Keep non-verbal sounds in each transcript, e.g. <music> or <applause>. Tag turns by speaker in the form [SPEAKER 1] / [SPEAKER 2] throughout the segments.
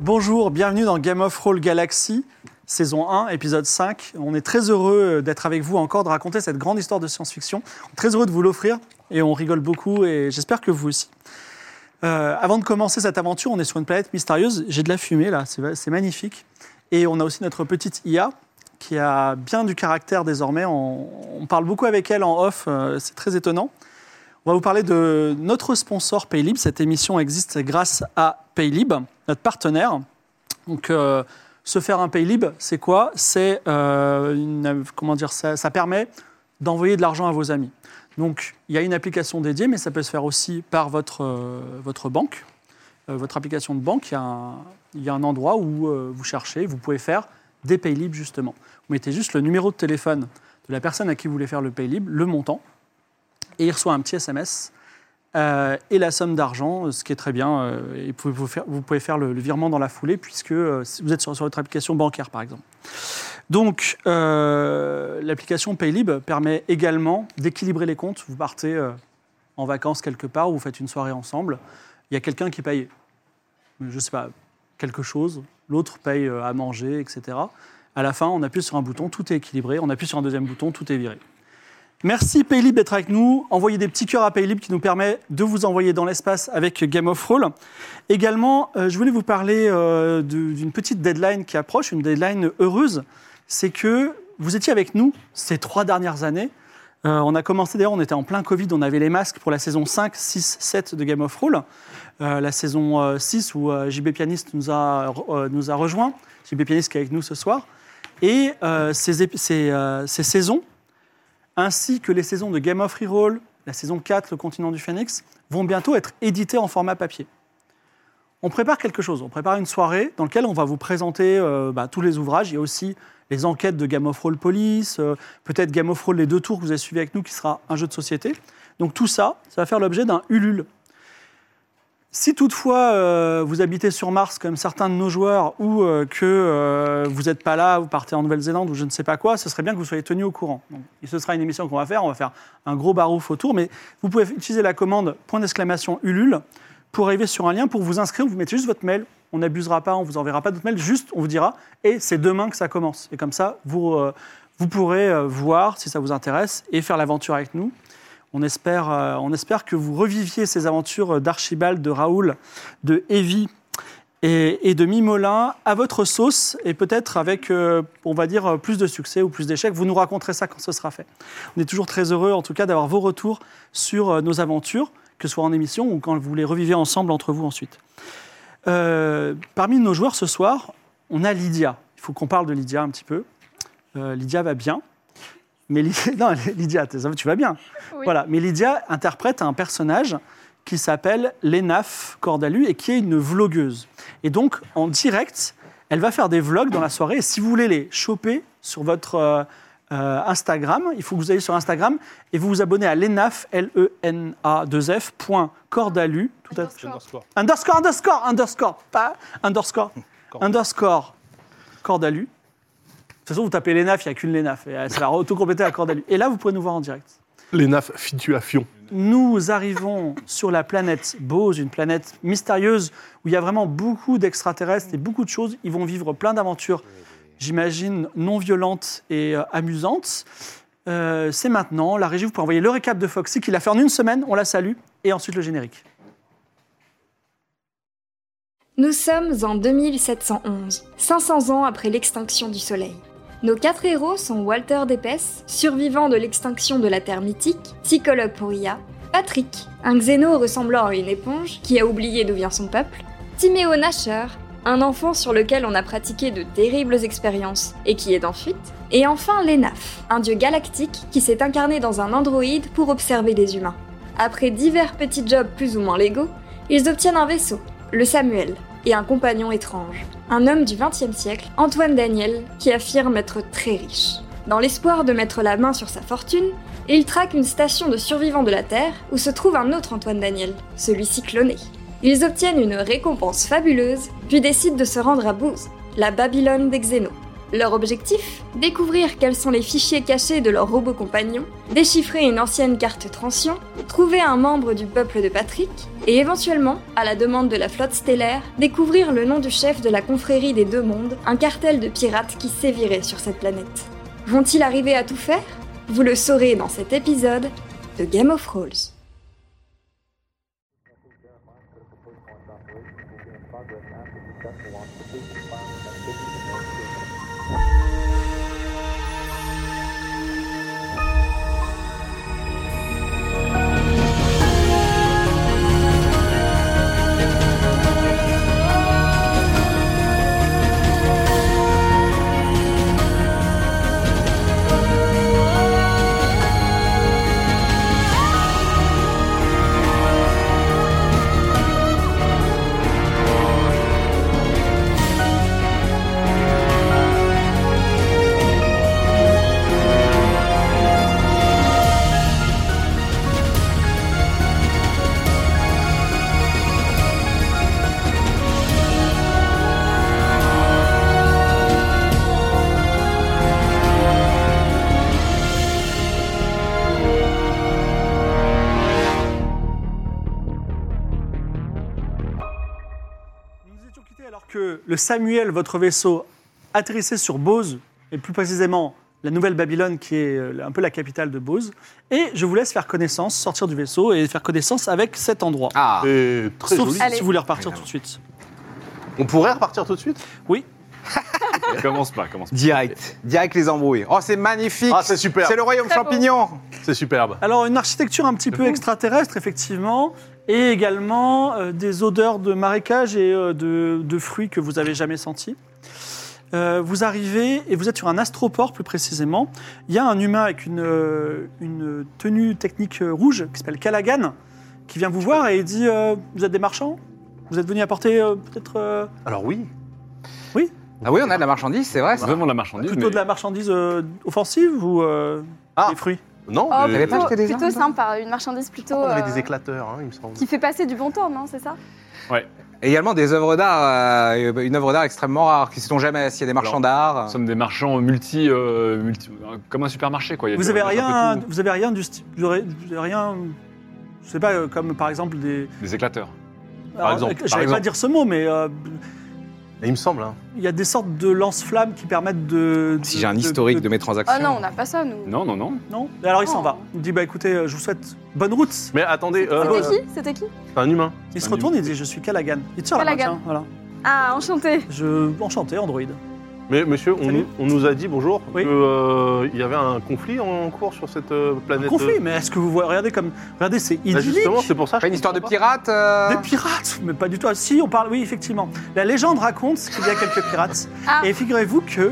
[SPEAKER 1] Bonjour, bienvenue dans Game of Roll Galaxy, saison 1, épisode 5. On est très heureux euh, d'être avec vous encore, de raconter cette grande histoire de science-fiction. Très heureux de vous l'offrir et on rigole beaucoup et j'espère que vous aussi. Euh, avant de commencer cette aventure, on est sur une planète mystérieuse. J'ai de la fumée là, c'est c'est magnifique. Et on a aussi notre petite IA qui a bien du caractère désormais. On, on parle beaucoup avec elle en off, euh, c'est très étonnant. On va vous parler de notre sponsor Paylib. Cette émission existe grâce à Paylib, notre partenaire. Donc, euh, se faire un Paylib, c'est quoi C'est euh, une- comment dire ça, ça permet d'envoyer de l'argent à vos amis. Donc, il y a une application dédiée, mais ça peut se faire aussi par votre, euh, votre banque, Euh, votre application de banque. Il y a un, il y a un endroit où euh, vous cherchez, vous pouvez faire des Paylib justement. Vous mettez juste le numéro de téléphone de la personne à qui vous voulez faire le Paylib, le montant, et il reçoit un petit SMS euh, et la somme d'argent, ce qui est très bien. euh, et vous pouvez, vous faire, vous pouvez faire le, le virement dans la foulée puisque euh, si vous êtes sur, sur votre application bancaire, par exemple. Donc, euh, l'application Paylib permet également d'équilibrer les comptes. Vous partez euh, en vacances quelque part ou vous faites une soirée ensemble. Il y a quelqu'un qui paye, je ne sais pas, quelque chose. L'autre paye euh, à manger, etc. À la fin, on appuie sur un bouton, tout est équilibré. On appuie sur un deuxième bouton, tout est viré. Merci Paylib d'être avec nous. Envoyez des petits cœurs à Paylib qui nous permet de vous envoyer dans l'espace avec Game of Roll. Également, euh, je voulais vous parler euh, de- d'une petite deadline qui approche, une deadline heureuse. C'est que vous étiez avec nous ces trois dernières années. Euh, on a commencé d'ailleurs, on était en plein Covid, on avait les masques pour la saison 5, 6, 7 de Game of Roll. Euh, la saison euh, 6 où euh, JB Pianiste nous a, euh, nous a rejoint. JB Pianiste qui est avec nous ce soir. Et euh, ces, ép- ces, euh, ces saisons ainsi que les saisons de Game of Reroll, la saison 4, le continent du phénix, vont bientôt être éditées en format papier. On prépare quelque chose, on prépare une soirée dans laquelle on va vous présenter euh, bah, tous les ouvrages. Il y a aussi les enquêtes de Game of Roll Police, euh, peut-être Game of Roll Les Deux Tours que vous avez suivi avec nous, qui sera un jeu de société. Donc tout ça, ça va faire l'objet d'un Ulule. Si toutefois euh, vous habitez sur Mars comme certains de nos joueurs ou euh, que euh, vous n'êtes pas là, vous partez en Nouvelle-Zélande ou je ne sais pas quoi, ce serait bien que vous soyez tenu au courant. Donc, et ce sera une émission qu'on va faire, on va faire un gros barouf autour, mais vous pouvez utiliser la commande point d'exclamation Ulule pour arriver sur un lien pour vous inscrire, vous mettez juste votre mail, on n'abusera pas, on vous enverra pas d'autres mails, juste on vous dira et c'est demain que ça commence. Et comme ça, vous, euh, vous pourrez euh, voir si ça vous intéresse et faire l'aventure avec nous. On espère, euh, on espère que vous reviviez ces aventures d'Archibald, de Raoul, de Evie et, et de Mimolin à votre sauce et peut-être avec, euh, on va dire, plus de succès ou plus d'échecs. Vous nous raconterez ça quand ce sera fait. On est toujours très heureux, en tout cas, d'avoir vos retours sur euh, nos aventures, que ce soit en émission ou quand vous les revivez ensemble entre vous ensuite. Euh, parmi nos joueurs ce soir, on a Lydia. Il faut qu'on parle de Lydia un petit peu. Euh, Lydia va bien. Mais Lydia, <laughs> non, Lydia, t'es- ça va, tu vas bien.
[SPEAKER 2] Oui.
[SPEAKER 1] Voilà. Mais Lydia interprète un personnage qui s'appelle Lenaf Cordalu et qui est une vlogueuse. Et donc, en direct, elle va faire des vlogs dans la soirée. Et si vous voulez les choper sur votre euh, euh, Instagram, il faut que vous ayez sur Instagram et vous vous abonnez à E Lenaf, L-E-N-A-2-F, point Cordalu, tout à-
[SPEAKER 3] Underscore.
[SPEAKER 1] Underscore, underscore, underscore, pas underscore,
[SPEAKER 3] <laughs> Cordalu.
[SPEAKER 1] underscore, Cordalu. De toute façon, vous tapez Lenaf, il n'y a qu'une Lenaf. Et, euh, Ça va auto-compléter à Cordalu. Et là, vous pouvez nous voir en direct.
[SPEAKER 4] Les nafs fitu à Fion.
[SPEAKER 1] Nous arrivons sur la planète Bose, une planète mystérieuse où il y a vraiment beaucoup d'extraterrestres et beaucoup de choses. Ils vont vivre plein d'aventures, j'imagine, non violentes et euh, amusantes. Euh, C'est maintenant. La régie, vous pouvez envoyer le récap de Foxy qui l'a fait en une semaine. On la salue. Et ensuite le générique.
[SPEAKER 2] Nous sommes en 2711, 500 ans après l'extinction du Soleil. Nos quatre héros sont Walter Dépès, survivant de l'extinction de la Terre mythique, psychologue pour IA, Patrick, un xéno ressemblant à une éponge qui a oublié d'où vient son peuple, Timéo Nasher, un enfant sur lequel on a pratiqué de terribles expériences et qui est en fuite, et enfin l'Enaf, un dieu galactique qui s'est incarné dans un androïde pour observer les humains. Après divers petits jobs plus ou moins légaux, ils obtiennent un vaisseau, le Samuel, et un compagnon étrange, un homme du XXe siècle, Antoine Daniel, qui affirme être très riche. Dans l'espoir de mettre la main sur sa fortune, il traque une station de survivants de la Terre où se trouve un autre Antoine Daniel, celui-ci cloné. Ils obtiennent une récompense fabuleuse, puis décident de se rendre à Booz, la Babylone des Xénos. Leur objectif Découvrir quels sont les fichiers cachés de leurs robots compagnons, déchiffrer une ancienne carte Transion, trouver un membre du peuple de Patrick, et éventuellement, à la demande de la flotte stellaire, découvrir le nom du chef de la confrérie des deux mondes, un cartel de pirates qui sévirait sur cette planète. Vont-ils arriver à tout faire Vous le saurez dans cet épisode de Game of Rolls.
[SPEAKER 1] Nous nous étions quittés alors que le Samuel, votre vaisseau, atterrissait sur Bose, et plus précisément la nouvelle Babylone qui est euh, un peu la capitale de Bose. Et je vous laisse faire connaissance, sortir du vaisseau et faire connaissance avec cet endroit.
[SPEAKER 5] Ah,
[SPEAKER 4] Et très
[SPEAKER 1] Sauf
[SPEAKER 4] joli.
[SPEAKER 1] si vous voulez repartir tout de suite.
[SPEAKER 4] On pourrait repartir tout de suite
[SPEAKER 3] commence pas, commence pas.
[SPEAKER 6] Direct. Direct les embrouilles. Oh, c'est magnifique.
[SPEAKER 4] Ah, c'est super.
[SPEAKER 6] C'est le royaume
[SPEAKER 7] Très beau.
[SPEAKER 6] champignon.
[SPEAKER 4] C'est superbe.
[SPEAKER 1] Alors, une architecture un petit peu extraterrestre, effectivement, et également euh, des odeurs de marécages et euh, de, de fruits que vous avez jamais sentis. Euh, vous arrivez et vous êtes sur un astroport, plus précisément. Il y a un humain avec une, euh, une tenue technique euh, rouge qui s'appelle Callaghan qui vient vous voir et il dit euh, Vous êtes des marchands Vous êtes venus apporter euh, peut-être euh,
[SPEAKER 4] Alors oui.
[SPEAKER 6] Ah oui, on a de la marchandise, c'est vrai.
[SPEAKER 3] C'est
[SPEAKER 6] ça.
[SPEAKER 3] vraiment de la marchandise.
[SPEAKER 1] Bah, plutôt
[SPEAKER 3] mais
[SPEAKER 1] de la marchandise euh, offensive ou euh,
[SPEAKER 4] Ah.
[SPEAKER 1] des fruits
[SPEAKER 4] Non.
[SPEAKER 7] Oh,
[SPEAKER 4] mais-
[SPEAKER 6] avait pas
[SPEAKER 7] plutôt,
[SPEAKER 6] acheté des
[SPEAKER 7] plutôt
[SPEAKER 6] armes, non
[SPEAKER 7] sympa, une marchandise plutôt
[SPEAKER 4] On avait
[SPEAKER 7] euh,
[SPEAKER 4] des éclateurs, hein, il me semble.
[SPEAKER 7] qui fait passer du bon temps, non C'est ça
[SPEAKER 6] Et également des œuvres d'art, euh, une œuvre d'art extrêmement rare, qui se sont jamais assis. Il y a des marchands d'art.
[SPEAKER 3] Nous sommes des marchands multi, euh, multi- euh, comme un supermarché quoi. Il y a
[SPEAKER 1] Vous
[SPEAKER 3] du-
[SPEAKER 1] avez
[SPEAKER 3] un peu
[SPEAKER 1] rien,
[SPEAKER 3] tout.
[SPEAKER 1] vous avez rien du style, vous avez- vous avez rien, je sais pas, euh, comme par exemple des.
[SPEAKER 3] Des éclateurs.
[SPEAKER 1] Alors,
[SPEAKER 4] exemple,
[SPEAKER 1] euh,
[SPEAKER 4] par
[SPEAKER 1] j'allais pas
[SPEAKER 4] exemple.
[SPEAKER 1] dire ce mot, mais euh,
[SPEAKER 4] Et il me semble. hein.
[SPEAKER 1] il y a des sortes de lance-flammes qui permettent de.
[SPEAKER 6] Si
[SPEAKER 1] de-
[SPEAKER 6] j'ai un
[SPEAKER 1] de-
[SPEAKER 6] historique
[SPEAKER 1] de-
[SPEAKER 6] de mes
[SPEAKER 7] Oh
[SPEAKER 6] transactions.
[SPEAKER 7] non, on n'a pas ça, nous.
[SPEAKER 3] Non non non.
[SPEAKER 1] Non. Et Alors il s'en
[SPEAKER 7] Oh.
[SPEAKER 1] va. Il dit bah écoutez, euh, je vous souhaite bonne route.
[SPEAKER 4] Mais attendez, euh,
[SPEAKER 7] C'était
[SPEAKER 4] euh,
[SPEAKER 7] qui C'était qui
[SPEAKER 4] c'est un humain.
[SPEAKER 1] Il se
[SPEAKER 3] un
[SPEAKER 1] retourne et dit je suis Callaghan. Il tire la main,
[SPEAKER 7] Callaghan.
[SPEAKER 1] tiens, voilà.
[SPEAKER 7] Ah, enchanté.
[SPEAKER 1] Je enchanté Android.
[SPEAKER 4] Mais monsieur, on,
[SPEAKER 1] Salut.
[SPEAKER 4] nous- on nous a dit bonjour
[SPEAKER 1] Oui.
[SPEAKER 4] que, euh, il y avait un conflit en cours sur cette euh,
[SPEAKER 1] Un
[SPEAKER 4] planète.
[SPEAKER 1] conflit,
[SPEAKER 4] euh,
[SPEAKER 1] mais est-ce que vous voyez regardez comme regardez c'est
[SPEAKER 4] bah,
[SPEAKER 1] idyllique.
[SPEAKER 4] justement, c'est pour ça. je
[SPEAKER 6] Pas une histoire de
[SPEAKER 4] comprends
[SPEAKER 6] pirate. euh,
[SPEAKER 1] Des pirates, mais pas du tout. Ah, Si, on parle, oui, effectivement. La légende raconte qu'il y a quelques pirates.
[SPEAKER 7] Ah.
[SPEAKER 1] Et figurez-vous que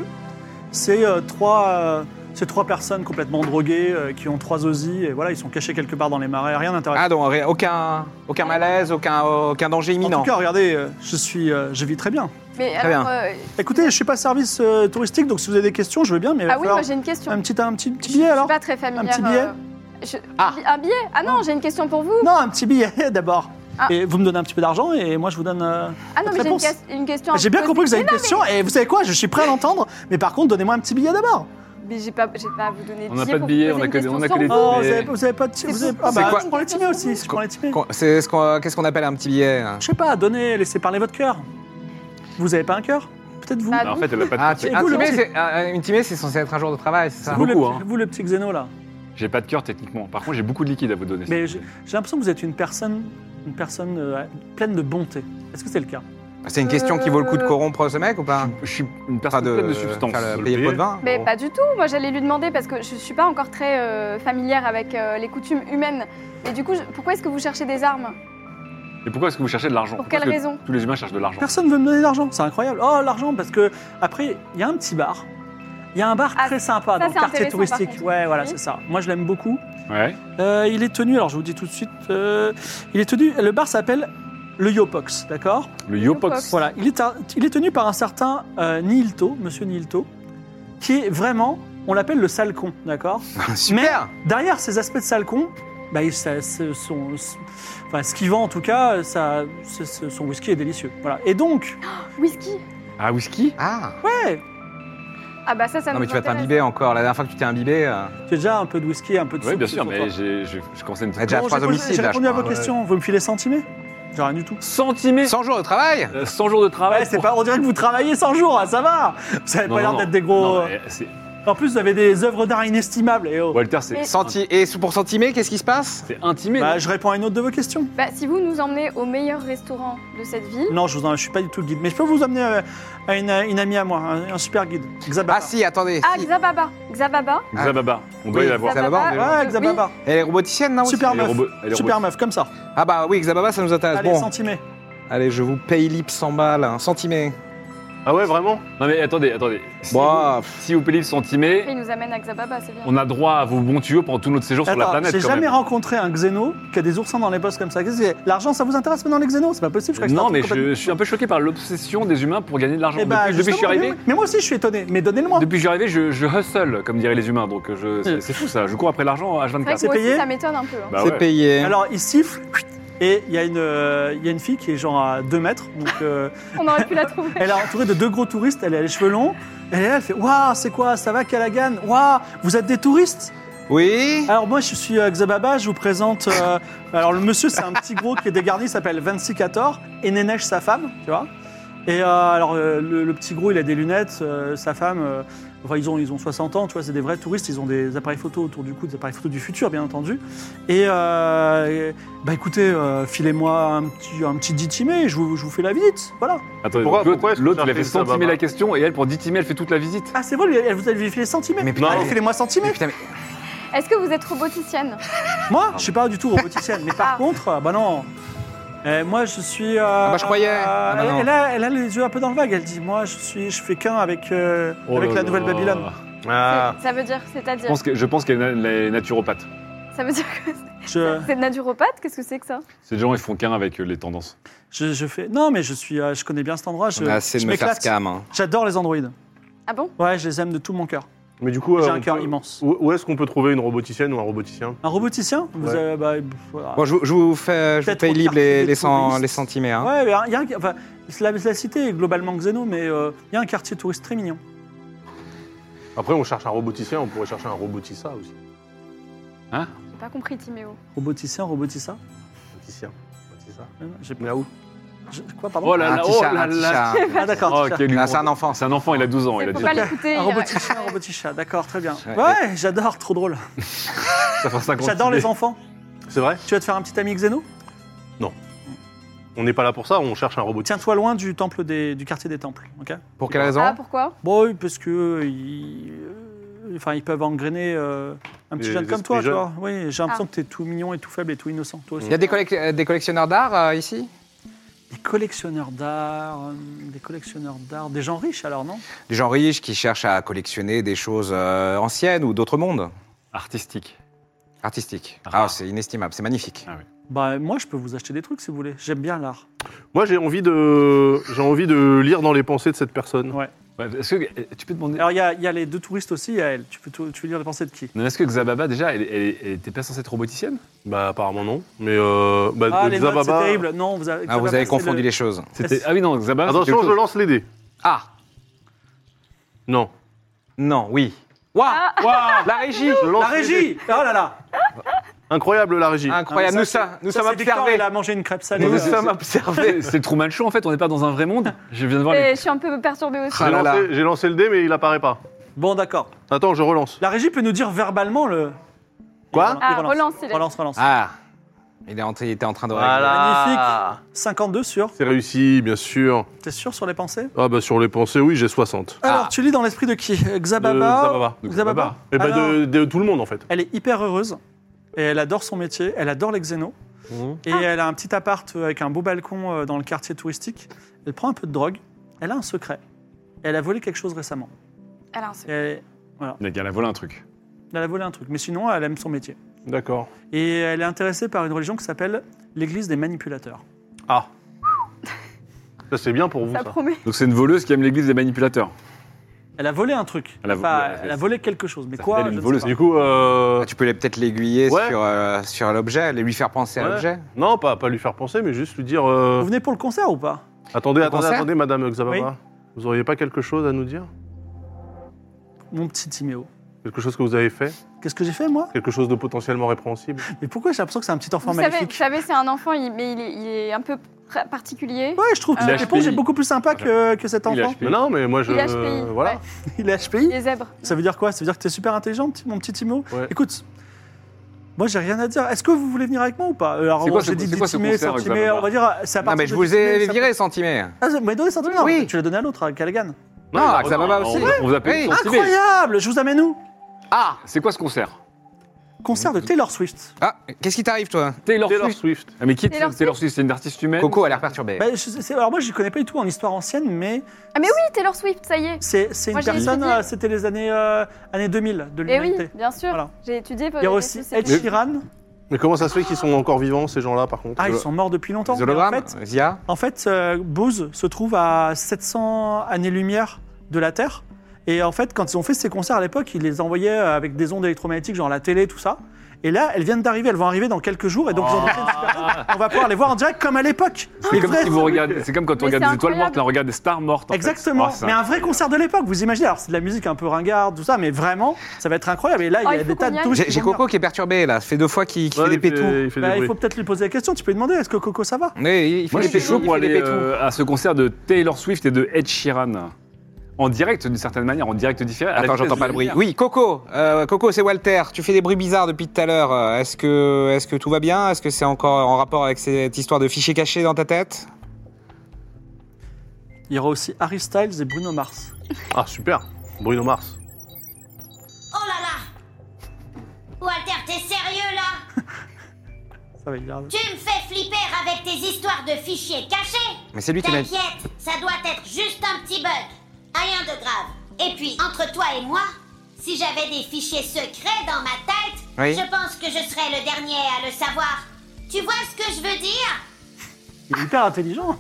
[SPEAKER 1] c'est euh, trois, euh, c'est trois personnes complètement droguées euh, qui ont trois osies et voilà, ils sont cachés quelque part dans les marais, rien d'intéressant.
[SPEAKER 6] Ah non, rien- aucun, aucun malaise, aucun, aucun danger
[SPEAKER 1] en
[SPEAKER 6] imminent.
[SPEAKER 1] tout cas, regardez, euh, je suis, euh, je vis très bien.
[SPEAKER 7] Mais
[SPEAKER 6] Très
[SPEAKER 7] alors, euh,
[SPEAKER 1] Écoutez, je suis pas service euh, touristique, donc si vous avez des questions, je veux bien, mais il va
[SPEAKER 7] ah oui,
[SPEAKER 1] falloir
[SPEAKER 7] moi j'ai une question.
[SPEAKER 1] un petit, un petit, petit
[SPEAKER 7] Je
[SPEAKER 1] billet
[SPEAKER 7] suis
[SPEAKER 1] alors.
[SPEAKER 7] pas très familière.
[SPEAKER 1] Un petit billet
[SPEAKER 7] euh, je-
[SPEAKER 6] Ah.
[SPEAKER 7] Un billet Ah non, j'ai une question pour vous.
[SPEAKER 1] Non, un petit billet <laughs> d'abord.
[SPEAKER 7] Ah.
[SPEAKER 1] Et vous me donnez un petit peu d'argent et moi je vous donne. euh,
[SPEAKER 7] Ah non,
[SPEAKER 1] votre
[SPEAKER 7] mais j'ai une,
[SPEAKER 1] réponse. Ah,
[SPEAKER 7] ques- une question. à
[SPEAKER 1] J'ai
[SPEAKER 7] vous
[SPEAKER 1] bien
[SPEAKER 7] poser.
[SPEAKER 1] compris que vous avez
[SPEAKER 7] Mais
[SPEAKER 1] une question et vous savez quoi, je suis prêt à l'entendre, mais par contre donnez-moi un petit billet d'abord.
[SPEAKER 7] non, Mais j'ai pas, j'ai pas à vous donner de
[SPEAKER 3] On n'a pas
[SPEAKER 7] billet.
[SPEAKER 3] de
[SPEAKER 7] pour
[SPEAKER 3] billet,
[SPEAKER 7] vous
[SPEAKER 3] on
[SPEAKER 7] poser
[SPEAKER 3] a
[SPEAKER 7] une
[SPEAKER 3] que des-
[SPEAKER 7] question
[SPEAKER 3] on a
[SPEAKER 7] sur
[SPEAKER 3] que des-
[SPEAKER 7] vous.
[SPEAKER 1] Oh, vous
[SPEAKER 3] Mais-
[SPEAKER 1] avez, vous avez pas de. Vous avez, ah
[SPEAKER 6] C'est
[SPEAKER 1] bah,
[SPEAKER 6] quoi
[SPEAKER 1] je prends les timés aussi, je prends les timés.
[SPEAKER 6] Qu'on- C'est ce qu'on, qu'est-ce qu'on appelle un petit billet hein
[SPEAKER 1] Je sais pas, donnez, laissez parler votre cœur. Vous avez pas un cœur Peut-être vous.
[SPEAKER 7] Ah,
[SPEAKER 3] Alors, en fait elle a pas. de-
[SPEAKER 6] Ah, ti-
[SPEAKER 1] Et
[SPEAKER 6] un
[SPEAKER 1] vous, le
[SPEAKER 6] timé,
[SPEAKER 1] petit-
[SPEAKER 6] c'est- un- Une timée, c'est censé être un jour de travail, c'est ça
[SPEAKER 1] vous,
[SPEAKER 3] beaucoup,
[SPEAKER 1] le,
[SPEAKER 3] hein.
[SPEAKER 1] vous, le petit xéno là.
[SPEAKER 3] J'ai pas de cœur techniquement. Par contre j'ai beaucoup de liquide à vous donner.
[SPEAKER 1] Mais j'ai j'ai l'impression que vous êtes une personne, une personne euh, pleine de bonté. Est-ce que c'est le cas
[SPEAKER 6] C'est une question qui vaut le coup de corrompre ce mec ou pas
[SPEAKER 3] je suis une
[SPEAKER 6] Enfin,
[SPEAKER 3] personne
[SPEAKER 6] de,
[SPEAKER 3] pleine de substance.
[SPEAKER 6] faire le- payer le pot de vin
[SPEAKER 7] Mais pas du tout. Moi, j'allais lui demander parce que je suis pas encore très euh, familière avec euh, les coutumes humaines. Et du coup, je- pourquoi est-ce que vous cherchez des armes
[SPEAKER 3] Et pourquoi est-ce que vous cherchez de l'argent
[SPEAKER 7] Pour
[SPEAKER 3] Parce
[SPEAKER 7] quelle
[SPEAKER 3] que
[SPEAKER 7] raison
[SPEAKER 3] Tous les humains cherchent de l'argent.
[SPEAKER 1] Personne ne veut me donner d'argent, c'est incroyable. Oh, l'argent, parce que après, il y a un petit bar. Il y a un bar
[SPEAKER 7] Ah,
[SPEAKER 1] très sympa
[SPEAKER 7] ça,
[SPEAKER 1] dans le
[SPEAKER 7] c'est
[SPEAKER 1] quartier
[SPEAKER 7] intéressant, par
[SPEAKER 1] touristique.
[SPEAKER 7] contre.
[SPEAKER 1] Ouais, voilà,
[SPEAKER 7] Oui.
[SPEAKER 1] c'est ça. Moi, je l'aime beaucoup.
[SPEAKER 3] Ouais.
[SPEAKER 1] Euh, il est tenu, alors je vous dis tout de suite, euh, il est tenu, le bar s'appelle le Yopox, d'accord
[SPEAKER 3] Le Yopox.
[SPEAKER 1] Voilà, il est, un- il est tenu par un certain euh, Nihilto, monsieur Nihilto, qui est vraiment, on l'appelle le sale con, d'accord
[SPEAKER 6] <laughs> Super
[SPEAKER 1] Derrière ces aspects de sale con, bah, il- ça- ce, son- ce- enfin, ce qu'il vend en tout cas, ça, ce- ce- son whisky est délicieux. Voilà. Et donc,
[SPEAKER 7] Whisky
[SPEAKER 3] Ah, whisky
[SPEAKER 6] Ah
[SPEAKER 1] ouais,
[SPEAKER 7] Ah bah ça, ça
[SPEAKER 6] Non,
[SPEAKER 7] nous
[SPEAKER 6] mais tu vas
[SPEAKER 7] intéresse.
[SPEAKER 6] t'imbiber encore. La dernière fois que tu t'es imbibé, euh,
[SPEAKER 1] tu as déjà un peu de whisky, un peu de
[SPEAKER 3] Oui,
[SPEAKER 1] soupe,
[SPEAKER 3] bien
[SPEAKER 1] c'est
[SPEAKER 3] sûr,
[SPEAKER 1] sur
[SPEAKER 3] mais
[SPEAKER 1] toi.
[SPEAKER 3] j'ai- j'ai- je commençais une
[SPEAKER 6] t'as déjà
[SPEAKER 1] Bon,
[SPEAKER 6] trois
[SPEAKER 1] j'ai posé-
[SPEAKER 6] homicides.
[SPEAKER 1] J'ai
[SPEAKER 6] là, je
[SPEAKER 1] répondu à
[SPEAKER 6] crois.
[SPEAKER 1] vos questions, vous me filez centimer J'ai rien du tout. Ah
[SPEAKER 3] 100 timés
[SPEAKER 6] 100 jours de travail
[SPEAKER 3] Euh, 100 jours de travail.
[SPEAKER 1] Ouais, c'est
[SPEAKER 3] pour-
[SPEAKER 1] pas, on dirait que vous travaillez 100 jours, hein, ça va Vous avez
[SPEAKER 3] Non,
[SPEAKER 1] pas l'air
[SPEAKER 3] non,
[SPEAKER 1] d'être
[SPEAKER 3] non.
[SPEAKER 1] des gros.
[SPEAKER 3] Non, mais c'est-
[SPEAKER 1] En plus, vous avez des œuvres d'art inestimables. Et oh.
[SPEAKER 3] Walter, c'est
[SPEAKER 7] Mais-
[SPEAKER 6] Centi- Et sous- pour centimer, qu'est-ce qui se passe
[SPEAKER 3] c'est intimé.
[SPEAKER 1] Bah,
[SPEAKER 3] non
[SPEAKER 1] je réponds à une autre de vos questions.
[SPEAKER 7] Bah, si vous nous emmenez au meilleur restaurant de cette ville,
[SPEAKER 1] Non, je vous en, je suis pas du tout le guide, mais je peux vous amener euh, à une, une amie à moi, un, un super guide, Xababa.
[SPEAKER 6] Ah si, attendez.
[SPEAKER 7] Ah,
[SPEAKER 6] si.
[SPEAKER 7] Xababa Xababa
[SPEAKER 3] Xababa, on
[SPEAKER 6] Oui,
[SPEAKER 3] doit
[SPEAKER 6] Ah,
[SPEAKER 3] y l'avoir.
[SPEAKER 6] Xababa,
[SPEAKER 7] Xababa.
[SPEAKER 1] Ouais, Xababa.
[SPEAKER 6] Elle est roboticienne, non
[SPEAKER 1] Super
[SPEAKER 3] Elle est
[SPEAKER 1] meuf.
[SPEAKER 3] robo- elle est
[SPEAKER 1] Super
[SPEAKER 3] robo-
[SPEAKER 1] meuf, comme ça.
[SPEAKER 6] Ah bah oui, Xababa, ça nous
[SPEAKER 3] Ah,
[SPEAKER 6] intéresse.
[SPEAKER 1] Allez,
[SPEAKER 6] bon,
[SPEAKER 1] centimé.
[SPEAKER 6] allez, je vous paye l'ip 100 balles, hein, centimé.
[SPEAKER 4] Ah ouais, vraiment
[SPEAKER 3] Non, mais attendez, attendez. Si,
[SPEAKER 6] Bah,
[SPEAKER 3] vous, si vous payez le centimé,
[SPEAKER 7] Il nous amène à Xababa, c'est bien.
[SPEAKER 3] on a droit à vos bons tuyaux pendant tout notre séjour sur la
[SPEAKER 1] Attends,
[SPEAKER 3] planète.
[SPEAKER 1] j'ai
[SPEAKER 3] quand
[SPEAKER 1] jamais
[SPEAKER 3] même.
[SPEAKER 1] rencontré un xéno qui a des oursins dans les poches comme ça. Qu'est-ce que c'est L'argent, ça vous intéresse maintenant les xénos C'est pas possible, je crois que c'est
[SPEAKER 3] Non,
[SPEAKER 1] un
[SPEAKER 3] mais
[SPEAKER 1] truc
[SPEAKER 3] je,
[SPEAKER 1] complètement-
[SPEAKER 3] je suis un peu choqué par l'obsession des humains pour gagner de l'argent.
[SPEAKER 1] Eh bah,
[SPEAKER 3] depuis, depuis que je suis
[SPEAKER 1] justement,
[SPEAKER 3] arrivé,
[SPEAKER 1] mais oui. Mais moi aussi, je suis étonné. Mais donnez-le-moi.
[SPEAKER 3] depuis que je suis arrivé, je, je hustle, comme diraient les humains. Donc euh, je- c'est c'est fou ça. Je cours après l'argent
[SPEAKER 7] C'est vrai que
[SPEAKER 3] H24.
[SPEAKER 1] C'est
[SPEAKER 7] moi
[SPEAKER 1] payé
[SPEAKER 7] aussi, ça m'étonne un peu. hein.
[SPEAKER 3] Bah
[SPEAKER 6] c'est
[SPEAKER 3] ouais.
[SPEAKER 6] payé.
[SPEAKER 1] Alors, il siffle. Et il y, a une, euh, il y a une fille qui est genre à 2 mètres, donc euh,
[SPEAKER 7] On aurait pu la trouver.
[SPEAKER 1] elle est entourée de deux gros touristes, elle a les cheveux longs, elle est là, elle fait Waouh, c'est quoi, ça va Calagan Waouh, vous êtes des touristes
[SPEAKER 6] Oui
[SPEAKER 1] Alors moi je suis euh, Xababa, je vous présente. euh, alors le monsieur c'est un petit gros qui est dégarni, il s'appelle Vinci Kator, et Nénèche sa femme, tu vois. Et euh, alors euh, le, le petit gros il a des lunettes, euh, sa femme, euh, enfin ils ont, ils ont 60 ans, tu vois, c'est des vrais touristes, ils ont des appareils photo autour du cou, des appareils photo du futur bien entendu. Et euh, et- bah écoutez, euh, filez-moi un petit, un petit ditimé et je vous, je vous fais la visite, voilà.
[SPEAKER 3] Attendez,
[SPEAKER 4] Pourquoi-
[SPEAKER 3] donc,
[SPEAKER 4] pourquoi
[SPEAKER 3] l'autre,
[SPEAKER 4] est-ce que
[SPEAKER 3] l'autre,
[SPEAKER 4] tu
[SPEAKER 3] il a
[SPEAKER 4] as
[SPEAKER 3] fait
[SPEAKER 4] fait ça,
[SPEAKER 3] centimer
[SPEAKER 4] Baba
[SPEAKER 3] la question et elle, pour 10 timés, elle fait toute la visite.
[SPEAKER 1] Ah c'est bon, elle vous avez filé centimé
[SPEAKER 6] Mais putain,
[SPEAKER 1] Allez,
[SPEAKER 6] mais-
[SPEAKER 1] filez-moi centimé
[SPEAKER 6] Mais putain, mais-
[SPEAKER 7] Est-ce que vous êtes roboticienne
[SPEAKER 1] Moi, je suis pas du tout roboticienne, mais par
[SPEAKER 7] Ah.
[SPEAKER 1] contre, euh, bah non. Euh, moi, je suis. euh,
[SPEAKER 6] bah, je croyais.
[SPEAKER 1] euh,
[SPEAKER 6] Ah, bah,
[SPEAKER 1] elle,
[SPEAKER 6] non.
[SPEAKER 1] elle a, elle a les yeux un peu dans le vague. Elle dit, moi, je suis, je fais qu'un avec euh,
[SPEAKER 3] Oh
[SPEAKER 1] avec
[SPEAKER 3] là
[SPEAKER 1] la
[SPEAKER 3] là.
[SPEAKER 1] nouvelle Babylone.
[SPEAKER 4] Ah.
[SPEAKER 7] Ça veut dire,
[SPEAKER 3] Je
[SPEAKER 7] c'est-à-dire
[SPEAKER 3] pense que- Je pense qu'elle est na- elle est naturopathe.
[SPEAKER 7] Ça veut dire que
[SPEAKER 1] Je,
[SPEAKER 7] c'est naturopathe Qu'est-ce que c'est que ça
[SPEAKER 3] Ces gens, ils font qu'un avec euh, les tendances.
[SPEAKER 1] je, je fais. Non, mais je suis, euh, je connais bien cet endroit. Je,
[SPEAKER 6] On a assez
[SPEAKER 1] je
[SPEAKER 6] de me faire
[SPEAKER 1] m'éclate.
[SPEAKER 6] scam. hein.
[SPEAKER 1] J'adore les androïdes.
[SPEAKER 7] Ah bon
[SPEAKER 1] Ouais, je les aime de tout mon cœur.
[SPEAKER 4] Mais du coup, euh,
[SPEAKER 1] J'ai un
[SPEAKER 4] on
[SPEAKER 1] cœur
[SPEAKER 4] peut-
[SPEAKER 1] immense.
[SPEAKER 4] Où, où est-ce qu'on peut trouber une roboticienne ou un roboticien
[SPEAKER 1] Un roboticien Vous
[SPEAKER 4] Ouais.
[SPEAKER 1] avez- bah, pff, voilà.
[SPEAKER 6] Bon, je, vous- je vous fais, je vous
[SPEAKER 1] Peut-être
[SPEAKER 6] paye
[SPEAKER 1] au
[SPEAKER 6] libre
[SPEAKER 1] quartier
[SPEAKER 6] les,
[SPEAKER 1] des
[SPEAKER 6] les, cent-
[SPEAKER 1] touristes.
[SPEAKER 6] les centimés. Hein.
[SPEAKER 1] Ouais, mais il y a un- enfin, la, la cité est globalement xéno, mais euh, il y a un quartier touriste très mignon.
[SPEAKER 4] Après, on cherche un roboticien, on pourrait chercher un robotissa aussi.
[SPEAKER 7] J'ai pas compris, Timéo.
[SPEAKER 1] Roboticien, robotissa.
[SPEAKER 4] Roboticien. Robotissa.
[SPEAKER 1] Euh, J'ai
[SPEAKER 4] Mais où
[SPEAKER 1] je- Quoi, pardon
[SPEAKER 3] Oh là
[SPEAKER 6] Un
[SPEAKER 3] là,
[SPEAKER 6] petit
[SPEAKER 3] oh
[SPEAKER 6] chat,
[SPEAKER 3] là
[SPEAKER 6] un petit
[SPEAKER 3] là.
[SPEAKER 6] chat.
[SPEAKER 1] Ah, d'accord.
[SPEAKER 3] Oh,
[SPEAKER 1] tu cherches.
[SPEAKER 3] quel humour.
[SPEAKER 6] Ah, c'est un enfant.
[SPEAKER 3] C'est un enfant, il a 12 ans, il a
[SPEAKER 7] Faut
[SPEAKER 3] 10
[SPEAKER 7] pas
[SPEAKER 3] ans.
[SPEAKER 1] dit.
[SPEAKER 7] l'écouter. il
[SPEAKER 1] Un
[SPEAKER 7] a-
[SPEAKER 1] roboticien, un roboticien, d'accord, très bien.
[SPEAKER 6] Ouais.
[SPEAKER 1] Ouais, j'adore, trop drôle.
[SPEAKER 3] Ça fait 50
[SPEAKER 1] J'adore les
[SPEAKER 3] timés.
[SPEAKER 1] enfants.
[SPEAKER 4] C'est vrai
[SPEAKER 1] Tu vas te faire un petit ami Xeno
[SPEAKER 4] On n'est pas là pour ça, on cherche un roboticien.
[SPEAKER 1] Tiens-toi loin du temple des- du quartier des temples, ok
[SPEAKER 6] Pour quelle
[SPEAKER 7] Ah,
[SPEAKER 6] raison
[SPEAKER 7] pourquoi
[SPEAKER 1] Bon, oui, parce que euh, ils, euh, enfin, ils peuvent engrainer euh, un petit
[SPEAKER 4] Les
[SPEAKER 1] jeune comme
[SPEAKER 4] esprits
[SPEAKER 1] toi, tu
[SPEAKER 4] jeunes.
[SPEAKER 1] vois. Oui, j'ai l'impression
[SPEAKER 7] Ah.
[SPEAKER 1] que t'es tout mignon et tout faible et tout innocent, toi aussi.
[SPEAKER 6] Il y a des, collec- euh, des collectionneurs d'art euh, ici
[SPEAKER 1] Des collectionneurs d'art, euh, des collectionneurs d'art, des gens riches alors, non
[SPEAKER 6] Des gens riches qui cherchent à collectionner des choses euh, anciennes ou d'autres mondes
[SPEAKER 3] Artistique.
[SPEAKER 6] artistiques.
[SPEAKER 3] Ah.
[SPEAKER 6] Ah, c'est inestimable, c'est magnifique.
[SPEAKER 3] Ah.
[SPEAKER 1] Bah, moi, je peux vous acheter des trucs si vous voulez. J'aime bien l'art.
[SPEAKER 4] Moi, j'ai envie de, j'ai envie de lire dans les pensées de cette personne.
[SPEAKER 3] Ouais, Est-ce que euh, tu peux demander.
[SPEAKER 1] Alors, il y, a- il y a les deux touristes aussi, il y a elle. Tu peux, tout- tu peux lire les pensées de qui
[SPEAKER 3] Non, Est-ce que Xababa, déjà, elle- elle elle était pas censée être roboticienne
[SPEAKER 4] Bah, apparemment non. Mais euh, bah,
[SPEAKER 1] Ah, les notes, c'est
[SPEAKER 4] Xababa-
[SPEAKER 1] terrible. Non, vous avez,
[SPEAKER 6] Ah, vous avez
[SPEAKER 1] c'est
[SPEAKER 6] confondu
[SPEAKER 1] le-
[SPEAKER 6] les choses.
[SPEAKER 3] C'était- Ah oui, non, Xababa. c'était
[SPEAKER 4] Attention,
[SPEAKER 3] autre
[SPEAKER 4] je
[SPEAKER 3] chose.
[SPEAKER 4] lance les dés.
[SPEAKER 6] Ah
[SPEAKER 4] Non.
[SPEAKER 6] Non, oui. Waouh
[SPEAKER 1] Ah.
[SPEAKER 6] La régie
[SPEAKER 4] Je lance
[SPEAKER 1] La
[SPEAKER 4] les dés.
[SPEAKER 1] régie Oh là là
[SPEAKER 4] Incroyable la régie.
[SPEAKER 6] Incroyable,
[SPEAKER 1] Ah, mais
[SPEAKER 6] nous,
[SPEAKER 1] ça,
[SPEAKER 6] ça, nous
[SPEAKER 1] Ça,
[SPEAKER 6] sommes
[SPEAKER 1] c'est Victor,
[SPEAKER 6] observés.
[SPEAKER 1] Il a mangé une crêpe salée.
[SPEAKER 6] Nous nous
[SPEAKER 1] euh,
[SPEAKER 6] sommes observés.
[SPEAKER 3] C'est- C'est le Truman Show en fait, on n'est pas dans un vrai monde. Je viens de voir Oh, les.
[SPEAKER 7] Et Je suis un peu perturbée aussi.
[SPEAKER 6] Ah
[SPEAKER 4] J'ai
[SPEAKER 6] là là.
[SPEAKER 4] lancé, j'ai lancé le dé, mais il apparaît pas.
[SPEAKER 1] Bon, d'accord.
[SPEAKER 4] Attends, je relance.
[SPEAKER 1] La régie peut nous dire verbalement le.
[SPEAKER 4] Quoi
[SPEAKER 7] Ah, relance, il est-
[SPEAKER 1] relance, relance.
[SPEAKER 6] Ah Il, est en, il était en train de régler.
[SPEAKER 1] Magnifique. 52 sur.
[SPEAKER 4] C'est réussi, bien sûr.
[SPEAKER 1] T'es sûr sur les pensées
[SPEAKER 4] Ah bah sur les pensées, oui, j'ai 60.
[SPEAKER 6] Ah.
[SPEAKER 1] Alors, tu lis dans l'esprit de qui Euh, Xababa.
[SPEAKER 4] De Xababa.
[SPEAKER 3] De
[SPEAKER 1] Xababa.
[SPEAKER 4] Et bah
[SPEAKER 1] Alors,
[SPEAKER 4] de, de tout le monde en fait.
[SPEAKER 1] Elle est hyper heureuse. Et elle adore son métier. Elle adore les xénos.
[SPEAKER 6] Mmh.
[SPEAKER 1] Et
[SPEAKER 7] Ah.
[SPEAKER 1] elle a un petit appart avec un beau balcon euh, dans le quartier touristique. Elle prend un peu de drogue. Elle a un secret. Et elle a volé quelque chose récemment.
[SPEAKER 7] Elle a un secret.
[SPEAKER 1] Elle,
[SPEAKER 3] Mec, elle a volé un truc.
[SPEAKER 1] elle a volé un truc. Mais sinon, elle aime son métier.
[SPEAKER 4] D'accord.
[SPEAKER 1] Et elle est intéressée par une religion qui s'appelle l'Église des manipulateurs.
[SPEAKER 4] Ah. Ça, c'est bien pour vous,
[SPEAKER 7] Ça
[SPEAKER 4] ça.
[SPEAKER 7] promet.
[SPEAKER 3] Donc c'est une voleuse qui aime l'église des manipulateurs.
[SPEAKER 1] Elle a volé un truc.
[SPEAKER 3] Elle a vo-
[SPEAKER 1] Enfin,
[SPEAKER 3] ouais,
[SPEAKER 1] elle a
[SPEAKER 3] c'est-
[SPEAKER 1] volé quelque chose. Mais
[SPEAKER 3] ça
[SPEAKER 1] quoi
[SPEAKER 3] fait d'elle
[SPEAKER 1] je
[SPEAKER 3] une
[SPEAKER 1] ne sais
[SPEAKER 3] voleuse.
[SPEAKER 1] pas.
[SPEAKER 4] Du coup, euh,
[SPEAKER 6] Tu peux les- peut-être l'aiguiller
[SPEAKER 4] Ouais.
[SPEAKER 6] sur, euh, sur l'objet, les lui faire penser à
[SPEAKER 4] Ouais.
[SPEAKER 6] l'objet.
[SPEAKER 4] non, pas, pas lui faire penser, mais juste lui dire. euh,
[SPEAKER 1] Vous venez pour le concert ou pas
[SPEAKER 4] Attendez,
[SPEAKER 6] Vous
[SPEAKER 4] attendez,
[SPEAKER 6] pensez
[SPEAKER 4] attendez, Madame Xababa.
[SPEAKER 1] Oui.
[SPEAKER 4] Vous auriez pas quelque chose à nous dire
[SPEAKER 1] Mon petit Timéo.
[SPEAKER 4] Quelque chose que vous avez fait
[SPEAKER 1] Qu'est-ce que j'ai fait, moi
[SPEAKER 4] Quelque chose de potentiellement répréhensible
[SPEAKER 1] Mais pourquoi j'ai l'impression que c'est un petit enfant
[SPEAKER 7] Vous savez, vous
[SPEAKER 1] maléfique
[SPEAKER 7] savez c'est un enfant, il- mais il est, il est un peu pr- particulier.
[SPEAKER 1] Ouais, je trouve que
[SPEAKER 7] Il
[SPEAKER 1] cette
[SPEAKER 7] est
[SPEAKER 1] éponge est
[SPEAKER 3] HPI.
[SPEAKER 1] beaucoup plus sympa que, que cet
[SPEAKER 3] Il est
[SPEAKER 1] enfant.
[SPEAKER 3] HPI.
[SPEAKER 4] Mais non, mais moi je.
[SPEAKER 7] Il est HPI.
[SPEAKER 4] voilà.
[SPEAKER 7] ouais.
[SPEAKER 1] Il est HPI
[SPEAKER 7] Il est zèbre.
[SPEAKER 1] Ça veut dire quoi Ça veut dire que t'es super intelligent, petit- mon petit Timo
[SPEAKER 4] Ouais.
[SPEAKER 1] Écoute, moi j'ai rien à dire. Est-ce que vous voulez venir avec moi ou pas Euh, Alors,
[SPEAKER 3] C'est quoi
[SPEAKER 1] j'ai
[SPEAKER 3] ce-
[SPEAKER 1] dit
[SPEAKER 3] c'est quoi ce
[SPEAKER 1] Timé,
[SPEAKER 3] concert,
[SPEAKER 1] Santimé,
[SPEAKER 3] Xavier
[SPEAKER 1] on va dire. euh, C'est à
[SPEAKER 6] Non,
[SPEAKER 1] partir
[SPEAKER 6] mais je
[SPEAKER 1] de
[SPEAKER 6] vous
[SPEAKER 1] Timé,
[SPEAKER 6] ai
[SPEAKER 1] ça-
[SPEAKER 6] viré, Centimère.
[SPEAKER 1] Ah, vous m'avez donné Santimé
[SPEAKER 6] Oui.
[SPEAKER 1] Tu l'as donné à l'autre, à Callaghan.
[SPEAKER 6] Non,
[SPEAKER 3] il a-
[SPEAKER 6] Xababa
[SPEAKER 3] on-
[SPEAKER 6] aussi.
[SPEAKER 3] Ah, On vous appelle
[SPEAKER 6] Oui.
[SPEAKER 3] Santimé.
[SPEAKER 1] Incroyable Je vous amène où
[SPEAKER 3] Ah, c'est quoi ce concert
[SPEAKER 1] Concert
[SPEAKER 3] Mm.
[SPEAKER 1] de Taylor Swift.
[SPEAKER 6] Ah, qu'est-ce qui t'arrive, toi
[SPEAKER 3] Taylor,
[SPEAKER 4] Taylor
[SPEAKER 3] Swift.
[SPEAKER 4] Swift.
[SPEAKER 3] Ah, mais qui est
[SPEAKER 7] Taylor
[SPEAKER 3] Taylor, Swift C'est une artiste humaine.
[SPEAKER 6] Coco a l'air perturbée.
[SPEAKER 1] Bah, je sais- c'est- alors moi je ne connais pas du tout en histoire ancienne, mais
[SPEAKER 7] Ah, mais oui, Taylor Swift, ça y est.
[SPEAKER 1] c'est c'est une
[SPEAKER 7] Moi, j'ai
[SPEAKER 1] personne,
[SPEAKER 7] étudié.
[SPEAKER 1] euh, c'était les années, euh, années 2000 de
[SPEAKER 7] Eh oui,
[SPEAKER 1] l'humanité.
[SPEAKER 7] bien sûr.
[SPEAKER 1] Voilà.
[SPEAKER 7] J'ai étudié.
[SPEAKER 1] Il y a aussi Ed Sheeran.
[SPEAKER 4] Mais comment ça se fait qu'ils sont encore vivants, ces gens-là, par contre Euh,
[SPEAKER 1] Ah, ils sont morts depuis longtemps.
[SPEAKER 6] Les
[SPEAKER 1] Mais En
[SPEAKER 6] hologrammes,
[SPEAKER 1] fait,
[SPEAKER 6] Zia
[SPEAKER 1] En fait, euh, Bose se trouve à 700 années-lumière de la Terre. Et en fait, quand ils ont fait ces concerts à l'époque, ils les envoyaient euh, avec des ondes électromagnétiques, genre la télé, tout ça. Et là, elles viennent d'arriver, elles vont arriver dans quelques jours, et donc ils ont annoncé une super date. on va pouvoir les voir en direct comme à l'époque.
[SPEAKER 3] Oh. C'est
[SPEAKER 1] <laughs> Les
[SPEAKER 3] comme,
[SPEAKER 1] vrais-
[SPEAKER 3] si vous regardez- c'est comme quand on
[SPEAKER 7] Mais
[SPEAKER 3] regarde
[SPEAKER 7] c'est
[SPEAKER 3] des étoiles mortes,
[SPEAKER 7] incroyable.
[SPEAKER 3] là on regarde des stars mortes. en fait.
[SPEAKER 1] Exactement,
[SPEAKER 3] Ah, c'est
[SPEAKER 1] mais un
[SPEAKER 3] un-
[SPEAKER 1] vrai concert de l'époque, vous imaginez. Alors c'est de la musique un peu ringarde, tout ça, mais vraiment, ça va être incroyable. Et là,
[SPEAKER 7] Oh,
[SPEAKER 1] il y a
[SPEAKER 7] il faut
[SPEAKER 1] des tas
[SPEAKER 7] qu'on y
[SPEAKER 1] de
[SPEAKER 7] aille.
[SPEAKER 1] touches.
[SPEAKER 6] J'ai
[SPEAKER 1] qui
[SPEAKER 6] j'ai
[SPEAKER 1] vont
[SPEAKER 6] Coco qui est perturbée, là. Ça fait deux fois qu'il qu'il fait des pétous.
[SPEAKER 4] Il fait
[SPEAKER 1] venir.
[SPEAKER 4] des
[SPEAKER 1] Bah, il
[SPEAKER 4] bruits.
[SPEAKER 1] faut peut-être lui poser la question. Tu peux lui demander, est-ce que Coco ça va
[SPEAKER 6] Oui, il fait
[SPEAKER 3] Moi
[SPEAKER 6] des
[SPEAKER 3] j'étais
[SPEAKER 6] pétous.
[SPEAKER 3] chaud pour
[SPEAKER 6] il fait
[SPEAKER 3] aller
[SPEAKER 6] des pétous.
[SPEAKER 3] euh, à ce concert de Taylor Swift et de Ed Sheeran. En direct d'une certaine manière, en direct différent. à la
[SPEAKER 6] Attends,
[SPEAKER 3] vitesse
[SPEAKER 6] j'entends
[SPEAKER 3] de
[SPEAKER 6] pas
[SPEAKER 3] la
[SPEAKER 6] le bruit.
[SPEAKER 3] lumière.
[SPEAKER 6] Oui, Coco, euh, Coco, c'est Walter. Tu fais des bruits bizarres depuis tout à l'heure. Euh, Est-ce que, est-ce que tout va bien Est-ce que c'est encore en rapport avec cette histoire de fichier caché dans ta tête
[SPEAKER 1] Il y aura aussi Harry Styles et Bruno Mars.
[SPEAKER 4] Ah, super. Bruno Mars.
[SPEAKER 8] Oh là là Walter, t'es sérieux là
[SPEAKER 1] Ça va, il a-
[SPEAKER 8] Tu me fais flipper avec tes histoires de fichiers cachés
[SPEAKER 6] Mais c'est lui qui l'a dit.
[SPEAKER 8] T'inquiète, ça doit être juste un petit bug. Rien de grave. Et puis, entre toi et moi, si j'avais des fichiers secrets dans ma tête,
[SPEAKER 6] Oui.
[SPEAKER 8] je pense que je serais le dernier à le savoir. Tu vois ce que je veux dire
[SPEAKER 1] il est hyper intelligent.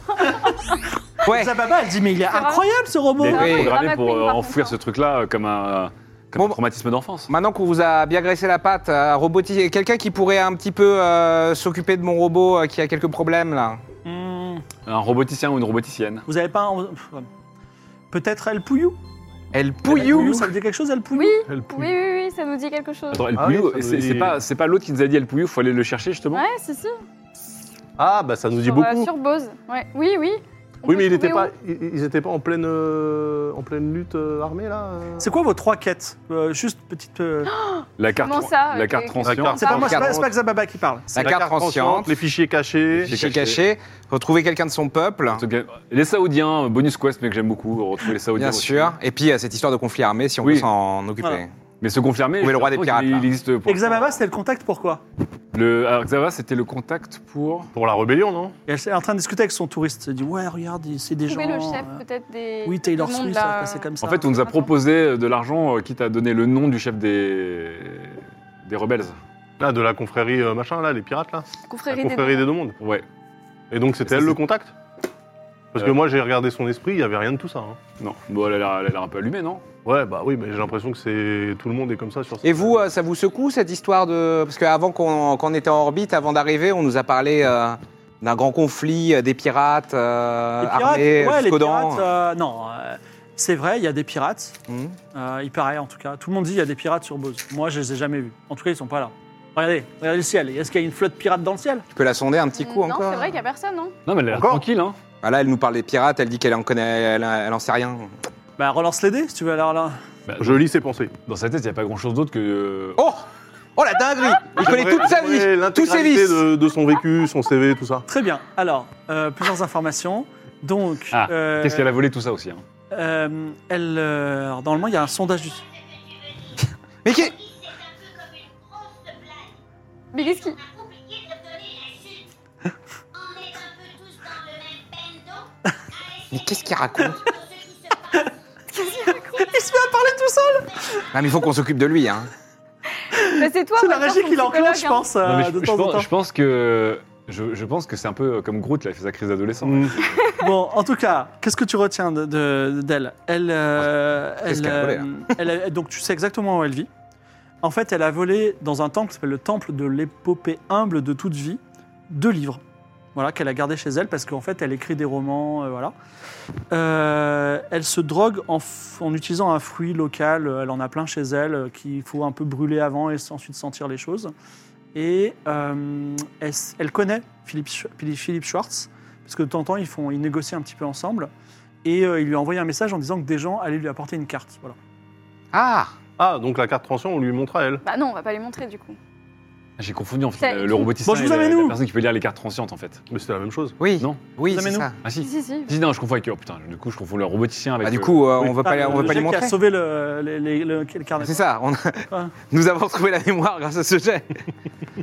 [SPEAKER 6] Ouais.
[SPEAKER 1] Zababa, elle dit mais il est incroyable ce robot.
[SPEAKER 3] Il a
[SPEAKER 6] Oui.
[SPEAKER 3] été
[SPEAKER 7] Drama
[SPEAKER 3] programmé
[SPEAKER 7] queen,
[SPEAKER 3] pour euh,
[SPEAKER 7] par contre,
[SPEAKER 3] enfouir
[SPEAKER 7] hein.
[SPEAKER 3] ce truc-là euh, comme un comme un
[SPEAKER 6] Bon,
[SPEAKER 3] traumatisme d'enfance.
[SPEAKER 6] Maintenant qu'on vous a bien graissé la patte, euh, robotiser quelqu'un qui pourrait un petit peu euh, s'occuper de mon robot euh, qui a quelques problèmes là.
[SPEAKER 1] Hmm,
[SPEAKER 3] Un roboticien ou une roboticienne.
[SPEAKER 1] vous avez pas un... pff, Peut-être El Pouillou
[SPEAKER 6] Elle
[SPEAKER 1] El
[SPEAKER 6] pouillou.
[SPEAKER 1] Ça vous dit quelque chose El Pouillou
[SPEAKER 7] Oui,
[SPEAKER 4] Elle
[SPEAKER 7] oui, oui, oui, ça nous dit quelque chose.
[SPEAKER 3] Attends, El
[SPEAKER 4] Ah oui,
[SPEAKER 3] Pouillou,
[SPEAKER 4] ça nous
[SPEAKER 3] c'est
[SPEAKER 4] dit-
[SPEAKER 3] c'est pas, c'est pas l'autre qui nous a dit El Pouillou, faut aller le chercher justement.
[SPEAKER 7] Ouais, si, si.
[SPEAKER 4] Ah, bah ça nous dit
[SPEAKER 7] Sur, euh,
[SPEAKER 4] beaucoup.
[SPEAKER 7] sur Bose. Ouais. Oui, oui. On
[SPEAKER 4] Oui,
[SPEAKER 7] peut
[SPEAKER 4] mais il
[SPEAKER 7] trouver
[SPEAKER 4] était pas,
[SPEAKER 7] où
[SPEAKER 4] ils ils étaient pas en pleine, euh, en pleine lutte euh, armée là. euh
[SPEAKER 1] C'est quoi vos trois quêtes Euh, Juste petite... euh,
[SPEAKER 7] Oh.
[SPEAKER 3] La carte,
[SPEAKER 7] Comment ça,
[SPEAKER 3] la
[SPEAKER 7] euh,
[SPEAKER 3] carte
[SPEAKER 7] qu'est-
[SPEAKER 4] La
[SPEAKER 3] transient.
[SPEAKER 4] carte-
[SPEAKER 1] C'est pas moi, c'est pas,
[SPEAKER 6] Regarde.
[SPEAKER 1] c'est pas Zababa qui parle.
[SPEAKER 6] La carte consciente,
[SPEAKER 4] Les fichiers cachés.
[SPEAKER 6] fichier caché. Retrouver quelqu'un de son peuple.
[SPEAKER 3] En tout cas, Les Saoudiens, euh, bonus quest, mais que j'aime beaucoup, retrouver les Saoudiens.
[SPEAKER 6] Bien
[SPEAKER 3] aussi.
[SPEAKER 6] sûr. Et puis euh, cette histoire de conflit armé, si on
[SPEAKER 3] Oui.
[SPEAKER 6] peut s'en occuper.
[SPEAKER 1] Voilà.
[SPEAKER 3] Mais se confirmer.
[SPEAKER 6] Trouver le roi
[SPEAKER 3] je
[SPEAKER 6] des
[SPEAKER 3] crois qu'il
[SPEAKER 6] pirates, là.
[SPEAKER 3] existe pour-
[SPEAKER 1] Et Zababa, c'était le contact, pourquoi
[SPEAKER 3] Le alors, Xava, c'était le contact pour.
[SPEAKER 4] Pour la rébellion, non
[SPEAKER 1] Et Elle est en train de discuter avec son touriste. Elle dit, ouais, regarde, c'est des gens...
[SPEAKER 7] Trouver le chef
[SPEAKER 1] euh,
[SPEAKER 7] peut-être des. euh,
[SPEAKER 1] Oui, Taylor
[SPEAKER 7] du monde,
[SPEAKER 1] Swift,
[SPEAKER 7] là.
[SPEAKER 1] ça se passait comme ça.
[SPEAKER 3] En fait, on nous a
[SPEAKER 7] Attends.
[SPEAKER 3] proposé de l'argent, euh, quitte à donner le nom du chef des des rebelles.
[SPEAKER 4] Là, de la confrérie euh, machin, là, les pirates, là. La
[SPEAKER 7] Confrérie des.
[SPEAKER 4] confrérie des deux mondes.
[SPEAKER 3] Ouais.
[SPEAKER 4] Et donc, c'était
[SPEAKER 3] Ça,
[SPEAKER 4] elle
[SPEAKER 3] c'est-
[SPEAKER 4] le contact Parce que
[SPEAKER 3] Euh.
[SPEAKER 4] moi, j'ai regardé son esprit, il n'y avait rien de tout ça. hein.
[SPEAKER 3] Non. Bon, elle a l'air- elle a l'air un peu allumée, non
[SPEAKER 4] Ouais, bah oui, mais j'ai l'impression que c'est tout le monde est comme ça sur
[SPEAKER 6] Et vous, euh, ça vous secoue cette histoire de. Parce qu'avant qu'on qu'on était en orbite, avant d'arriver, on nous a parlé euh, d'un grand conflit, euh, des pirates, euh,
[SPEAKER 1] Les pirates,
[SPEAKER 6] armés,
[SPEAKER 1] ouais, les
[SPEAKER 6] jusqu'aux dents.
[SPEAKER 1] pirates, euh, non, euh, c'est vrai, il y a des pirates.
[SPEAKER 6] Mhm.
[SPEAKER 1] Euh, il paraît, en tout cas. Tout le monde dit il y a des pirates sur Bose. Moi, je les ai jamais vus. En tout cas, ils sont pas là. Regardez, regardez le ciel. Est-ce qu'il y a une flotte pirate dans le ciel
[SPEAKER 6] Tu peux la sonder un petit coup
[SPEAKER 7] Non,
[SPEAKER 6] encore
[SPEAKER 7] c'est vrai qu'il y a personne, non
[SPEAKER 3] Non, mais elle a l'air
[SPEAKER 4] Encore
[SPEAKER 3] tranquille, hein.
[SPEAKER 6] Ah, Là, elle nous parle des pirates, elle dit qu'elle en connaît, elle, elle en sait rien.
[SPEAKER 1] Bah, relance les dés, si tu veux. Alors là,
[SPEAKER 3] Bah,
[SPEAKER 4] Je lis ses pensées.
[SPEAKER 3] Dans sa tête, il n'y a pas grand-chose d'autre que. euh,
[SPEAKER 6] Oh Oh la dinguerie Il connaît
[SPEAKER 4] J'aimerais-
[SPEAKER 6] toute sa vie,
[SPEAKER 4] j'aimerais
[SPEAKER 6] tous ses
[SPEAKER 4] l'intégralité
[SPEAKER 6] vices
[SPEAKER 4] De, de son vécu, son CV, tout ça.
[SPEAKER 1] Très bien. Alors, euh, plusieurs informations. Donc,
[SPEAKER 3] Ah,
[SPEAKER 1] euh,
[SPEAKER 3] Qu'est-ce qu'elle a volé tout ça aussi hein
[SPEAKER 1] euh, elle, euh, alors, normalement, il y a un sondage. du- <laughs>
[SPEAKER 6] Mais qui
[SPEAKER 8] C'est un peu comme une grosse blague.
[SPEAKER 1] <laughs>
[SPEAKER 7] Mais qu'est-ce qui.
[SPEAKER 8] On a oublié de donner la suite.
[SPEAKER 6] Mais qu'est-ce qu'il raconte
[SPEAKER 1] Il se met à parler tout seul
[SPEAKER 6] Non, mais il faut qu'on s'occupe de lui, hein.
[SPEAKER 7] Mais Bah, c'est toi,
[SPEAKER 1] C'est la
[SPEAKER 7] Walter,
[SPEAKER 1] régie
[SPEAKER 7] ton
[SPEAKER 1] qui l'enclenche,
[SPEAKER 7] psychologue,
[SPEAKER 1] je
[SPEAKER 7] hein.
[SPEAKER 1] pense,
[SPEAKER 3] Non,
[SPEAKER 1] euh,
[SPEAKER 3] mais je,
[SPEAKER 1] de
[SPEAKER 3] je
[SPEAKER 1] temps en
[SPEAKER 3] pense,
[SPEAKER 1] temps.
[SPEAKER 3] je pense que je, je pense que c'est un peu comme Groot là, il fait sa crise d'adolescent.
[SPEAKER 1] Mm. Bon, en tout cas, qu'est-ce que tu retiens d'elle de, d'elle Elle, euh,
[SPEAKER 6] Qu'est-ce
[SPEAKER 1] elle,
[SPEAKER 6] qu'elle a volé, hein
[SPEAKER 1] euh, elle a- donc tu sais exactement où elle vit. En fait, elle a volé dans un temple qui s'appelle le temple de l'épopée humble de toute vie, deux livres, voilà qu'elle a gardés chez elle parce qu'en fait, elle écrit des romans, euh, voilà. Euh, elle se drogue en, f- en utilisant un fruit local, euh, elle en a plein chez elle euh, qu'il faut un peu brûler avant et s- ensuite sentir les choses. Et euh, elle, s- elle connaît Philippe, Sch- Philippe Schwartz parce que de temps en temps, ils, font, ils négocient un petit peu ensemble. Et euh, il lui a envoyé un message en disant que des gens allaient lui apporter une carte. Voilà.
[SPEAKER 6] Ah
[SPEAKER 4] Ah, donc la carte transition, on lui montre à elle.
[SPEAKER 7] Bah non, on va pas les montrer du coup.
[SPEAKER 3] J'ai confondu en
[SPEAKER 7] Ça-
[SPEAKER 3] fait le robotisme.
[SPEAKER 1] Bon, je vous amène où
[SPEAKER 3] La personne qui peut lire les cartes transcientes en fait.
[SPEAKER 4] Mais c'était la même chose.
[SPEAKER 6] Oui,
[SPEAKER 3] Non.
[SPEAKER 6] oui, c'est
[SPEAKER 1] Amène-nous.
[SPEAKER 6] ça.
[SPEAKER 3] Ah si.
[SPEAKER 7] Si, si.
[SPEAKER 3] Si non, je confonds avec oh putain, du coup je confonds le roboticien avec.
[SPEAKER 6] Bah, du
[SPEAKER 3] le-
[SPEAKER 6] coup, euh, on va pas, les-
[SPEAKER 1] Ah,
[SPEAKER 6] on va
[SPEAKER 1] le
[SPEAKER 6] pas
[SPEAKER 1] jet
[SPEAKER 6] les
[SPEAKER 1] qui
[SPEAKER 6] montrer.
[SPEAKER 1] a sauvé le, les- les- le- le carnet.
[SPEAKER 6] C'est ça, on a- <laughs> nous avons retrouvé la mémoire grâce à ce jet.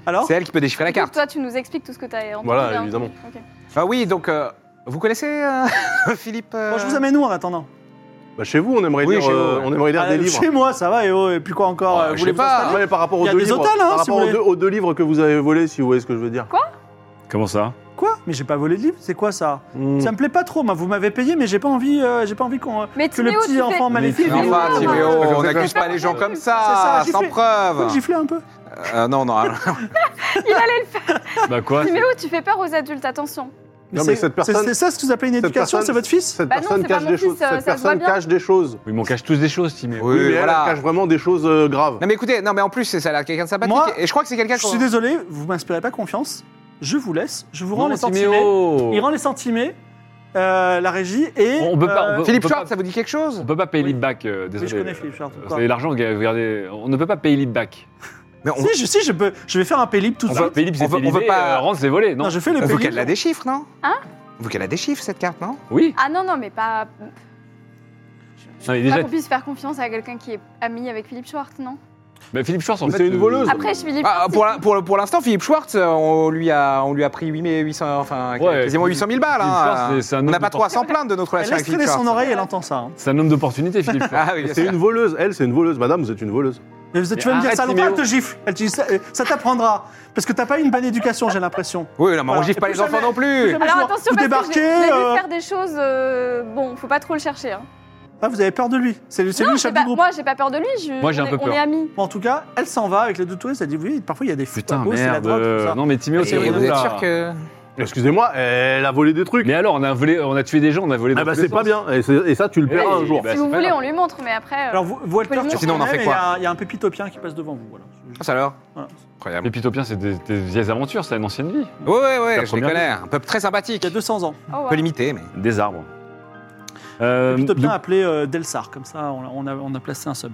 [SPEAKER 1] Alors,
[SPEAKER 6] C'est elle qui peut déchiffrer la
[SPEAKER 7] Du coup,
[SPEAKER 6] carte.
[SPEAKER 7] Toi, tu nous expliques tout ce que t'as entendu.
[SPEAKER 4] Voilà,
[SPEAKER 7] là.
[SPEAKER 4] évidemment.
[SPEAKER 7] Ok.
[SPEAKER 6] Ah oui, donc euh, vous connaissez euh, <laughs> Philippe euh,
[SPEAKER 1] bon, je vous amène où en attendant
[SPEAKER 4] Bah, chez vous, on aimerait
[SPEAKER 6] Oui,
[SPEAKER 4] lire,
[SPEAKER 6] chez vous,
[SPEAKER 4] euh,
[SPEAKER 6] ouais.
[SPEAKER 4] on aimerait lire
[SPEAKER 1] Ah,
[SPEAKER 4] des livres.
[SPEAKER 1] Chez moi, ça va, et, oh, et puis quoi encore
[SPEAKER 6] Ouais,
[SPEAKER 1] euh,
[SPEAKER 6] je
[SPEAKER 1] voulez
[SPEAKER 6] sais pas.
[SPEAKER 1] vous installer
[SPEAKER 4] Ouais, par rapport aux
[SPEAKER 1] Il y a
[SPEAKER 4] deux
[SPEAKER 1] des
[SPEAKER 4] livres,
[SPEAKER 1] hôtels, hein,
[SPEAKER 4] par
[SPEAKER 1] si vous
[SPEAKER 4] rapport aux
[SPEAKER 1] voulez.
[SPEAKER 4] deux, aux deux livres que vous avez volés, si vous voyez ce que je veux dire.
[SPEAKER 3] Comment ça
[SPEAKER 1] euh, Quoi Mais j'ai pas volé de livre, c'est quoi ça
[SPEAKER 4] Hmm.
[SPEAKER 1] Ça me plaît pas trop, moi, vous m'avez payé, mais j'ai pas envie, euh, j'ai pas envie qu'on, euh,
[SPEAKER 7] Mais
[SPEAKER 1] que le
[SPEAKER 7] Timéo,
[SPEAKER 1] petit
[SPEAKER 7] tu
[SPEAKER 1] enfant
[SPEAKER 7] fais-
[SPEAKER 1] maléfique.
[SPEAKER 7] Mais
[SPEAKER 6] Mais enfin,
[SPEAKER 7] non,
[SPEAKER 6] Timéo,
[SPEAKER 7] non, non,
[SPEAKER 6] on n'accuse
[SPEAKER 7] non,
[SPEAKER 6] pas
[SPEAKER 7] non,
[SPEAKER 6] les gens
[SPEAKER 7] non,
[SPEAKER 6] comme
[SPEAKER 7] non,
[SPEAKER 6] ça,
[SPEAKER 1] non,
[SPEAKER 6] sans
[SPEAKER 1] non, euh, Faut que
[SPEAKER 6] preuve.
[SPEAKER 1] gifler un peu.
[SPEAKER 6] Euh, non, non, alors-
[SPEAKER 7] Il allait le faire.
[SPEAKER 3] Bah quoi
[SPEAKER 7] Timéo, tu fais peur aux adultes, attention.
[SPEAKER 4] Non,
[SPEAKER 1] c'est-
[SPEAKER 4] mais cette personne-
[SPEAKER 1] c'est- C'est ça ce que vous appelez une
[SPEAKER 4] cette
[SPEAKER 1] éducation,
[SPEAKER 4] personne-
[SPEAKER 1] c'est votre fils
[SPEAKER 4] Cette
[SPEAKER 7] Bah non,
[SPEAKER 4] personne
[SPEAKER 7] c'est pas
[SPEAKER 4] cache
[SPEAKER 7] mon
[SPEAKER 4] des
[SPEAKER 7] fils,
[SPEAKER 4] choses.
[SPEAKER 7] euh, ça
[SPEAKER 4] Cette
[SPEAKER 7] se voit
[SPEAKER 4] personne
[SPEAKER 7] bien.
[SPEAKER 4] cache des choses.
[SPEAKER 3] Oui, mais on cache tous des choses, Timéo.
[SPEAKER 6] Oui,
[SPEAKER 4] Oui, mais elle, elle
[SPEAKER 6] voilà.
[SPEAKER 4] cache vraiment des choses euh, graves.
[SPEAKER 6] Non mais écoutez, non mais en plus c'est ça, là, quelqu'un de sympathique.
[SPEAKER 1] Moi,
[SPEAKER 6] et je crois que c'est quelqu'un
[SPEAKER 1] Je suis
[SPEAKER 6] qui...
[SPEAKER 1] désolé, vous m'inspirez pas confiance. Je vous laisse, je vous rends
[SPEAKER 3] Non,
[SPEAKER 1] les sentiments.
[SPEAKER 3] Timéo
[SPEAKER 1] Il rend les centimés, euh, la régie et.
[SPEAKER 3] Oh. On peut pas- on
[SPEAKER 1] euh,
[SPEAKER 3] peut-
[SPEAKER 6] Philippe
[SPEAKER 3] pas-
[SPEAKER 6] Schwartz, ça vous dit quelque chose
[SPEAKER 3] On peut pas payer
[SPEAKER 1] Oui.
[SPEAKER 3] lead back, euh, désolé.
[SPEAKER 1] je connais Philippe Schwartz,
[SPEAKER 3] Euh,
[SPEAKER 1] pourquoi
[SPEAKER 3] C'est l'argent, regardez, on ne peut pas payer lead back.
[SPEAKER 6] Mais on,
[SPEAKER 1] Si, je, si, je peux, je vais faire un pélip tout de
[SPEAKER 3] On
[SPEAKER 1] suite.
[SPEAKER 3] va payer lead,
[SPEAKER 6] on
[SPEAKER 3] c'est
[SPEAKER 6] veut- on veut
[SPEAKER 3] payé,
[SPEAKER 6] pas-
[SPEAKER 3] euh, rendre, c'est volé, non
[SPEAKER 1] Non, je fais le
[SPEAKER 6] on veut
[SPEAKER 1] pélip.
[SPEAKER 6] qu'elle la déchiffre, non
[SPEAKER 7] Hein
[SPEAKER 6] On veut qu'elle la déchiffre cette carte, non
[SPEAKER 3] Oui.
[SPEAKER 7] Ah non, non, mais pas.
[SPEAKER 3] Non, mais
[SPEAKER 7] Pas
[SPEAKER 3] déjà,
[SPEAKER 7] qu'on puisse faire confiance à quelqu'un qui est ami avec Philippe Schwartz, non
[SPEAKER 3] bah, Philippe Schwartz, en
[SPEAKER 4] Mais
[SPEAKER 3] fait.
[SPEAKER 4] c'est une
[SPEAKER 3] euh,
[SPEAKER 4] voleuse.
[SPEAKER 7] Après, je Philippe.
[SPEAKER 6] Ah, pour la- pour, pour l'instant, Philippe Schwartz, euh, on lui a, on lui a pris 8 000, 800, enfin,
[SPEAKER 3] Ouais,
[SPEAKER 6] quasiment 800 000 balles.
[SPEAKER 3] Philippe
[SPEAKER 6] hein.
[SPEAKER 3] Schwartz, c'est- c'est un
[SPEAKER 6] on n'a
[SPEAKER 3] homme
[SPEAKER 6] pas
[SPEAKER 3] de
[SPEAKER 6] 300 plaintes de notre
[SPEAKER 1] Elle laisse
[SPEAKER 6] relation avec Philippe
[SPEAKER 1] traîner son
[SPEAKER 6] Schwartz.
[SPEAKER 1] oreille, elle entend ça. hein.
[SPEAKER 3] C'est un homme
[SPEAKER 4] <laughs>
[SPEAKER 3] d'opportunité, Philippe Schwartz.
[SPEAKER 6] Ah oui, bien
[SPEAKER 4] C'est
[SPEAKER 6] sûr.
[SPEAKER 4] une voleuse. Elle, c'est une voleuse. Madame, vous êtes une voleuse.
[SPEAKER 1] Mais vous- tu vas
[SPEAKER 3] Mais
[SPEAKER 1] me dire
[SPEAKER 3] arrête,
[SPEAKER 1] ça longtemps,
[SPEAKER 3] Timéo.
[SPEAKER 1] elle te gifle. Elle te dit, ça, euh, ça t'apprendra. Parce que t'as pas eu une bonne éducation, j'ai l'impression.
[SPEAKER 6] Oui, non, mais on
[SPEAKER 1] Voilà.
[SPEAKER 6] gifle pas
[SPEAKER 1] Et
[SPEAKER 6] les
[SPEAKER 1] plus
[SPEAKER 6] enfants
[SPEAKER 1] jamais-
[SPEAKER 6] non plus.
[SPEAKER 1] plus
[SPEAKER 7] Alors
[SPEAKER 1] Bonjour.
[SPEAKER 7] attention,
[SPEAKER 1] Vous
[SPEAKER 7] parce que j'ai-
[SPEAKER 1] débarquez,
[SPEAKER 7] j'ai vu
[SPEAKER 1] euh,
[SPEAKER 7] faire des choses. euh, Bon, faut pas trop le chercher. hein.
[SPEAKER 1] Ah, vous avez peur de lui. C'est lui c'est lui le
[SPEAKER 7] J'ai
[SPEAKER 1] chef
[SPEAKER 7] pas-
[SPEAKER 1] du groupe.
[SPEAKER 7] moi, j'ai pas peur de lui. je-
[SPEAKER 3] Moi, j'ai
[SPEAKER 7] on
[SPEAKER 3] un
[SPEAKER 7] est-
[SPEAKER 3] peu
[SPEAKER 7] On
[SPEAKER 3] peur.
[SPEAKER 7] est amis.
[SPEAKER 1] En tout cas, elle s'en va avec les deux touristes. Elle dit, oui, parfois il y a des fous
[SPEAKER 3] Putain,
[SPEAKER 1] c'est la
[SPEAKER 3] merde.
[SPEAKER 1] drogue, tout ça.
[SPEAKER 3] euh, Non, mais Timéo, c'est
[SPEAKER 6] Et vous
[SPEAKER 3] relou,
[SPEAKER 6] êtes
[SPEAKER 3] là.
[SPEAKER 6] sûr que...
[SPEAKER 4] Excusez-moi, elle a volé des trucs.
[SPEAKER 3] Mais alors, on a, volé, on a tué des gens, on a volé
[SPEAKER 4] Ah
[SPEAKER 3] dans
[SPEAKER 4] bah
[SPEAKER 3] tous
[SPEAKER 4] c'est
[SPEAKER 3] les
[SPEAKER 4] pas
[SPEAKER 3] sens.
[SPEAKER 4] bien. Et, c'est- et ça, tu le
[SPEAKER 3] Eh,
[SPEAKER 4] paieras un jour.
[SPEAKER 3] bah,
[SPEAKER 7] Si
[SPEAKER 3] c'est
[SPEAKER 7] vous
[SPEAKER 3] pas
[SPEAKER 7] voulez,
[SPEAKER 3] grave.
[SPEAKER 7] on lui montre, mais après. euh,
[SPEAKER 1] Alors, vous- Walter,
[SPEAKER 7] Sinon,
[SPEAKER 1] tu
[SPEAKER 7] on en
[SPEAKER 1] reconnais,
[SPEAKER 6] fait
[SPEAKER 1] mais il y
[SPEAKER 6] quoi
[SPEAKER 1] a- il y, a un pépitopien qui passe devant vous. Voilà.
[SPEAKER 6] Ah, ça alors
[SPEAKER 1] Voilà.
[SPEAKER 6] Incroyable.
[SPEAKER 3] Les Pitopiens, c'est des, des vieilles aventures, c'est une ancienne vie.
[SPEAKER 6] Ouais, ouais, ouais,
[SPEAKER 3] la
[SPEAKER 6] je les
[SPEAKER 3] première
[SPEAKER 6] connais. Un peuple très sympathique.
[SPEAKER 1] Il y a 200 ans.
[SPEAKER 7] oh,
[SPEAKER 6] Un
[SPEAKER 7] wow.
[SPEAKER 6] peu limité, mais...
[SPEAKER 3] Des arbres. Euh,
[SPEAKER 1] Pépitopien
[SPEAKER 3] donc-
[SPEAKER 1] appelé euh, Delsar, comme ça, on, a- on a, on a placé un sub.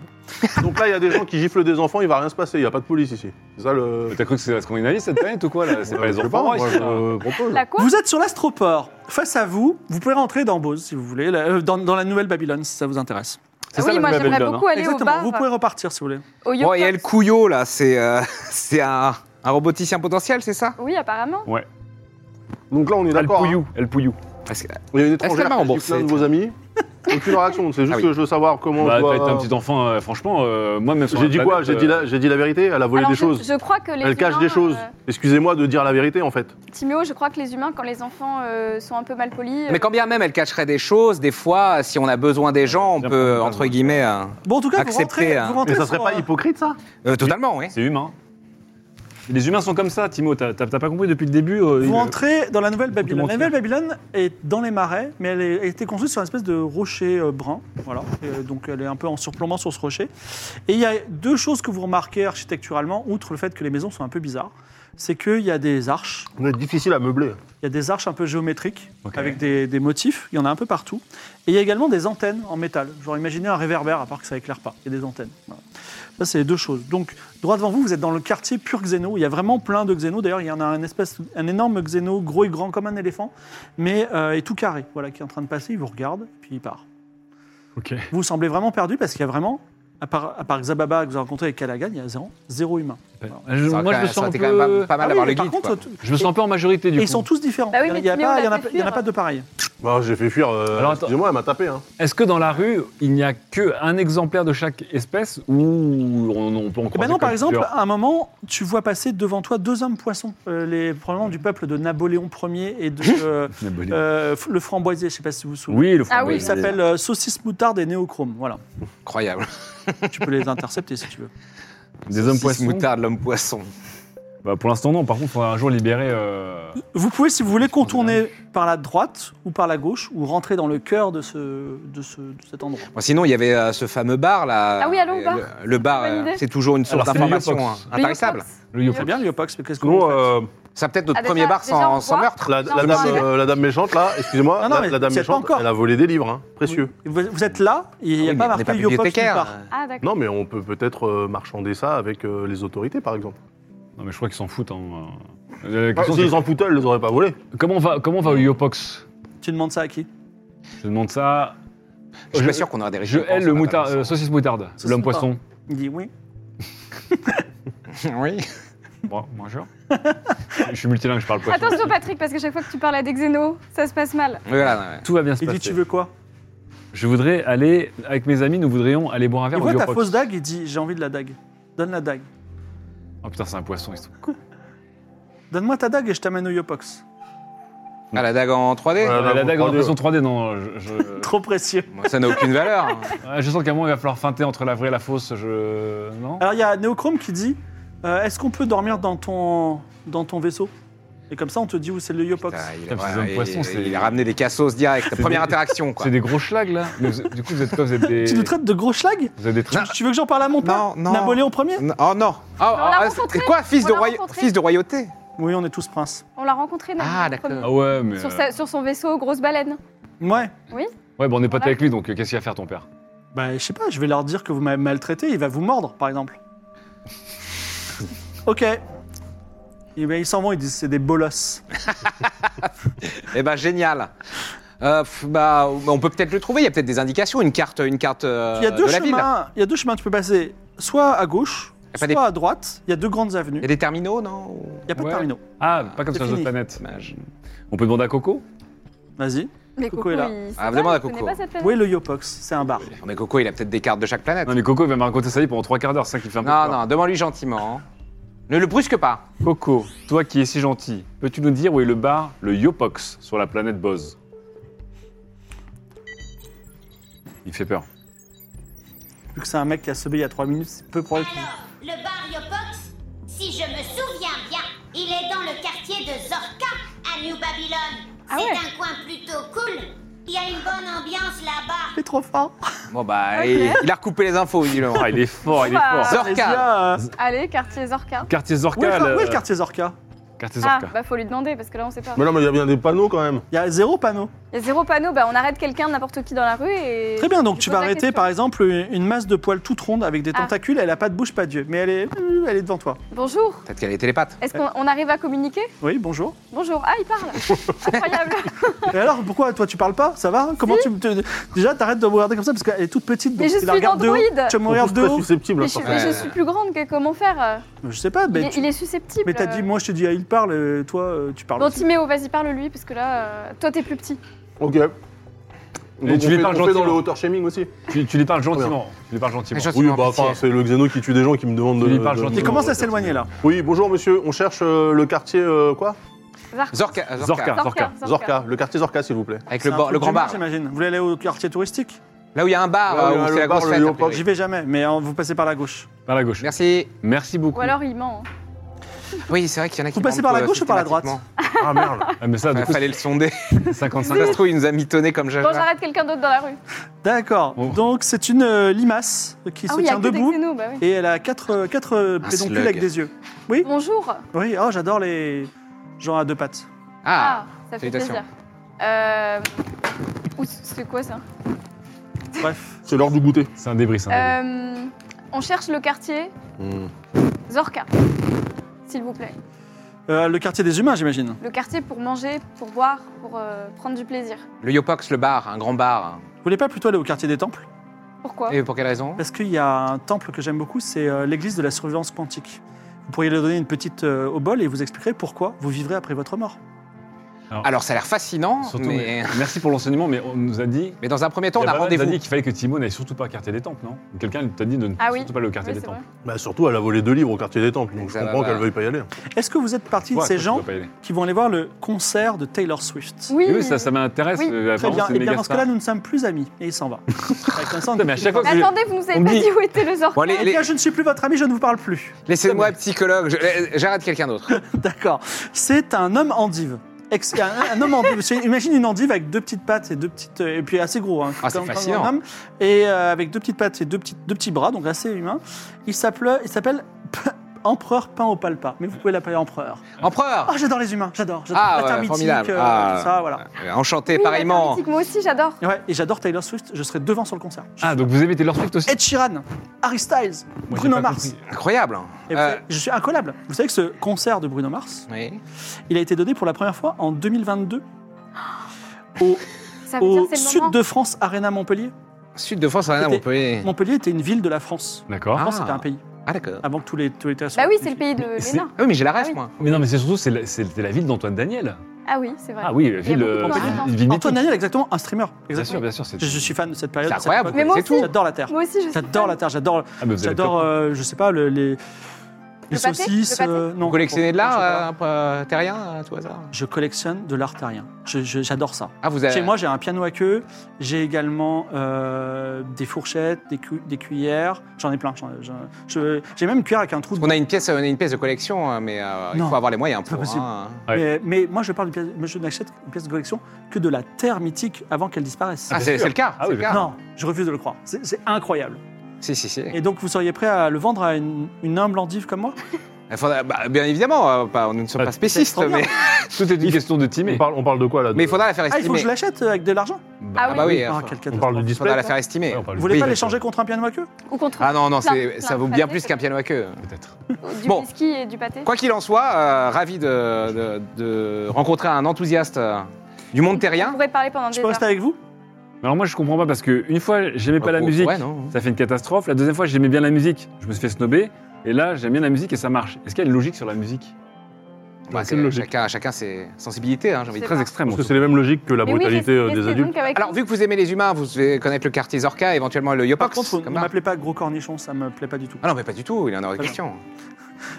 [SPEAKER 4] Donc là, il y a des gens qui giflent des enfants, il va rien se passer. Il n'y a pas de police ici. C'est ça le.
[SPEAKER 3] T'as cru que c'est la scandinavie cette planète ou quoi là C'est
[SPEAKER 4] Euh,
[SPEAKER 3] pas les
[SPEAKER 4] je sais
[SPEAKER 3] enfants.
[SPEAKER 4] pas, moi,
[SPEAKER 3] ils
[SPEAKER 4] je
[SPEAKER 3] sont-
[SPEAKER 4] euh, propose.
[SPEAKER 7] La quoi
[SPEAKER 1] Vous êtes sur l'astroport. Face à vous, vous pouvez rentrer dans Bose, si vous voulez, la- euh, dans, dans la nouvelle Babylone, si ça vous intéresse.
[SPEAKER 3] C'est
[SPEAKER 7] Oui,
[SPEAKER 3] ça,
[SPEAKER 7] moi,
[SPEAKER 3] la
[SPEAKER 7] j'aimerais
[SPEAKER 3] Babylone,
[SPEAKER 7] beaucoup aller au
[SPEAKER 1] Exactement,
[SPEAKER 7] bar.
[SPEAKER 1] vous pouvez repartir, si vous voulez.
[SPEAKER 6] Bon,
[SPEAKER 7] au
[SPEAKER 6] Oh, et
[SPEAKER 7] Yoptops.
[SPEAKER 6] El Couillot, là, c'est euh, <laughs> c'est un, un roboticien potentiel, c'est ça
[SPEAKER 7] Oui, apparemment.
[SPEAKER 4] Donc là, on est
[SPEAKER 3] Elle
[SPEAKER 4] d'accord. hein.
[SPEAKER 3] Pouillou, elle Pouillou.
[SPEAKER 6] Parce que-
[SPEAKER 4] Il y a une
[SPEAKER 6] Est-ce
[SPEAKER 4] étrangère
[SPEAKER 6] qu'elle m'a
[SPEAKER 4] qui
[SPEAKER 6] remboursé
[SPEAKER 4] gifle un de vos amis. Aucune réaction. C'est juste
[SPEAKER 6] Ah oui.
[SPEAKER 4] que je veux savoir comment.
[SPEAKER 3] Bah,
[SPEAKER 4] je
[SPEAKER 3] t'as
[SPEAKER 4] dois-
[SPEAKER 3] été un petit enfant, euh, franchement, euh, moi même sur
[SPEAKER 4] J'ai
[SPEAKER 3] la
[SPEAKER 4] dit
[SPEAKER 3] planète,
[SPEAKER 4] quoi J'ai dit,
[SPEAKER 3] euh,
[SPEAKER 4] la- j'ai dit la vérité Elle a volé
[SPEAKER 7] Alors,
[SPEAKER 4] des
[SPEAKER 7] je-
[SPEAKER 4] choses.
[SPEAKER 7] Je crois que les.
[SPEAKER 4] Elle cache
[SPEAKER 7] humains,
[SPEAKER 4] des choses.
[SPEAKER 7] euh,
[SPEAKER 4] Excusez-moi de dire la vérité en fait.
[SPEAKER 7] Timéo, je crois que les humains, quand les enfants euh, sont un peu mal polis. euh,
[SPEAKER 6] Mais quand bien même elle cacherait des choses, des fois, si on a besoin des gens, on
[SPEAKER 3] Bien
[SPEAKER 6] peut,
[SPEAKER 3] pour-
[SPEAKER 6] entre guillemets... euh,
[SPEAKER 1] Bon, en tout cas, vous
[SPEAKER 6] Accepter,
[SPEAKER 1] rentrez.
[SPEAKER 6] hein.
[SPEAKER 1] Vous rentrez
[SPEAKER 4] Mais ça serait
[SPEAKER 1] sur,
[SPEAKER 4] pas
[SPEAKER 1] euh,
[SPEAKER 4] hypocrite ça
[SPEAKER 6] euh, totalement, oui.
[SPEAKER 3] C'est humain. hein. Les humains sont comme ça, Timo. T'as t'as- t'as pas compris depuis le début euh,
[SPEAKER 1] Vous
[SPEAKER 3] il-
[SPEAKER 1] rentrez dans la nouvelle Babylone. La
[SPEAKER 3] mentir.
[SPEAKER 1] nouvelle Babylone est dans les marais, mais elle est- a été construite sur une espèce de rocher euh, brun. Voilà. Et euh, donc elle est un peu en surplombant sur ce rocher. Et il y a deux choses que vous remarquez architecturalement, outre le fait que les maisons sont un peu bizarres. C'est qu'il y a des arches.
[SPEAKER 4] On est difficile à meubler.
[SPEAKER 1] Il y a des arches un peu géométriques,
[SPEAKER 3] Ok.
[SPEAKER 1] avec des, des motifs. Il y en a un peu partout. Et il y a également des antennes en métal. Genre imaginez un réverbère, à part que ça éclaire pas. Il y a des antennes. Voilà. Ça, c'est les deux choses. Donc, droit devant vous, vous êtes dans le quartier pur xéno. Il y a vraiment plein de xéno. D'ailleurs, il y en a un, espèce, un énorme xéno, gros et grand comme un éléphant, mais euh, et tout carré, voilà, qui est en train de passer. Il vous regarde, puis il part.
[SPEAKER 3] Ok.
[SPEAKER 1] Vous semblez vraiment perdu parce qu'il y a vraiment À part, à part Xababa que vous avez rencontré avec Kalagan, il y a zéro, zéro humain.
[SPEAKER 9] Je-
[SPEAKER 6] Ça aurait
[SPEAKER 9] moi,
[SPEAKER 6] quand-
[SPEAKER 9] je me
[SPEAKER 6] ça
[SPEAKER 9] sens un
[SPEAKER 6] aurait été quand même
[SPEAKER 9] peu.
[SPEAKER 6] pas- pas mal
[SPEAKER 1] Ah
[SPEAKER 6] d'avoir
[SPEAKER 1] oui,
[SPEAKER 6] le
[SPEAKER 1] mais
[SPEAKER 6] guide.
[SPEAKER 1] par
[SPEAKER 6] quoi.
[SPEAKER 1] contre, t-
[SPEAKER 3] Je me sens un peu en majorité
[SPEAKER 1] et
[SPEAKER 3] du coup.
[SPEAKER 1] ils sont tous différents.
[SPEAKER 7] Bah oui,
[SPEAKER 1] il
[SPEAKER 7] mais
[SPEAKER 1] n'y a,
[SPEAKER 7] Timéo
[SPEAKER 1] pas-
[SPEAKER 7] l'a
[SPEAKER 1] il y en a pas-
[SPEAKER 7] fait
[SPEAKER 1] il y en a
[SPEAKER 7] fuir.
[SPEAKER 1] pas deux pareils.
[SPEAKER 4] Bah, j'ai fait fuir. euh,
[SPEAKER 3] Alors, attends.
[SPEAKER 4] Excusez-moi, elle m'a tapé. Hein.
[SPEAKER 3] Est-ce que dans la rue, il n'y a qu'un exemplaire de chaque espèce ou on, on peut en
[SPEAKER 1] Eh
[SPEAKER 3] croiser
[SPEAKER 1] ben non, par
[SPEAKER 3] comme
[SPEAKER 1] exemple,
[SPEAKER 3] plusieurs
[SPEAKER 1] à un moment, tu vois passer devant toi deux hommes poissons, euh, les, probablement du peuple de Napoléon Ier et
[SPEAKER 3] <laughs>
[SPEAKER 1] de euh, euh, le framboisier, je ne sais pas si vous vous souvenez.
[SPEAKER 3] Oui, le
[SPEAKER 7] Ah oui,
[SPEAKER 1] Il s'appelle euh, Saucisse Moutarde et Néochrome. Voilà,
[SPEAKER 6] Incroyable.
[SPEAKER 1] tu peux les intercepter si tu veux.
[SPEAKER 3] Des
[SPEAKER 6] <laughs>
[SPEAKER 3] hommes
[SPEAKER 6] Six
[SPEAKER 3] poissons.
[SPEAKER 6] moutardes, l'homme poisson.
[SPEAKER 3] Bah, pour l'instant, non. Par contre, il faudra un jour libérer. euh,
[SPEAKER 1] Vous pouvez, si vous voulez, contourner par la droite ou par la gauche ou rentrer dans le cœur de, ce, de, ce- de cet endroit.
[SPEAKER 6] Bon, sinon, il y avait euh, ce fameux bar là.
[SPEAKER 7] Ah oui, allons au
[SPEAKER 6] Le-
[SPEAKER 7] bar.
[SPEAKER 6] Le, bar,
[SPEAKER 7] Bonne
[SPEAKER 6] euh,
[SPEAKER 7] idée.
[SPEAKER 6] c'est toujours une source
[SPEAKER 3] Alors, c'est le
[SPEAKER 6] d'information hein,
[SPEAKER 3] Yopox.
[SPEAKER 6] intarissable.
[SPEAKER 3] Le Yopox.
[SPEAKER 1] Très bien, Lyopox, mais qu'est-ce que vous
[SPEAKER 3] Sinon,
[SPEAKER 1] faites
[SPEAKER 3] euh,
[SPEAKER 6] Ça peut être notre
[SPEAKER 7] Ah,
[SPEAKER 6] premier
[SPEAKER 7] déjà-
[SPEAKER 6] bar
[SPEAKER 7] déjà,
[SPEAKER 6] sans,
[SPEAKER 7] on
[SPEAKER 6] sans
[SPEAKER 7] voit.
[SPEAKER 6] meurtre.
[SPEAKER 4] La,
[SPEAKER 7] Non,
[SPEAKER 4] la
[SPEAKER 7] on
[SPEAKER 4] dame,
[SPEAKER 7] va aller.
[SPEAKER 4] euh, la dame méchante, là, excusez-moi,
[SPEAKER 1] Non, non,
[SPEAKER 4] la,
[SPEAKER 1] mais
[SPEAKER 4] la dame
[SPEAKER 1] vous y êtes pas
[SPEAKER 4] méchante,
[SPEAKER 1] encore.
[SPEAKER 4] elle a volé des livres, hein, précieux.
[SPEAKER 1] Vous, vous êtes là, et il n'y a
[SPEAKER 6] Ah Oui,
[SPEAKER 1] pas
[SPEAKER 6] mais on
[SPEAKER 1] marqué
[SPEAKER 6] n'est
[SPEAKER 1] Yopox nulle
[SPEAKER 6] bibliothécaire.
[SPEAKER 1] part.
[SPEAKER 7] Ah d'accord.
[SPEAKER 4] Non, mais on peut peut-être euh, marchander ça avec euh, les autorités, par exemple.
[SPEAKER 3] Non, mais je crois qu'ils s'en foutent. hein. Euh, la
[SPEAKER 4] Ah,
[SPEAKER 3] question,
[SPEAKER 4] si
[SPEAKER 3] c'est
[SPEAKER 4] ils en foutaient, ils les auraient pas volés.
[SPEAKER 3] comment, on va, comment on va au Yopox
[SPEAKER 1] Tu demandes ça à qui
[SPEAKER 3] Je te demande ça.
[SPEAKER 6] Je suis
[SPEAKER 3] Je-
[SPEAKER 6] pas sûr qu'on aura des
[SPEAKER 3] Je
[SPEAKER 6] réponses.
[SPEAKER 3] hais le
[SPEAKER 6] en
[SPEAKER 3] moutarde,
[SPEAKER 6] attendant
[SPEAKER 3] euh,
[SPEAKER 6] ça.
[SPEAKER 3] saucisse moutarde,
[SPEAKER 1] Saucisse
[SPEAKER 3] l'homme
[SPEAKER 1] moutarde.
[SPEAKER 3] poisson.
[SPEAKER 1] <laughs> Il dit oui.
[SPEAKER 3] euh,
[SPEAKER 6] <laughs> oui.
[SPEAKER 3] Bon, bonjour. <laughs> je suis multilingue, je parle poisson.
[SPEAKER 7] Attention Patrick, parce que chaque fois que tu parles à des xénos, ça se passe mal.
[SPEAKER 6] Voilà, ouais.
[SPEAKER 3] Tout va bien se
[SPEAKER 1] Il dit
[SPEAKER 3] passer.
[SPEAKER 1] tu veux quoi
[SPEAKER 3] Je voudrais aller, avec mes amis, nous voudrions aller boire un
[SPEAKER 1] Il
[SPEAKER 3] verre au
[SPEAKER 1] voit ta
[SPEAKER 3] Yopox.
[SPEAKER 1] fausse dague, il dit j'ai envie de la dague. Donne la dague.
[SPEAKER 3] Oh putain, c'est un poisson, ils sont
[SPEAKER 1] Donne-moi ta dague et je t'amène au Yopox.
[SPEAKER 6] Ah, la dague en 3D
[SPEAKER 4] Ouais. Ah,
[SPEAKER 3] la
[SPEAKER 4] non,
[SPEAKER 3] dague
[SPEAKER 4] pour
[SPEAKER 3] en
[SPEAKER 4] prendre
[SPEAKER 3] impression 3D, non. Je, je-
[SPEAKER 1] Trop précieux.
[SPEAKER 6] Moi, Ça n'a aucune valeur.
[SPEAKER 3] <laughs>
[SPEAKER 6] hein.
[SPEAKER 3] Ouais, je sens qu'à un moment, il va falloir feinter entre la vraie et la fausse. Je... Non
[SPEAKER 1] Alors il y a Néochrome qui dit euh, est-ce qu'on peut dormir dans ton, dans ton vaisseau Et comme ça on te dit où c'est le Yopox.
[SPEAKER 6] Putain, il, a,
[SPEAKER 3] Comme ces hommes
[SPEAKER 6] il-
[SPEAKER 3] poissons,
[SPEAKER 6] il-
[SPEAKER 3] c'est-
[SPEAKER 6] il a ramené des cassos direct. Première
[SPEAKER 3] des-
[SPEAKER 6] interaction, quoi.
[SPEAKER 3] C'est des gros schlags, là Mais vous- Du coup, vous êtes quoi Vous êtes des.
[SPEAKER 1] Tu nous traites de gros schlag
[SPEAKER 3] Vous êtes des trucs.
[SPEAKER 1] Tu veux que j'en parle à mon père
[SPEAKER 6] Non, non.
[SPEAKER 1] Napoléon premier
[SPEAKER 6] Non, Oh non Ah,
[SPEAKER 7] l'a
[SPEAKER 6] ah,
[SPEAKER 7] rencontré.
[SPEAKER 6] c'est Quoi fils
[SPEAKER 7] On
[SPEAKER 6] de,
[SPEAKER 7] l'a
[SPEAKER 6] roya-
[SPEAKER 7] rencontré.
[SPEAKER 6] fils de royauté
[SPEAKER 1] Oui, on est tous princes.
[SPEAKER 7] On l'a rencontré Nabil,
[SPEAKER 6] Ah,
[SPEAKER 7] le
[SPEAKER 6] d'accord.
[SPEAKER 7] premier.
[SPEAKER 3] Ah ouais, mais.
[SPEAKER 7] Sur,
[SPEAKER 3] euh,
[SPEAKER 7] sa- sur son vaisseau grosse baleine.
[SPEAKER 1] Ouais.
[SPEAKER 3] Ouais, bon, on est pas
[SPEAKER 7] Voilà.
[SPEAKER 3] avec lui, donc euh, qu'est-ce qu'il va faire ton père
[SPEAKER 1] Bah, je sais pas, je vais leur dire que vous m'avez maltraité, il va vous mordre, par
[SPEAKER 6] <laughs>
[SPEAKER 1] exemple. ok. Et ben, ils s'en vont, ils disent c'est des bolosses.
[SPEAKER 6] Eh ben, génial Euh, pff, bah, on peut peut-être le trouver. Il y a peut-être des indications, une carte, une carte euh,
[SPEAKER 1] il, y a deux
[SPEAKER 6] de la ville.
[SPEAKER 1] chemins, il y a deux chemins, tu peux passer soit à gauche,
[SPEAKER 6] Y a
[SPEAKER 1] soit
[SPEAKER 6] pas des-
[SPEAKER 1] à droite, il y a deux grandes avenues.
[SPEAKER 6] Il y a des terminaux, non Ou-
[SPEAKER 1] Il n'y a pas
[SPEAKER 3] Ouais.
[SPEAKER 1] de terminaux.
[SPEAKER 3] Ah, pas comme
[SPEAKER 1] C'est
[SPEAKER 3] sur les autres
[SPEAKER 1] fini.
[SPEAKER 3] planètes.
[SPEAKER 6] Dommage.
[SPEAKER 3] On peut demander à Coco
[SPEAKER 1] Vas-y.
[SPEAKER 7] Mais
[SPEAKER 1] Coco
[SPEAKER 7] Coco,
[SPEAKER 1] est là.
[SPEAKER 7] il...
[SPEAKER 6] Ah,
[SPEAKER 7] c'est
[SPEAKER 6] demande
[SPEAKER 7] pas,
[SPEAKER 6] à
[SPEAKER 7] il connaît
[SPEAKER 6] Coco.
[SPEAKER 7] pas cette planète.
[SPEAKER 1] Où est le Yopox C'est un bar.
[SPEAKER 6] Non, mais Coco, il a peut-être des cartes de chaque planète.
[SPEAKER 3] Non, mais Coco il va me raconter sa vie pendant trois quarts d'heure, c'est ça qui me fait un peu
[SPEAKER 6] Non,
[SPEAKER 3] peur.
[SPEAKER 6] non, demande-lui gentiment. hein. Ne le brusque pas.
[SPEAKER 3] Coco, toi qui es si gentil, peux-tu nous dire où est le bar, le Yopox, sur la planète Boz Il fait peur.
[SPEAKER 1] Vu que c'est un mec qui a sobé il y a 3 minutes, c'est peu probable qu'il-
[SPEAKER 8] Alors, le bar Yopox, si je me souviens bien, il est dans le quartier de Zorka à New Babylon.
[SPEAKER 7] Ah
[SPEAKER 8] C'est
[SPEAKER 7] ouais.
[SPEAKER 8] un coin plutôt cool. Il y a une bonne ambiance là-bas.
[SPEAKER 1] Il est trop fort.
[SPEAKER 6] Bon, bah, il, il a recoupé les infos,
[SPEAKER 3] <laughs>
[SPEAKER 6] visiblement.
[SPEAKER 3] Ah, il est fort, il est
[SPEAKER 7] Bah.
[SPEAKER 3] fort.
[SPEAKER 6] Zorka
[SPEAKER 1] Allez-y, euh,
[SPEAKER 7] Allez, quartier Zorka.
[SPEAKER 3] Quartier
[SPEAKER 1] Où est,
[SPEAKER 3] Zorka.
[SPEAKER 1] le...
[SPEAKER 3] le-
[SPEAKER 1] où est le quartier Zorka
[SPEAKER 3] Quartier
[SPEAKER 7] Ah,
[SPEAKER 3] Zorka.
[SPEAKER 7] bah faut lui demander parce que là on sait pas.
[SPEAKER 4] Mais non, mais il y a bien des panneaux quand même.
[SPEAKER 1] Il y a zéro panneau.
[SPEAKER 7] Il y a zéro panneau, bah on arrête quelqu'un, n'importe qui dans la rue et.
[SPEAKER 1] Très bien, donc
[SPEAKER 7] Je
[SPEAKER 1] tu
[SPEAKER 7] pose
[SPEAKER 1] vas
[SPEAKER 7] la
[SPEAKER 1] arrêter
[SPEAKER 7] question.
[SPEAKER 1] par exemple une masse de poils toute ronde avec des
[SPEAKER 7] Ah.
[SPEAKER 1] tentacules, elle a pas de bouche, pas d'yeux, mais elle est, euh, elle est devant toi.
[SPEAKER 7] Bonjour.
[SPEAKER 6] Peut-être qu'elle est télépathe.
[SPEAKER 7] Est-ce qu'on on arrive à communiquer
[SPEAKER 1] Oui, bonjour.
[SPEAKER 7] Bonjour. Ah, il parle. Incroyable.
[SPEAKER 1] Et alors, pourquoi toi tu parles pas Ça va Comment tu me- te- Déjà, t'arrêtes de me regarder comme ça parce qu'elle est toute petite.
[SPEAKER 7] Mais
[SPEAKER 1] donc
[SPEAKER 7] je
[SPEAKER 1] tu la
[SPEAKER 7] suis une
[SPEAKER 1] regardes de haut,
[SPEAKER 7] androïde.
[SPEAKER 1] Tu vas me
[SPEAKER 4] Surtout,
[SPEAKER 1] regardes
[SPEAKER 4] je
[SPEAKER 1] de
[SPEAKER 4] suis pas
[SPEAKER 1] haut.
[SPEAKER 4] susceptible
[SPEAKER 7] Mais
[SPEAKER 4] à
[SPEAKER 7] je,
[SPEAKER 4] ça.
[SPEAKER 7] mais je suis plus grande que comment faire
[SPEAKER 1] Je sais pas,
[SPEAKER 7] il,
[SPEAKER 1] mais
[SPEAKER 7] est-
[SPEAKER 1] tu
[SPEAKER 7] il est susceptible.
[SPEAKER 1] mais t'as dit, moi je te dis, ah, il parle, euh, toi euh, tu parles.
[SPEAKER 7] Bon,
[SPEAKER 1] aussi.
[SPEAKER 7] Timéo, vas-y, parle-lui, parce que là, euh, toi, t'es plus petit.
[SPEAKER 4] Ok. Donc
[SPEAKER 3] Et tu
[SPEAKER 4] on
[SPEAKER 3] lui
[SPEAKER 4] fait,
[SPEAKER 3] parles
[SPEAKER 4] on fait dans
[SPEAKER 3] gentiment.
[SPEAKER 4] le hauteur shaming aussi.
[SPEAKER 3] Tu, tu lui parles gentiment. Tu lui parles gentiment.
[SPEAKER 4] Oui,
[SPEAKER 6] Gentiment,
[SPEAKER 4] bah
[SPEAKER 6] pitié.
[SPEAKER 4] enfin, c'est le xéno qui tue des gens qui me demandent de.
[SPEAKER 3] Tu lui parles
[SPEAKER 4] de-
[SPEAKER 3] gentiment.
[SPEAKER 1] Il commence à s'éloigner là.
[SPEAKER 4] Oui, bonjour monsieur, on cherche euh, le quartier euh, quoi
[SPEAKER 7] Zarka.
[SPEAKER 6] Zorka, euh, Zorka.
[SPEAKER 3] Zorka.
[SPEAKER 4] Zorka, le quartier Zorka s'il vous plaît.
[SPEAKER 6] Avec
[SPEAKER 1] C'est
[SPEAKER 6] le,
[SPEAKER 1] un
[SPEAKER 6] bar-
[SPEAKER 1] truc
[SPEAKER 6] le grand
[SPEAKER 1] du Nord,
[SPEAKER 6] bar.
[SPEAKER 1] J'imagine. Vous voulez aller au quartier touristique
[SPEAKER 6] Là où il y a un bar,
[SPEAKER 4] Là où il y
[SPEAKER 6] euh,
[SPEAKER 4] a
[SPEAKER 6] où
[SPEAKER 4] le
[SPEAKER 6] c'est la
[SPEAKER 4] bar,
[SPEAKER 6] grosse
[SPEAKER 4] le
[SPEAKER 6] fête. a
[SPEAKER 4] Léopard.
[SPEAKER 6] priori.
[SPEAKER 1] J'y vais jamais, mais euh, vous passez par la gauche.
[SPEAKER 3] Par la gauche.
[SPEAKER 6] Merci.
[SPEAKER 3] Merci beaucoup.
[SPEAKER 7] Ou alors, il ment. hein.
[SPEAKER 6] Oui, c'est vrai qu'il y en a qui
[SPEAKER 1] Vous passez par
[SPEAKER 6] demandent
[SPEAKER 1] la
[SPEAKER 6] tout,
[SPEAKER 1] gauche ou par la droite
[SPEAKER 6] systématiquement.
[SPEAKER 4] Ah merde.
[SPEAKER 3] Ah, mais ça, du
[SPEAKER 6] Il
[SPEAKER 3] coup,
[SPEAKER 6] fallait le <laughs> sonder.
[SPEAKER 3] c'est 55
[SPEAKER 6] Ça se trouve, il nous a mitonné comme
[SPEAKER 7] Bon,
[SPEAKER 6] Jaja.
[SPEAKER 7] j'arrête quelqu'un d'autre dans la rue.
[SPEAKER 1] D'accord,
[SPEAKER 3] Bon.
[SPEAKER 1] donc c'est une euh, limace qui
[SPEAKER 7] ah
[SPEAKER 1] se
[SPEAKER 7] oui, il y a
[SPEAKER 1] tient
[SPEAKER 7] que des
[SPEAKER 1] debout
[SPEAKER 7] xénos, bah oui.
[SPEAKER 1] et elle a quatre, euh, quatre euh, pédoncules
[SPEAKER 6] slug.
[SPEAKER 1] avec des yeux. Oui,
[SPEAKER 7] Bonjour.
[SPEAKER 1] oui, oh j'adore les gens à deux pattes.
[SPEAKER 6] Ah,
[SPEAKER 7] Ah, ça fait
[SPEAKER 6] Salutations.
[SPEAKER 7] plaisir. Euh... Ouh, c'est quoi, ça
[SPEAKER 1] Bref,
[SPEAKER 4] C'est l'heure du goûter.
[SPEAKER 3] c'est un débris. c'est un débris.
[SPEAKER 7] Euh, On cherche le quartier
[SPEAKER 3] Hmm.
[SPEAKER 7] Zorka, s'il vous plaît.
[SPEAKER 1] Euh, le quartier des humains, j'imagine.
[SPEAKER 7] Le quartier pour manger, pour boire, pour euh, prendre du plaisir.
[SPEAKER 6] Le Yopox, le bar, un grand bar.
[SPEAKER 1] Vous voulez pas plutôt aller au quartier des temples
[SPEAKER 7] Pourquoi
[SPEAKER 6] Et pour quelle raison
[SPEAKER 1] Parce qu'il y a un temple que j'aime beaucoup, c'est euh, l'église de la surveillance quantique. Vous pourriez leur donner une petite euh, au bol et vous expliquerez pourquoi vous vivrez après votre mort.
[SPEAKER 6] Alors, ça a l'air fascinant,
[SPEAKER 9] Surtout,
[SPEAKER 6] mais...
[SPEAKER 3] Merci pour l'enseignement, mais on nous a dit.
[SPEAKER 6] mais dans un premier temps, on a
[SPEAKER 9] Yabara nous
[SPEAKER 6] rendez-vous.
[SPEAKER 9] dit qu'il fallait que Timon n'aille surtout pas à quartier des temples, non Quelqu'un t'a dit de ne
[SPEAKER 7] Ah oui.
[SPEAKER 9] surtout pas aller au quartier des
[SPEAKER 7] Oui, c'est
[SPEAKER 9] temples.
[SPEAKER 4] Bah, surtout, elle a volé deux livres au quartier des Temples, donc
[SPEAKER 6] Ça
[SPEAKER 4] je
[SPEAKER 6] va,
[SPEAKER 4] comprends
[SPEAKER 6] bah.
[SPEAKER 4] qu'elle veuille pas y aller.
[SPEAKER 1] Est-ce que vous êtes partie de
[SPEAKER 9] Ouais,
[SPEAKER 1] ces
[SPEAKER 9] toi, tu
[SPEAKER 1] gens
[SPEAKER 9] dois pas y aller.
[SPEAKER 1] qui vont aller voir le concert de Taylor Swift
[SPEAKER 7] Oui,
[SPEAKER 3] Mais oui, ça, ça m'intéresse.
[SPEAKER 7] Oui.
[SPEAKER 3] euh,
[SPEAKER 1] Très
[SPEAKER 3] apparemment,
[SPEAKER 1] bien.
[SPEAKER 3] c'est
[SPEAKER 1] Et
[SPEAKER 3] une
[SPEAKER 1] bien
[SPEAKER 3] méga
[SPEAKER 1] dans ce
[SPEAKER 3] star.
[SPEAKER 1] cas-là, nous ne sommes plus amis. Et il s'en
[SPEAKER 3] <laughs>
[SPEAKER 1] va. Avec Vincent,
[SPEAKER 3] Putain, mais à chaque fois que
[SPEAKER 7] Mais
[SPEAKER 3] je-
[SPEAKER 7] attendez, vous nous avez
[SPEAKER 3] On
[SPEAKER 7] pas
[SPEAKER 3] dit-
[SPEAKER 7] dit où était le Zorka.
[SPEAKER 6] Bah, Bon, les-
[SPEAKER 1] Eh
[SPEAKER 6] les-
[SPEAKER 1] bien, je ne suis plus votre ami, je ne vous parle plus.
[SPEAKER 6] Laissez-moi, psychologue, je- eh, j'arrête quelqu'un d'autre.
[SPEAKER 1] <laughs> D'accord. C'est un homme endive. Ex- un, un homme endive. C'est- Imagine une endive avec deux petites pattes et deux petites. Et puis assez gros. Hein,
[SPEAKER 6] Ah, c'est
[SPEAKER 1] Comme- comme
[SPEAKER 6] fascinant.
[SPEAKER 1] un homme. Et euh, avec deux petites pattes et deux, petites, deux petits bras, donc assez humain. Il s'appelait- il s'appelle P- Empereur Pain au Palpa. Mais vous pouvez l'appeler Empereur.
[SPEAKER 6] Empereur
[SPEAKER 1] Ah, j'adore les humains, j'adore. j'adore.
[SPEAKER 6] Ah,
[SPEAKER 1] La Terre
[SPEAKER 6] ouais,
[SPEAKER 1] mythique,
[SPEAKER 6] formidable.
[SPEAKER 1] euh,
[SPEAKER 6] Ah.
[SPEAKER 1] tout ça, voilà.
[SPEAKER 6] Euh, Enchanté,
[SPEAKER 7] Oui,
[SPEAKER 6] pareillement.
[SPEAKER 7] la politique, Moi aussi, j'adore.
[SPEAKER 1] Ouais, et j'adore Taylor Swift, je serai devant sur le concert.
[SPEAKER 3] Ah, donc vous aimez Taylor Swift aussi
[SPEAKER 1] Ed Sheeran, Harry Styles,
[SPEAKER 9] Moi, j'ai
[SPEAKER 1] Bruno
[SPEAKER 9] pas
[SPEAKER 1] Mars.
[SPEAKER 9] compris.
[SPEAKER 6] Incroyable.
[SPEAKER 1] Et vous
[SPEAKER 6] Euh,
[SPEAKER 1] savez, je suis incollable. Vous savez que ce concert de Bruno Mars,
[SPEAKER 6] oui.
[SPEAKER 1] il a été donné pour la première fois en
[SPEAKER 7] <gasps>
[SPEAKER 1] 2022 au,
[SPEAKER 7] Ça veut
[SPEAKER 1] au
[SPEAKER 7] dire c'est le
[SPEAKER 1] sud
[SPEAKER 7] moment.
[SPEAKER 1] de France, Arena Montpellier.
[SPEAKER 6] Sud de France, rien à
[SPEAKER 1] C'était-
[SPEAKER 6] Montpellier.
[SPEAKER 1] Montpellier était une ville de la France.
[SPEAKER 3] D'accord.
[SPEAKER 1] Avant, c'était un pays,
[SPEAKER 6] Ah, d'accord.
[SPEAKER 1] avant que tous les tous les territoires
[SPEAKER 7] Bah
[SPEAKER 1] soient
[SPEAKER 7] oui,
[SPEAKER 1] unifiés.
[SPEAKER 7] c'est le pays de
[SPEAKER 3] c'est-
[SPEAKER 7] l'ENA.
[SPEAKER 6] Ah Oui, mais j'ai la rêve,
[SPEAKER 7] Ah oui.
[SPEAKER 6] moi.
[SPEAKER 9] Mais
[SPEAKER 3] Mais non, mais c'est surtout, c'est la- c'était la ville d'Antoine Daniel.
[SPEAKER 7] Ah oui, c'est vrai.
[SPEAKER 3] Ah oui, la
[SPEAKER 7] Il y
[SPEAKER 3] ville.
[SPEAKER 7] a beaucoup de
[SPEAKER 3] euh,
[SPEAKER 7] coïncidences.
[SPEAKER 3] ville mythique.
[SPEAKER 1] Antoine Daniel, exactement, un streamer.
[SPEAKER 3] Bien
[SPEAKER 1] Exactement.
[SPEAKER 3] sûr, bien sûr. c'est-
[SPEAKER 1] Je, je suis fan de cette période.
[SPEAKER 6] C'est
[SPEAKER 1] de cette
[SPEAKER 6] incroyable,
[SPEAKER 1] époque.
[SPEAKER 7] Mais moi c'est aussi. tout.
[SPEAKER 1] J'adore la Terre.
[SPEAKER 7] Moi aussi, je suis
[SPEAKER 1] J'adore la
[SPEAKER 7] fan.
[SPEAKER 1] Terre, j'adore,
[SPEAKER 3] Ah, mais vous avez le
[SPEAKER 1] j'adore
[SPEAKER 3] top.
[SPEAKER 1] euh, je sais pas, le- les, les
[SPEAKER 7] Le pâté
[SPEAKER 1] saucisses.
[SPEAKER 7] Le pâté
[SPEAKER 1] euh, non.
[SPEAKER 6] Vous collectionnez de l'art,
[SPEAKER 1] Je sais pas.
[SPEAKER 6] euh, un peu, euh, terrien, à tout hasard
[SPEAKER 1] Je collectionne de l'art terrien. Je- je- J'adore ça.
[SPEAKER 6] Ah, vous avez.
[SPEAKER 1] Chez moi, j'ai un piano à queue, j'ai également euh, des fourchettes, des, cu- des cuillères, j'en ai plein. j'en- j'en- je- J'ai même une cuillère avec un trou
[SPEAKER 6] On
[SPEAKER 1] dedans.
[SPEAKER 6] a une pièce, on a une pièce de collection, hein, mais euh, il
[SPEAKER 1] Non.
[SPEAKER 6] faut avoir les moyens
[SPEAKER 1] pas
[SPEAKER 6] pour.
[SPEAKER 1] possible. Ah,
[SPEAKER 6] hein.
[SPEAKER 3] a-
[SPEAKER 1] Mais, mais moi, je, parle de pièce- mais je n'achète une pièce de collection que de la terre mythique avant qu'elle disparaisse.
[SPEAKER 6] Ah, c'est c'est le cas.
[SPEAKER 3] Ah
[SPEAKER 6] c'est
[SPEAKER 3] oui,
[SPEAKER 6] le cas.
[SPEAKER 1] Non, je refuse de le croire. C'est c'est incroyable.
[SPEAKER 6] Si, si, si.
[SPEAKER 1] Et donc, vous seriez prêt à le vendre à une, une humble endive comme moi
[SPEAKER 6] Il faudra- bah, bien évidemment, euh, pas- nous ne sommes
[SPEAKER 3] Ah,
[SPEAKER 6] pas spécistes,
[SPEAKER 1] Bah, c'est trop bien.
[SPEAKER 6] <laughs> mais,
[SPEAKER 3] Tout est une question de
[SPEAKER 4] On
[SPEAKER 3] timé.
[SPEAKER 4] parle, on parle de quoi là de-
[SPEAKER 6] mais il faudra la faire
[SPEAKER 1] Ah, il faut
[SPEAKER 6] estimer.
[SPEAKER 1] que je l'achète avec de l'argent
[SPEAKER 6] Ah bah oui,
[SPEAKER 1] Ah, quelle
[SPEAKER 4] On parle
[SPEAKER 6] enfin,
[SPEAKER 1] catastrophe.
[SPEAKER 4] du
[SPEAKER 6] il faudra
[SPEAKER 4] display.
[SPEAKER 6] la
[SPEAKER 4] là
[SPEAKER 6] faire estimer.
[SPEAKER 9] Ouais, on parle
[SPEAKER 1] Vous
[SPEAKER 9] de-
[SPEAKER 1] voulez
[SPEAKER 6] Oui,
[SPEAKER 1] pas
[SPEAKER 6] bien
[SPEAKER 1] l'échanger contre un piano à queue
[SPEAKER 7] Ou contre
[SPEAKER 6] Ah non, non,
[SPEAKER 7] Plein,
[SPEAKER 6] c'est-
[SPEAKER 7] plein
[SPEAKER 6] ça
[SPEAKER 7] de
[SPEAKER 6] vaut bien
[SPEAKER 7] pâtés.
[SPEAKER 6] plus qu'un piano à queue.
[SPEAKER 9] Peut-être.
[SPEAKER 7] du
[SPEAKER 6] Bon.
[SPEAKER 7] whisky et du pâté.
[SPEAKER 6] Quoi qu'il en soit, euh, ravi de, de- de rencontrer un enthousiaste euh, du monde
[SPEAKER 7] On
[SPEAKER 6] terrien.
[SPEAKER 7] pourrait parler pendant
[SPEAKER 1] Je
[SPEAKER 7] des
[SPEAKER 1] peux
[SPEAKER 7] heures.
[SPEAKER 1] rester avec vous
[SPEAKER 3] Mais Alors moi, je comprends pas parce que une fois, j'aimais pas la
[SPEAKER 6] Ouais,
[SPEAKER 3] musique.
[SPEAKER 6] Ouais, non.
[SPEAKER 3] Ça fait une catastrophe. La deuxième fois, j'aimais bien la musique. Je me suis fait snobber. Et là, j'aime bien la musique et ça marche. Est-ce qu'il y a une logique sur la musique
[SPEAKER 6] Bah,
[SPEAKER 3] C'est
[SPEAKER 6] c'est-
[SPEAKER 3] logique.
[SPEAKER 6] chacun, chacun ses sensibilités, hein, j'ai envie de dire.
[SPEAKER 7] C'est
[SPEAKER 3] Très
[SPEAKER 7] pas-
[SPEAKER 3] extrême. en
[SPEAKER 4] Parce que
[SPEAKER 3] tout
[SPEAKER 4] c'est les mêmes logiques que la
[SPEAKER 7] Mais oui,
[SPEAKER 4] brutalité euh,
[SPEAKER 7] qu'est-ce-
[SPEAKER 4] des
[SPEAKER 7] qu'est-ce
[SPEAKER 4] adultes.
[SPEAKER 7] donc avec-
[SPEAKER 6] Alors, vu que vous aimez les humains, vous devez connaître le quartier Zorka, éventuellement le
[SPEAKER 1] Par
[SPEAKER 6] Yopox.
[SPEAKER 1] contre, vous ne
[SPEAKER 6] comme ça.
[SPEAKER 1] m'appelez pas gros cornichon, ça me plaît pas du tout.
[SPEAKER 6] Ah non, mais pas du tout, il en
[SPEAKER 1] Très
[SPEAKER 6] aurait
[SPEAKER 1] bien.
[SPEAKER 6] question.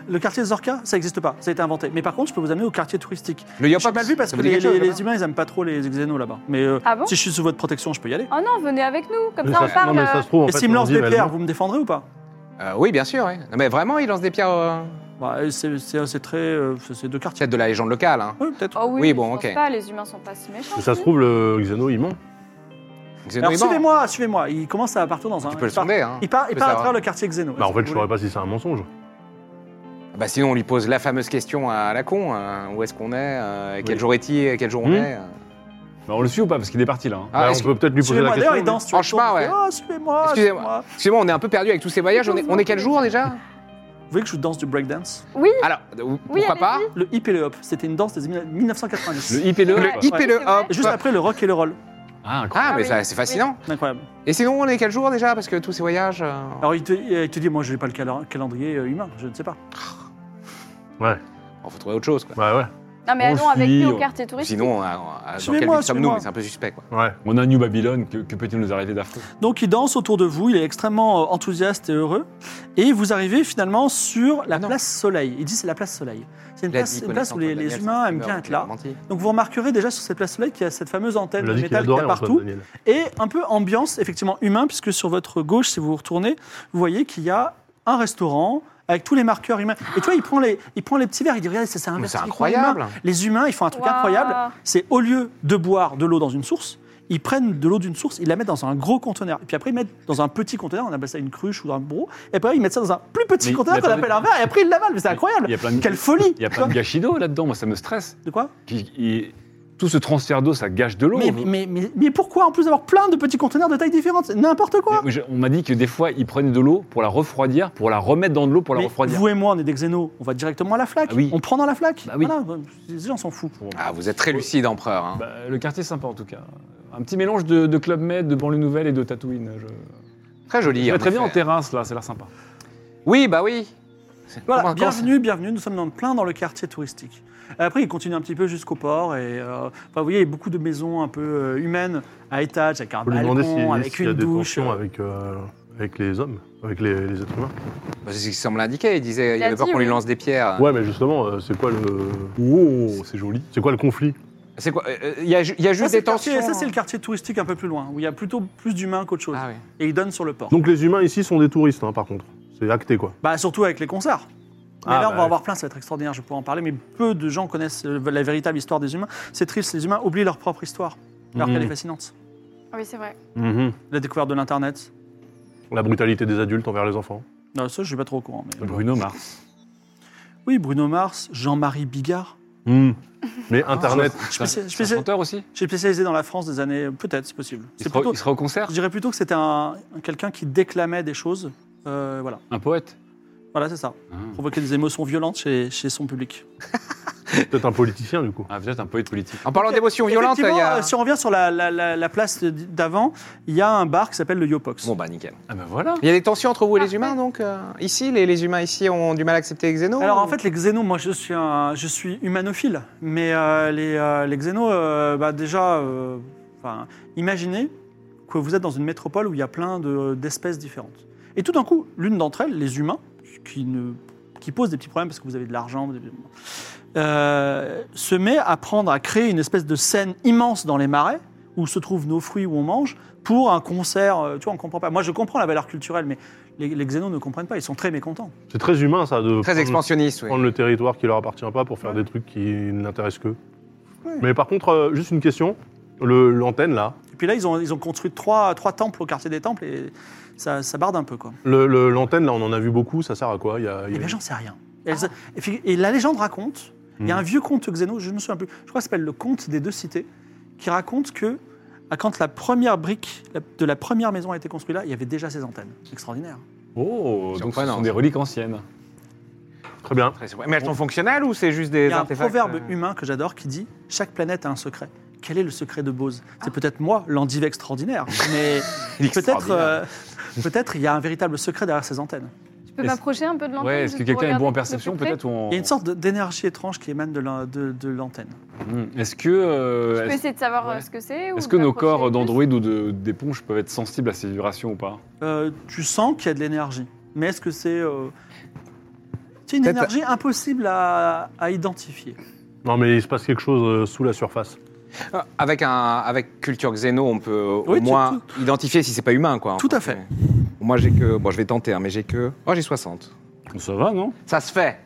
[SPEAKER 1] Le quartier des Orcas, ça n'existe pas, ça a été inventé. Mais par contre, je peux vous amener au quartier touristique.
[SPEAKER 6] Le
[SPEAKER 1] Je suis
[SPEAKER 6] Yopox.
[SPEAKER 1] mal vu parce
[SPEAKER 6] ça
[SPEAKER 1] que
[SPEAKER 6] vous dit
[SPEAKER 1] les,
[SPEAKER 6] quelque chose, hein.
[SPEAKER 1] les-
[SPEAKER 6] là-bas
[SPEAKER 1] les humains, ils aiment pas trop les xénos là-bas. Mais euh,
[SPEAKER 7] Ah bon
[SPEAKER 1] si je suis sous votre protection, je peux y aller.
[SPEAKER 7] Oh non, venez avec nous, comme
[SPEAKER 4] Mais
[SPEAKER 7] ça
[SPEAKER 4] ça
[SPEAKER 7] on
[SPEAKER 4] se-
[SPEAKER 7] parle.
[SPEAKER 4] non, mais ça
[SPEAKER 7] euh,
[SPEAKER 4] se trouve, en
[SPEAKER 1] Et
[SPEAKER 4] fait,
[SPEAKER 1] s'il me
[SPEAKER 4] on
[SPEAKER 1] lance
[SPEAKER 4] dit,
[SPEAKER 1] des
[SPEAKER 4] bah,
[SPEAKER 1] pierres,
[SPEAKER 4] non.
[SPEAKER 1] vous me défendrez ou pas
[SPEAKER 6] Euh, Oui, bien sûr. ouais. Non, mais vraiment, il lance des pierres. euh,
[SPEAKER 1] Bah, C'est c'est- c'est très. euh, c'est- c'est deux quartiers.
[SPEAKER 6] Peut-être de la légende locale. Hein.
[SPEAKER 1] Oui, peut-être.
[SPEAKER 7] Oh oui,
[SPEAKER 6] Oui,
[SPEAKER 7] je
[SPEAKER 6] bon,
[SPEAKER 7] pense
[SPEAKER 6] ok.
[SPEAKER 7] pas, les humains sont pas si méchants.
[SPEAKER 4] Ça se trouve, le Xeno, il ment.
[SPEAKER 6] Xénon
[SPEAKER 1] Alors
[SPEAKER 6] est mort.
[SPEAKER 1] suivez-moi, suivez-moi. Il commence à partir dans un.
[SPEAKER 6] Tu peux le
[SPEAKER 1] il part-
[SPEAKER 6] sonder. Hein.
[SPEAKER 1] Il part,
[SPEAKER 6] Tu
[SPEAKER 1] il
[SPEAKER 6] peux
[SPEAKER 1] part à
[SPEAKER 6] savoir.
[SPEAKER 1] travers le quartier xéno.
[SPEAKER 4] Bah, en fait, je
[SPEAKER 1] Vous
[SPEAKER 4] saurais pas si c'est un mensonge.
[SPEAKER 6] Bah, sinon, on lui pose la fameuse question à la con euh, où est-ce qu'on est, euh, et quel
[SPEAKER 3] Oui.
[SPEAKER 6] jour est-il, et quel jour on
[SPEAKER 4] Hmm.
[SPEAKER 6] est. euh.
[SPEAKER 3] Bah, on le suit ou pas Parce qu'il est parti là. hein.
[SPEAKER 6] Ah,
[SPEAKER 4] Bah,
[SPEAKER 6] est-ce
[SPEAKER 4] on peut peut-être lui poser la
[SPEAKER 1] Suivez-moi,
[SPEAKER 4] question.
[SPEAKER 1] d'ailleurs, il danse. tu vois,
[SPEAKER 6] En chemin,
[SPEAKER 1] il tourne, il fait,
[SPEAKER 6] ouais.
[SPEAKER 1] Ah, suivez-moi,
[SPEAKER 6] Excusez-moi.
[SPEAKER 1] suivez-moi.
[SPEAKER 6] Excusez-moi, on est un peu perdu avec tous ces voyages. On est, on est quel jour déjà
[SPEAKER 1] Vous voulez que je vous danse du breakdance
[SPEAKER 6] Alors, euh, pourquoi
[SPEAKER 7] allez-y.
[SPEAKER 6] pas
[SPEAKER 1] Le hip et le hop, c'était une danse des 1990.
[SPEAKER 3] Le hip et le.
[SPEAKER 6] Le
[SPEAKER 3] hop.
[SPEAKER 6] hip et le
[SPEAKER 7] Ouais.
[SPEAKER 6] hop.
[SPEAKER 1] Et Juste après, le rock et le roll.
[SPEAKER 3] Ah, incroyable.
[SPEAKER 6] Ah, mais
[SPEAKER 7] Ah
[SPEAKER 6] ça,
[SPEAKER 7] oui.
[SPEAKER 6] c'est fascinant.
[SPEAKER 1] Incroyable.
[SPEAKER 6] Et sinon, on est quel jour déjà Parce que tous ces voyages. euh,
[SPEAKER 1] Alors, il te, il te dit, moi, je n'ai pas le calen- calendrier euh, humain, je ne sais pas.
[SPEAKER 6] on faut trouver autre chose. Quoi.
[SPEAKER 4] Ouais, ouais.
[SPEAKER 7] Non, mais
[SPEAKER 3] On
[SPEAKER 7] allons avec
[SPEAKER 3] fuit,
[SPEAKER 7] nous
[SPEAKER 3] on-
[SPEAKER 7] au quartier touristique.
[SPEAKER 6] Sinon, euh, euh, dans quelle
[SPEAKER 1] Suivez-moi,
[SPEAKER 6] ville sommes-nous
[SPEAKER 1] suivez-moi.
[SPEAKER 6] C'est un peu suspect. Quoi.
[SPEAKER 4] Ouais.
[SPEAKER 3] On a New Babylone. Que, que peut-il nous arriver d'affreux
[SPEAKER 1] Donc il danse autour de vous, il est extrêmement euh, enthousiaste et heureux. Et vous arrivez finalement sur la
[SPEAKER 6] Ah non.
[SPEAKER 1] place Soleil. Il dit c'est la place Soleil. C'est une
[SPEAKER 6] Il a
[SPEAKER 1] place,
[SPEAKER 6] dit,
[SPEAKER 1] une
[SPEAKER 6] connaissant
[SPEAKER 1] place où les,
[SPEAKER 6] Antoine
[SPEAKER 1] les
[SPEAKER 6] Daniel,
[SPEAKER 1] humains
[SPEAKER 6] c'est
[SPEAKER 1] aiment
[SPEAKER 6] un
[SPEAKER 1] bien
[SPEAKER 6] fumeur,
[SPEAKER 1] être là.
[SPEAKER 6] il a menti.
[SPEAKER 1] Donc vous remarquerez déjà sur cette place Soleil qu'il y a cette fameuse antenne
[SPEAKER 4] Il
[SPEAKER 1] de
[SPEAKER 4] a dit qu'il
[SPEAKER 1] métal qu'il y
[SPEAKER 4] adorait
[SPEAKER 1] a
[SPEAKER 4] Antoine
[SPEAKER 1] partout.
[SPEAKER 4] Daniel.
[SPEAKER 1] Et un peu ambiance, effectivement, humain, puisque sur votre gauche, si vous vous retournez, vous voyez qu'il y a un restaurant avec tous les marqueurs humains. Et tu vois, il prend les, il prend les petits verres, il dit, regardez, ça, c'est un
[SPEAKER 6] Mais
[SPEAKER 1] verre
[SPEAKER 6] C'est
[SPEAKER 1] typiquement
[SPEAKER 6] incroyable.
[SPEAKER 1] humain. Les humains, ils font un truc
[SPEAKER 7] Waouh.
[SPEAKER 1] incroyable c'est au lieu de boire de l'eau dans une source, ils prennent de l'eau d'une source, ils la mettent dans un gros conteneur. Et puis après, ils mettent dans un petit conteneur, on appelle ça une cruche ou dans un brou. Et après, ils mettent ça dans un plus petit
[SPEAKER 3] Mais-
[SPEAKER 1] conteneur
[SPEAKER 3] mais
[SPEAKER 1] qu'on
[SPEAKER 3] attendez.
[SPEAKER 1] appelle un verre, et après, ils l'avalent. Mais c'est incroyable
[SPEAKER 3] Il y a plein de.
[SPEAKER 1] Quelle folie
[SPEAKER 3] Il y a plein de gâchis d'eau là-dedans. Moi, ça me stresse.
[SPEAKER 1] De quoi
[SPEAKER 3] Qui- il- Tout ce transfert d'eau, ça gâche de l'eau.
[SPEAKER 1] mais, mais, mais, mais pourquoi en plus d'avoir plein de petits conteneurs de taille différente C'est N'importe quoi
[SPEAKER 3] Mais je- On m'a dit que des fois, ils prenaient de l'eau pour la refroidir, pour la remettre dans de l'eau pour la
[SPEAKER 1] Mais
[SPEAKER 3] refroidir.
[SPEAKER 1] vous et moi, on est des xénos, on va directement à la flaque.
[SPEAKER 3] Ah oui.
[SPEAKER 1] On prend dans la flaque.
[SPEAKER 3] Bah oui.
[SPEAKER 1] Voilà, les gens s'en foutent.
[SPEAKER 6] Ah, vous êtes très lucide, empereur.
[SPEAKER 1] Bah,
[SPEAKER 6] hein.
[SPEAKER 3] Bah, le quartier est sympa en tout cas. Un petit mélange de, de Club Med, de Banlieue Nouvelle et de Tatooine. je-
[SPEAKER 6] Très joli.
[SPEAKER 9] Il
[SPEAKER 6] en
[SPEAKER 9] va très bien en
[SPEAKER 6] effet.
[SPEAKER 9] terrasse, là, c'est l'air sympa.
[SPEAKER 6] Oui, bah oui.
[SPEAKER 1] Voilà,
[SPEAKER 6] Comment- comment ça-
[SPEAKER 1] bienvenue, bienvenue. Nous sommes dans, plein dans le quartier touristique. Après, il continue un petit peu jusqu'au port. Et, euh, enfin, vous voyez, il y a beaucoup de maisons un peu euh, humaines, à étage, avec un
[SPEAKER 4] On peut lui demander
[SPEAKER 1] balcon,
[SPEAKER 4] s'il
[SPEAKER 1] avec
[SPEAKER 4] s'il y a
[SPEAKER 1] une
[SPEAKER 4] des
[SPEAKER 1] douche.
[SPEAKER 4] tensions avec, euh, avec les hommes, avec les, les êtres humains.
[SPEAKER 6] Bah, C'est ce qu'il semble indiquer. Il disait, il
[SPEAKER 7] a
[SPEAKER 6] avait peur
[SPEAKER 7] dit,
[SPEAKER 6] qu'on lui
[SPEAKER 7] oui.
[SPEAKER 6] lance des pierres.
[SPEAKER 4] Ouais, mais justement, euh, c'est quoi le.
[SPEAKER 9] Oh, c'est joli.
[SPEAKER 4] C'est quoi le conflit
[SPEAKER 6] C'est quoi euh, euh, Il y a, ju- il y a
[SPEAKER 1] Ça,
[SPEAKER 6] juste
[SPEAKER 1] c'est hein.
[SPEAKER 6] des
[SPEAKER 1] le quartier-
[SPEAKER 6] tensions.
[SPEAKER 1] ça, c'est le quartier touristique un peu plus loin, où il y a plutôt plus d'humains qu'autre chose.
[SPEAKER 6] Ah oui.
[SPEAKER 1] Et ils donnent sur le port.
[SPEAKER 4] Donc les humains ici sont des touristes, hein, par contre. C'est acté, quoi.
[SPEAKER 1] Bah, surtout avec les concerts. Mais
[SPEAKER 4] Ah,
[SPEAKER 1] là, on
[SPEAKER 4] bah
[SPEAKER 1] va
[SPEAKER 4] oui.
[SPEAKER 1] avoir plein, ça va être extraordinaire, je pourrais en parler, mais peu de gens connaissent euh, la véritable histoire des humains. C'est triste, les humains oublient leur propre histoire, alors
[SPEAKER 4] Mhm.
[SPEAKER 1] qu'elle est fascinante.
[SPEAKER 7] Ah Oui, c'est vrai.
[SPEAKER 1] La découverte de l'Internet,
[SPEAKER 4] Mm-hmm. La brutalité des adultes envers les enfants.
[SPEAKER 1] non, ça, je suis pas trop au courant. mais-
[SPEAKER 9] Bruno Mars.
[SPEAKER 1] Oui, Bruno Mars, Jean-Marie Bigard.
[SPEAKER 4] Mm. Mais <laughs> Internet.
[SPEAKER 1] Je suis spécialisé- je suis
[SPEAKER 9] C'est un
[SPEAKER 1] spécialisé-
[SPEAKER 9] chanteur aussi
[SPEAKER 1] je suis spécialisé dans la France des années, peut-être, c'est possible.
[SPEAKER 9] il
[SPEAKER 1] C'est
[SPEAKER 9] sera,
[SPEAKER 1] plutôt-
[SPEAKER 9] il sera au concert
[SPEAKER 1] je dirais plutôt que c'était un, quelqu'un qui déclamait des choses. Euh, voilà,
[SPEAKER 9] Un poète
[SPEAKER 1] voilà c'est ça.
[SPEAKER 9] Ah.
[SPEAKER 1] Provoquer des émotions violentes chez, chez son public.
[SPEAKER 4] Peut-être un politicien, du coup.
[SPEAKER 9] Ah, peut-être un poète politique.
[SPEAKER 6] En parlant d'émotions violentes, il y
[SPEAKER 1] Effectivement,
[SPEAKER 6] a.
[SPEAKER 1] euh, si on revient sur la, la- la- la place d- d'avant, il y a un bar qui s'appelle le Yopox.
[SPEAKER 6] Bon, bah nickel.
[SPEAKER 9] Ah ben voilà.
[SPEAKER 6] Il y a des tensions entre vous et les
[SPEAKER 7] Parfait.
[SPEAKER 6] humains, donc euh, ici, les, les humains ici ont du mal à accepter les xénos.
[SPEAKER 1] Alors en
[SPEAKER 6] ou-
[SPEAKER 1] fait, les xénos, moi je suis, un, je suis humanophile, mais euh, les, euh, les xénos, euh, bah, déjà, euh, enfin, imaginez que vous êtes dans une métropole où il y a plein de- d'espèces différentes. Et tout d'un coup, l'une d'entre elles, les humains, qui, ne, qui posent des petits problèmes parce que vous avez de l'argent, vous avez- euh, se met à prendre, à créer une espèce de scène immense dans les marais où se trouvent nos fruits où on mange pour un concert. euh, Tu vois, on comprend pas. Moi, je comprends la valeur culturelle, mais les, les xénos ne comprennent pas. Ils sont très mécontents.
[SPEAKER 4] C'est très humain, ça, de
[SPEAKER 6] Très
[SPEAKER 4] prendre,
[SPEAKER 6] expansionniste, oui.
[SPEAKER 4] prendre le territoire qui leur appartient pas pour faire des trucs qui n'intéressent qu'eux. Mais par contre, euh, juste une question. Le- L'antenne, là,
[SPEAKER 1] Et puis là, ils ont, ils ont construit trois, trois temples au quartier des temples et ça, ça barde un peu. Quoi.
[SPEAKER 4] Le- le- l'antenne, là, on en a vu beaucoup, ça sert à quoi Il y a- il y
[SPEAKER 1] Eh
[SPEAKER 4] a-
[SPEAKER 1] bien, j'en sais rien. Elles- et, puis- et la légende raconte, il
[SPEAKER 6] Hmm.
[SPEAKER 1] y a un vieux conte xéno, je ne me souviens plus, je crois que ça s'appelle le conte des deux cités, qui raconte que à quand la première brique la- de la première maison a été construite là, il y avait déjà ces antennes. Extraordinaire.
[SPEAKER 9] Oh, donc ce
[SPEAKER 6] Surprenant,
[SPEAKER 9] sont des
[SPEAKER 6] ça.
[SPEAKER 9] reliques anciennes.
[SPEAKER 4] Très bien.
[SPEAKER 6] Très- Mais elles sont fonctionnelles ou c'est juste des
[SPEAKER 1] Il y a un
[SPEAKER 6] artefacts
[SPEAKER 1] proverbe
[SPEAKER 6] euh,
[SPEAKER 1] humain que j'adore qui dit « Chaque planète a un secret ». Quel est le secret de Bose C'est peut-être moi, l'endive extraordinaire, mais peut-être
[SPEAKER 6] <laughs> extraordinaire.
[SPEAKER 1] euh, peut-être il y a un véritable secret derrière ces antennes.
[SPEAKER 7] Je peux
[SPEAKER 9] Est-ce-
[SPEAKER 7] m'approcher un peu de l'antenne
[SPEAKER 9] Ouais, est-ce
[SPEAKER 7] juste
[SPEAKER 9] que
[SPEAKER 7] pour
[SPEAKER 9] quelqu'un est bon en
[SPEAKER 7] regarder de
[SPEAKER 9] perception
[SPEAKER 7] plus près
[SPEAKER 9] peut-être ou en-
[SPEAKER 1] Il y a une sorte de- d'énergie étrange qui émane de la- de- de l'antenne.
[SPEAKER 9] Hmm. Est-ce que, euh,
[SPEAKER 7] Je peux
[SPEAKER 9] est-ce-
[SPEAKER 7] essayer de savoir
[SPEAKER 9] Ouais.
[SPEAKER 7] euh, ce que c'est ou
[SPEAKER 9] est-ce que nos
[SPEAKER 7] m'approcher
[SPEAKER 9] corps
[SPEAKER 7] plus
[SPEAKER 9] d'android ou de- d'éponge peuvent être sensibles à ces vibrations ou pas
[SPEAKER 1] Euh, tu sens qu'il y a de l'énergie. Mais est-ce que c'est. euh, C'est une
[SPEAKER 6] Peut-être-
[SPEAKER 1] énergie impossible à, à identifier.
[SPEAKER 4] Non, mais il se passe quelque chose euh, sous la surface.
[SPEAKER 6] Ah, Avec, un, avec culture xéno, on peut euh,
[SPEAKER 1] Oui,
[SPEAKER 6] au
[SPEAKER 1] tu-
[SPEAKER 6] moins identifier si c'est pas humain, quoi.
[SPEAKER 1] Tout à
[SPEAKER 6] Enfin, c'est- Moi, j'ai que. Bon, je vais tenter, hein, mais j'ai que. Oh, j'ai 60.
[SPEAKER 9] Ça va, non
[SPEAKER 6] Ça se fait.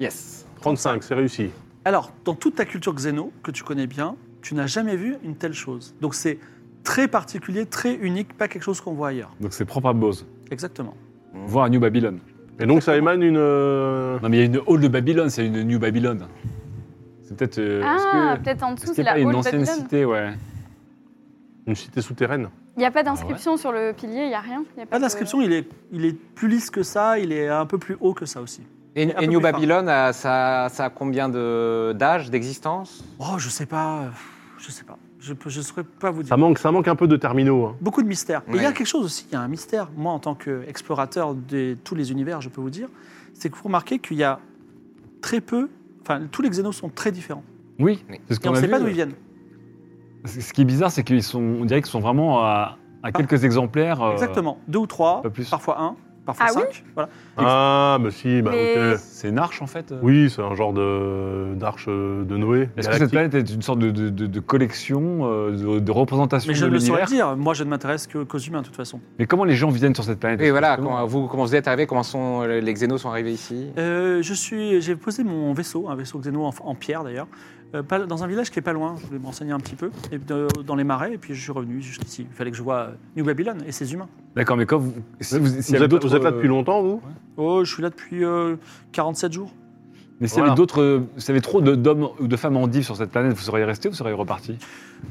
[SPEAKER 6] Yes.
[SPEAKER 4] 35, c'est réussi.
[SPEAKER 1] Alors, dans toute ta culture xéno, que tu connais bien, tu n'as jamais vu une telle chose. Donc c'est très particulier, très unique, pas quelque chose qu'on voit ailleurs.
[SPEAKER 9] Donc c'est propre à Bose,
[SPEAKER 1] Exactement.
[SPEAKER 9] voire à New Babylon.
[SPEAKER 4] Et donc, ça émane une. euh,
[SPEAKER 9] Non, mais il y a une hall de Babylone, c'est une New Babylon. C'est peut-être. euh,
[SPEAKER 7] Ah,
[SPEAKER 9] est-ce que-
[SPEAKER 7] peut-être en
[SPEAKER 9] est-ce
[SPEAKER 7] dessous,
[SPEAKER 9] qu'il
[SPEAKER 7] c'est
[SPEAKER 9] n'y a
[SPEAKER 7] la
[SPEAKER 9] pas une
[SPEAKER 7] haute
[SPEAKER 9] ancienne
[SPEAKER 7] Babylone.
[SPEAKER 9] cité, ouais.
[SPEAKER 4] Une cité souterraine.
[SPEAKER 7] Il n'y a pas d'inscription sur le pilier, il n'y a rien. il y a
[SPEAKER 1] Pas
[SPEAKER 7] de-
[SPEAKER 1] d'inscription, Ah, il est, il est plus lisse que ça, il est un peu plus haut que ça aussi.
[SPEAKER 6] Et,
[SPEAKER 1] un
[SPEAKER 6] et
[SPEAKER 1] peu
[SPEAKER 6] New
[SPEAKER 1] plus fin.
[SPEAKER 6] Babylon, euh, ça, ça a combien de- d'âge, d'existence
[SPEAKER 1] Oh, je sais pas, euh, je sais pas. Je peux- je saurais pas vous dire.
[SPEAKER 4] Ça manque, ça manque un peu de terminaux. hein.
[SPEAKER 1] Beaucoup de mystères. Mais il y a
[SPEAKER 6] Ouais.
[SPEAKER 1] quelque chose aussi, il y a un mystère. Moi, en tant qu'explorateur de tous les univers, je peux vous dire, c'est que vous remarquez qu'il y a très peu. Enfin, tous les xénos sont très différents.
[SPEAKER 9] Oui,
[SPEAKER 6] Oui.
[SPEAKER 9] c'est ce
[SPEAKER 1] Et on
[SPEAKER 9] qu'on
[SPEAKER 1] ne
[SPEAKER 9] a
[SPEAKER 1] sait
[SPEAKER 9] vu.
[SPEAKER 1] pas d'où ils viennent.
[SPEAKER 9] Ce ce qui est bizarre, c'est qu'ils sont, on dirait qu'ils sont vraiment à, à quelques exemplaires. euh,
[SPEAKER 1] Ah. Exactement. Deux ou trois,
[SPEAKER 9] pas plus.
[SPEAKER 1] parfois un, parfois
[SPEAKER 7] Ah oui
[SPEAKER 1] cinq. voilà.
[SPEAKER 4] Ah, mais si, bah
[SPEAKER 7] Mais-
[SPEAKER 4] ok.
[SPEAKER 9] C'est une arche en fait. euh.
[SPEAKER 4] Oui, c'est un genre de- d'arche euh, de Noé.
[SPEAKER 9] Est-ce que cette
[SPEAKER 4] galactique.
[SPEAKER 9] planète est une sorte de, de- de- de collection, euh, de, de représentation
[SPEAKER 1] Mais je
[SPEAKER 9] de
[SPEAKER 1] ne le saurais
[SPEAKER 9] l'univers
[SPEAKER 1] dire. Moi, je ne m'intéresse que- qu'aux humains, de toute façon.
[SPEAKER 9] Mais comment les gens viennent sur cette
[SPEAKER 1] Eh
[SPEAKER 9] planète
[SPEAKER 1] ben,
[SPEAKER 6] Et voilà,
[SPEAKER 9] exactement
[SPEAKER 6] comment vous, comment vous êtes arrivé Comment sont les xénos sont arrivés ici
[SPEAKER 1] Euh, je suis, j'ai posé mon vaisseau, un vaisseau xéno en, en pierre d'ailleurs, euh, pas- dans un village qui est pas loin. Je voulais me renseigner un petit peu, et de- dans les marais, et puis je suis revenu jusqu'ici. Il fallait que je vois euh, New Babylon et ses humains.
[SPEAKER 9] D'accord, mais quand vous, si vous, s'il y
[SPEAKER 4] Vous
[SPEAKER 9] avait
[SPEAKER 4] êtes,
[SPEAKER 9] d'autres,
[SPEAKER 4] vous êtes là depuis
[SPEAKER 9] euh,
[SPEAKER 4] longtemps, vous
[SPEAKER 1] Oh, je suis là depuis euh, 47 jours.
[SPEAKER 9] Mais s'il y avait
[SPEAKER 4] Voilà.
[SPEAKER 9] d'autres, euh, s'il y avait trop de- d'hommes ou de femmes en div sur cette planète, vous seriez resté ou vous seriez reparti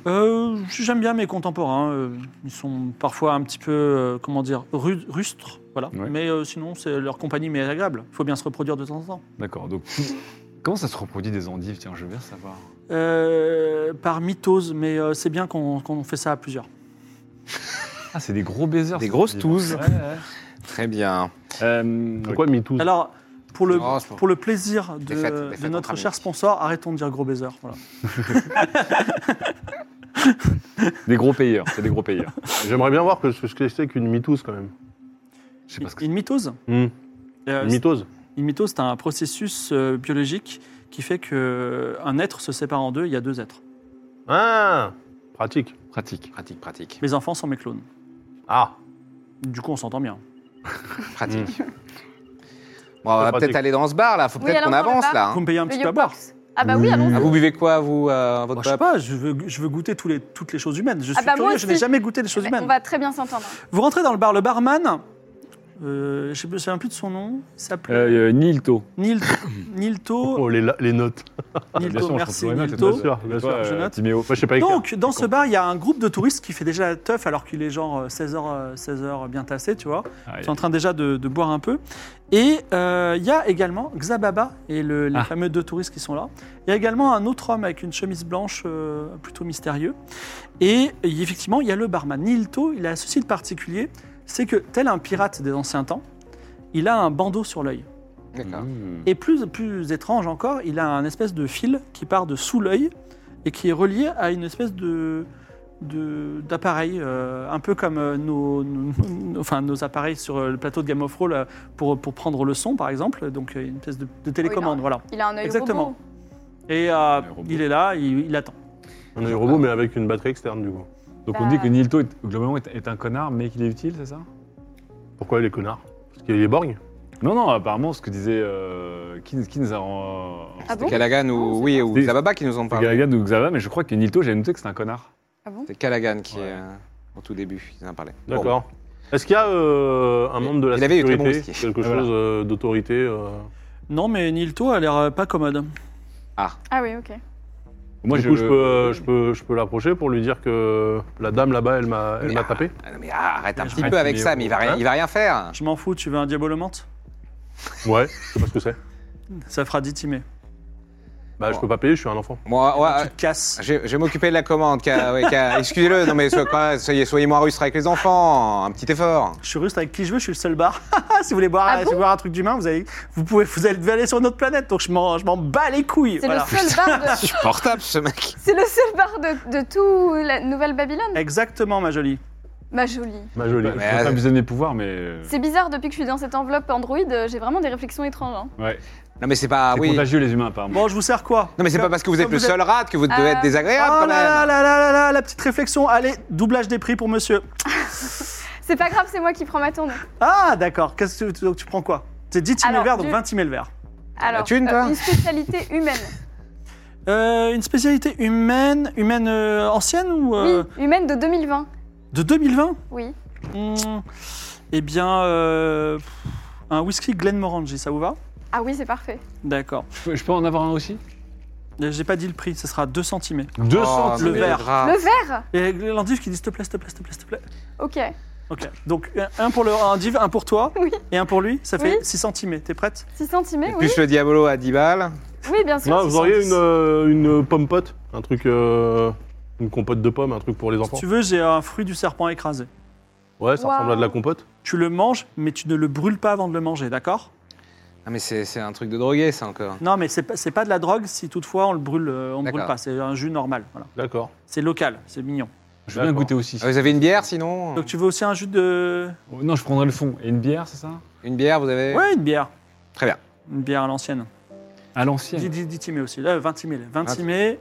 [SPEAKER 1] Euh, J'aime bien mes contemporains. euh, ils sont parfois un petit peu, euh, comment dire, ru- rustres. Voilà.
[SPEAKER 9] Ouais.
[SPEAKER 1] Mais euh, sinon, c'est- leur compagnie m'est agréable. Il faut bien se reproduire de temps en temps.
[SPEAKER 9] D'accord. Donc comment ça se reproduit des endives Tiens, je veux bien savoir.
[SPEAKER 1] Euh, par mitose, mais euh, c'est bien qu'on qu'on fait ça à plusieurs.
[SPEAKER 9] Ah, c'est des gros baisers.
[SPEAKER 6] Des
[SPEAKER 9] ça,
[SPEAKER 6] grosses
[SPEAKER 9] dis donc.
[SPEAKER 6] touses.
[SPEAKER 9] Ouais, ouais.
[SPEAKER 6] Très bien.
[SPEAKER 9] Euh,
[SPEAKER 4] Pourquoi MeToo
[SPEAKER 1] Alors, pour le,
[SPEAKER 6] Oh, Mm. c'est bon.
[SPEAKER 1] pour le plaisir de,
[SPEAKER 6] Des fêtes, des
[SPEAKER 1] de
[SPEAKER 6] fêtes entre
[SPEAKER 1] notre
[SPEAKER 6] amis.
[SPEAKER 1] cher sponsor, arrêtons de dire gros baiser. Voilà.
[SPEAKER 9] Des gros payeurs, c'est des gros payeurs.
[SPEAKER 4] J'aimerais bien voir que ce ce que c'est qu'une mitose quand même.
[SPEAKER 9] Je sais pas ce que
[SPEAKER 1] Une mitose
[SPEAKER 4] Hmm.
[SPEAKER 1] Euh,
[SPEAKER 4] Une mitose
[SPEAKER 1] Une mitose, c'est un processus euh, biologique qui fait qu'un être se sépare en deux, il y a deux êtres.
[SPEAKER 4] Ah Pratique.
[SPEAKER 9] c'est. Pratique.
[SPEAKER 6] Pratique, pratique.
[SPEAKER 1] Mes enfants sont mes clones.
[SPEAKER 4] Ah
[SPEAKER 1] Du coup, on s'entend bien.
[SPEAKER 6] Pratique. Bon, on va
[SPEAKER 4] Pratique.
[SPEAKER 6] peut-être aller dans ce bar là, faut
[SPEAKER 7] Oui,
[SPEAKER 6] peut-être
[SPEAKER 7] allons
[SPEAKER 6] qu'on
[SPEAKER 7] dans le
[SPEAKER 6] avance
[SPEAKER 7] bar.
[SPEAKER 6] là. hein.
[SPEAKER 1] Vous me payez un
[SPEAKER 7] Le
[SPEAKER 1] petit peu à
[SPEAKER 7] Yo
[SPEAKER 1] boire
[SPEAKER 7] Box. Ah bah oui, allons-y.
[SPEAKER 6] Ah, vous buvez quoi, vous, euh,
[SPEAKER 1] Moi,
[SPEAKER 6] votre
[SPEAKER 1] Bah, Je sais
[SPEAKER 6] pape
[SPEAKER 1] pas, je veux, je veux goûter tous les, toutes les choses humaines. Je suis
[SPEAKER 7] Bah, Ah bah, moi
[SPEAKER 1] curieux, je n'ai
[SPEAKER 7] aussi.
[SPEAKER 1] jamais goûté les choses
[SPEAKER 7] Mais
[SPEAKER 1] humaines.
[SPEAKER 7] On va très bien s'entendre. hein.
[SPEAKER 1] Vous rentrez dans le bar, le barman, euh, je ne me souviens plus de son nom, il s'appelait
[SPEAKER 9] Euh, euh, Nilto.
[SPEAKER 1] Nil- Nilto.
[SPEAKER 4] Oh, ah, les, la- les notes.
[SPEAKER 9] Bien
[SPEAKER 1] Nilto,
[SPEAKER 9] sûr, on se
[SPEAKER 1] merci
[SPEAKER 9] retrouve à
[SPEAKER 1] Nilto.
[SPEAKER 9] Nilto.
[SPEAKER 4] Bien sûr, bien
[SPEAKER 9] Et
[SPEAKER 4] sûr,
[SPEAKER 9] toi,
[SPEAKER 1] je
[SPEAKER 9] euh,
[SPEAKER 1] note.
[SPEAKER 9] Timéo.
[SPEAKER 4] Moi, je sais pas écrire.
[SPEAKER 1] Donc, dans ce bar, il y a un groupe de touristes qui fait déjà la teuf alors qu'il est genre euh, 16h, 16h bien tassé, tu vois.
[SPEAKER 9] Ah,
[SPEAKER 1] Ils sont en train déjà de, de boire un peu. Et euh, il y a également Xababa et le- les
[SPEAKER 9] Ah.
[SPEAKER 1] fameux deux touristes qui sont là. Il y a également un autre homme avec une chemise blanche euh, plutôt mystérieux. Et euh, effectivement, il y a le barman. Nilto, il a ceci de particulier, c'est que tel un pirate des anciens temps, il a un bandeau sur l'œil.
[SPEAKER 6] D'accord.
[SPEAKER 9] Mmh.
[SPEAKER 1] Et plus, plus étrange encore, il a un espèce de fil qui part de sous l'œil et qui est relié à une espèce de de- d'appareil, euh, un peu comme euh, nos, nos- nos- <laughs> enfin, nos appareils sur euh, le plateau de Game of Thrones euh, pour, pour prendre le son, par exemple. Donc, euh, une espèce de, de télécommande,
[SPEAKER 7] Oui,
[SPEAKER 1] voilà.
[SPEAKER 7] Il a un œil
[SPEAKER 1] Exactement.
[SPEAKER 7] robot.
[SPEAKER 1] Et euh,
[SPEAKER 9] robot.
[SPEAKER 1] il est là, il, il attend.
[SPEAKER 4] On est robot, mais avec une batterie externe, du coup.
[SPEAKER 9] Donc on dit que Nilto est- globalement est, est un connard, mais qu'il est utile, c'est ça
[SPEAKER 4] Pourquoi les connards Parce qu'il est borgne
[SPEAKER 9] Non, non, apparemment, ce que disait euh, Kins, Kins euh, a en-
[SPEAKER 7] Ah
[SPEAKER 6] C'était
[SPEAKER 7] bon
[SPEAKER 6] Callaghan
[SPEAKER 7] Non,
[SPEAKER 6] ou,
[SPEAKER 7] c'est
[SPEAKER 6] oui,
[SPEAKER 7] pas-
[SPEAKER 6] ou
[SPEAKER 9] C'est-
[SPEAKER 6] Zababa qui nous ont
[SPEAKER 9] C'est
[SPEAKER 6] parlé.
[SPEAKER 9] Galagan ou Xava, mais je crois que Nilto, j'ai noté que c'est un connard.
[SPEAKER 7] Ah bon
[SPEAKER 6] C'est Callaghan qui
[SPEAKER 9] Ouais.
[SPEAKER 6] est euh, au tout début, qui nous en parlait. Bon.
[SPEAKER 4] D'accord. Est-ce qu'il y a euh, un membre de la
[SPEAKER 6] Il avait des très
[SPEAKER 4] sécurité
[SPEAKER 6] bons whisky.
[SPEAKER 4] Quelque
[SPEAKER 9] Voilà.
[SPEAKER 4] chose euh, d'autorité euh,
[SPEAKER 1] Non, mais Nilto a l'air euh, pas commode.
[SPEAKER 7] Ah oui, ok.
[SPEAKER 9] Moi,
[SPEAKER 4] du coup, je peux, euh, je peux, je peux l'approcher pour lui dire que la dame là-bas, elle m'a, elle
[SPEAKER 6] Mais
[SPEAKER 4] m'a
[SPEAKER 6] ah.
[SPEAKER 4] tapé.
[SPEAKER 6] Ah, non, mais arrête un
[SPEAKER 1] Mais
[SPEAKER 6] petit
[SPEAKER 9] arrête,
[SPEAKER 6] peu avec
[SPEAKER 9] mais
[SPEAKER 6] ça,
[SPEAKER 9] oh,
[SPEAKER 6] mais il va rien,
[SPEAKER 4] hein.
[SPEAKER 6] il va rien faire.
[SPEAKER 1] Je m'en fous, tu veux un diabolomante
[SPEAKER 4] Ouais. Je sais pas ce que c'est.
[SPEAKER 1] Ça fera 10 timés.
[SPEAKER 4] Bah, je peux pas payer, je suis un enfant.
[SPEAKER 6] Moi, ouais, euh,
[SPEAKER 1] Tu te casses.
[SPEAKER 6] Je, je vais m'occuper de la commande. qu'a- ouais, qu'a- <laughs> Excusez-le, non mais so- quoi, soyez, soyez moins rustre avec les enfants. Un petit effort.
[SPEAKER 1] Je suis russe avec qui je veux, je suis le seul bar. <laughs> si vous voulez boire, si
[SPEAKER 7] Ah
[SPEAKER 1] vous
[SPEAKER 7] bon
[SPEAKER 1] voulez boire un truc d'humain, vous, allez, vous, pouvez, vous allez devez aller sur notre planète, donc je m'en je m'en bats les couilles.
[SPEAKER 7] C'est
[SPEAKER 1] Voilà.
[SPEAKER 7] le seul bar
[SPEAKER 1] <laughs>
[SPEAKER 7] de...
[SPEAKER 6] Portable ce mec.
[SPEAKER 7] C'est le seul bar de, de tout la Nouvelle-Babylone.
[SPEAKER 1] Exactement, ma jolie.
[SPEAKER 7] Ma jolie.
[SPEAKER 4] Ma jolie.
[SPEAKER 9] Bah, Je peux pas abuser de mes pouvoirs, mais. euh,
[SPEAKER 7] C'est bizarre, depuis que je suis dans cette enveloppe Android, euh, j'ai vraiment des réflexions étranges. hein.
[SPEAKER 9] Ouais.
[SPEAKER 6] Non mais c'est pas,
[SPEAKER 9] C'est
[SPEAKER 6] Ah oui. Non
[SPEAKER 9] contagieux, les humains, apparemment.
[SPEAKER 1] Bon, je vous sers quoi
[SPEAKER 6] mais c'est pas
[SPEAKER 1] Comme-
[SPEAKER 6] parce que vous êtes
[SPEAKER 1] comme
[SPEAKER 6] le seul rat que vous devez
[SPEAKER 7] Euh,
[SPEAKER 6] être désagréable
[SPEAKER 1] Oh là
[SPEAKER 6] quand même.
[SPEAKER 1] là là là là là, la petite réflexion. Allez, doublage des prix pour monsieur.
[SPEAKER 7] C'est pas grave, c'est moi qui prends ma tournée.
[SPEAKER 1] Ah, d'accord. Qu'est-ce que tu, donc tu prends quoi C'est 10 timés
[SPEAKER 7] Alors,
[SPEAKER 1] verts, donc
[SPEAKER 7] du-
[SPEAKER 1] 20 timés le vert.
[SPEAKER 7] Alors, euh,
[SPEAKER 6] thune, toi
[SPEAKER 7] une spécialité humaine.
[SPEAKER 1] <laughs> Euh, une spécialité humaine, humaine euh, ancienne ou euh,
[SPEAKER 7] Oui, humaine de 2020.
[SPEAKER 1] de 2020
[SPEAKER 7] Oui.
[SPEAKER 1] Hmm, Eh bien, euh, un whisky Glenmorangie, ça vous va
[SPEAKER 7] Ah oui, c'est parfait.
[SPEAKER 1] D'accord.
[SPEAKER 9] Je peux, je peux en avoir un aussi
[SPEAKER 1] J'ai pas dit le prix, ce sera 2 centimes.
[SPEAKER 9] 200
[SPEAKER 6] Oh,
[SPEAKER 1] le
[SPEAKER 6] mais
[SPEAKER 1] verre.
[SPEAKER 6] drap.
[SPEAKER 7] Le verre
[SPEAKER 1] Et l'endive qui dit s'il te plaît, s'il te plaît, s'il te plaît, s'il te plaît.
[SPEAKER 7] Ok.
[SPEAKER 1] Ok. Donc un- un pour le endive, un pour toi
[SPEAKER 7] Oui.
[SPEAKER 1] et un pour lui. Ça fait
[SPEAKER 7] Oui.
[SPEAKER 1] 6 centimes. T'es prête
[SPEAKER 7] 6 centimes, oui.
[SPEAKER 6] Plus le diabolo à 10 balles.
[SPEAKER 7] Oui, bien sûr.
[SPEAKER 4] Non, vous auriez une, euh, une pomme pote, un truc, euh, une compote de pommes, un truc pour les
[SPEAKER 1] Si
[SPEAKER 4] enfants.
[SPEAKER 1] tu veux, j'ai un fruit du serpent écrasé.
[SPEAKER 4] Ouais, ça
[SPEAKER 7] Wow.
[SPEAKER 4] ressemble à de la compote.
[SPEAKER 1] Tu le manges, mais tu ne le brûles pas avant de le manger, d'accord
[SPEAKER 6] Ah mais c'est c'est un truc de drogué ça encore.
[SPEAKER 1] Non, mais c'est pas, c'est pas de la drogue si toutefois on le brûle, euh, on le brûle
[SPEAKER 6] D'accord.
[SPEAKER 1] pas. C'est un jus normal. Voilà.
[SPEAKER 4] D'accord.
[SPEAKER 1] C'est local, c'est mignon.
[SPEAKER 9] Je veux bien
[SPEAKER 4] D'accord.
[SPEAKER 9] goûter aussi. Oh,
[SPEAKER 6] Ah, Vous avez une bière sinon
[SPEAKER 1] Donc tu veux aussi un jus de.
[SPEAKER 9] Non, je prendrai le fond. Et une bière, c'est ça
[SPEAKER 6] Une bière vous avez
[SPEAKER 1] Ouais, une bière.
[SPEAKER 6] Très bien.
[SPEAKER 1] Une bière à l'ancienne.
[SPEAKER 9] À
[SPEAKER 1] 10,
[SPEAKER 9] l'ancienne.
[SPEAKER 1] 10, 10 timés aussi. Là, 20 timés. 20
[SPEAKER 6] Vingt-
[SPEAKER 1] timés.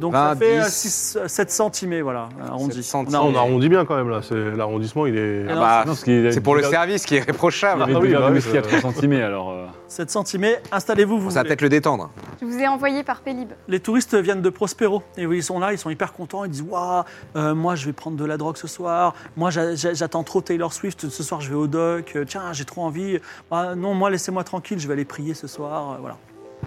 [SPEAKER 1] Donc ça
[SPEAKER 6] Vingt,
[SPEAKER 1] fait euh,
[SPEAKER 6] dix.
[SPEAKER 1] six- euh, 700 timés, voilà, arrondi.
[SPEAKER 6] 700
[SPEAKER 1] On
[SPEAKER 4] Ah, on
[SPEAKER 1] arrondit.
[SPEAKER 4] arrondit bien quand même là. C'est l'arrondissement, il est.
[SPEAKER 1] Ah,
[SPEAKER 6] Bah,
[SPEAKER 9] Non, parce qu'il y a-
[SPEAKER 6] c'est pour le
[SPEAKER 9] il y a-
[SPEAKER 6] service qui est
[SPEAKER 9] Il y avait
[SPEAKER 6] réprochable.
[SPEAKER 4] Ah
[SPEAKER 9] deux
[SPEAKER 4] oui,
[SPEAKER 9] verres
[SPEAKER 4] bah
[SPEAKER 9] de
[SPEAKER 4] oui,
[SPEAKER 9] whisky à
[SPEAKER 4] je-
[SPEAKER 9] 3 centimés, alors. euh,
[SPEAKER 1] 700 timés. Installez-vous, vous.
[SPEAKER 6] Ça va
[SPEAKER 1] voulez.
[SPEAKER 6] peut-être le détendre.
[SPEAKER 7] Je vous ai envoyé par Pélib.
[SPEAKER 1] Les touristes viennent de Prospero et oui, ils sont là, ils sont hyper contents, ils disent Waouh, euh, moi je vais prendre de la drogue ce soir, moi j'a- j'a- j'attends trop Taylor Swift, ce soir je vais au doc, Euh, tiens, j'ai trop envie, Ah, non, moi laissez-moi tranquille, je vais aller prier ce soir, Euh, voilà.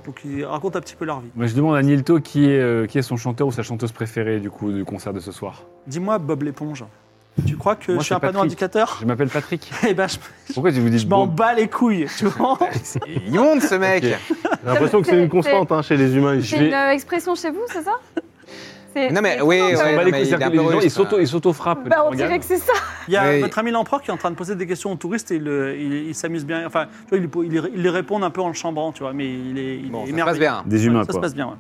[SPEAKER 1] Donc ils racontent un petit peu leur vie.
[SPEAKER 9] moi, Bah, je demande à Nilto qui est, euh, qui est son chanteur ou sa chanteuse préférée du coup du concert de ce soir.
[SPEAKER 1] Dis-moi, Bob l'éponge, tu crois que
[SPEAKER 9] Moi,
[SPEAKER 1] je suis un
[SPEAKER 9] c'est
[SPEAKER 1] panneau
[SPEAKER 9] Patrick.
[SPEAKER 1] indicateur
[SPEAKER 9] Je m'appelle Patrick.
[SPEAKER 1] <laughs> Eh ben, je,
[SPEAKER 9] Pourquoi tu vous
[SPEAKER 1] je
[SPEAKER 9] dites
[SPEAKER 1] m'en
[SPEAKER 9] Bob
[SPEAKER 1] bats les couilles, tu vois
[SPEAKER 6] C'est immonde ce mec. bah.
[SPEAKER 4] J'ai l'impression que c'est une constante hein, chez les humains ici.
[SPEAKER 7] C'est une euh, expression chez vous, c'est ça C'est-
[SPEAKER 6] Non, mais
[SPEAKER 7] c'est
[SPEAKER 6] oui,
[SPEAKER 7] étonnant,
[SPEAKER 6] ouais,
[SPEAKER 7] quand
[SPEAKER 3] On
[SPEAKER 7] même.
[SPEAKER 3] bat
[SPEAKER 6] non,
[SPEAKER 3] les
[SPEAKER 6] mais
[SPEAKER 3] couilles,
[SPEAKER 6] il est
[SPEAKER 3] c'est-à-dire
[SPEAKER 6] un
[SPEAKER 3] que les
[SPEAKER 6] peu euh.
[SPEAKER 3] gens,
[SPEAKER 6] russe,
[SPEAKER 3] ils s'auto- ils s'auto-frappent. les
[SPEAKER 7] Bah, on
[SPEAKER 3] Morganes.
[SPEAKER 7] dirait que c'est ça.
[SPEAKER 1] Il y a
[SPEAKER 6] Oui.
[SPEAKER 1] votre ami l'empereur qui est en train de poser des questions aux touristes et le- il, il s'amuse bien. Enfin, tu vois, il, il- il les répond un peu en le chambrant, tu vois, mais il est, il
[SPEAKER 6] Bon,
[SPEAKER 1] est
[SPEAKER 6] ça se passe
[SPEAKER 1] merveilleux.
[SPEAKER 6] bien.
[SPEAKER 1] Ouais,
[SPEAKER 10] Des humains,
[SPEAKER 1] ça se
[SPEAKER 10] quoi.
[SPEAKER 1] passe bien, ouais.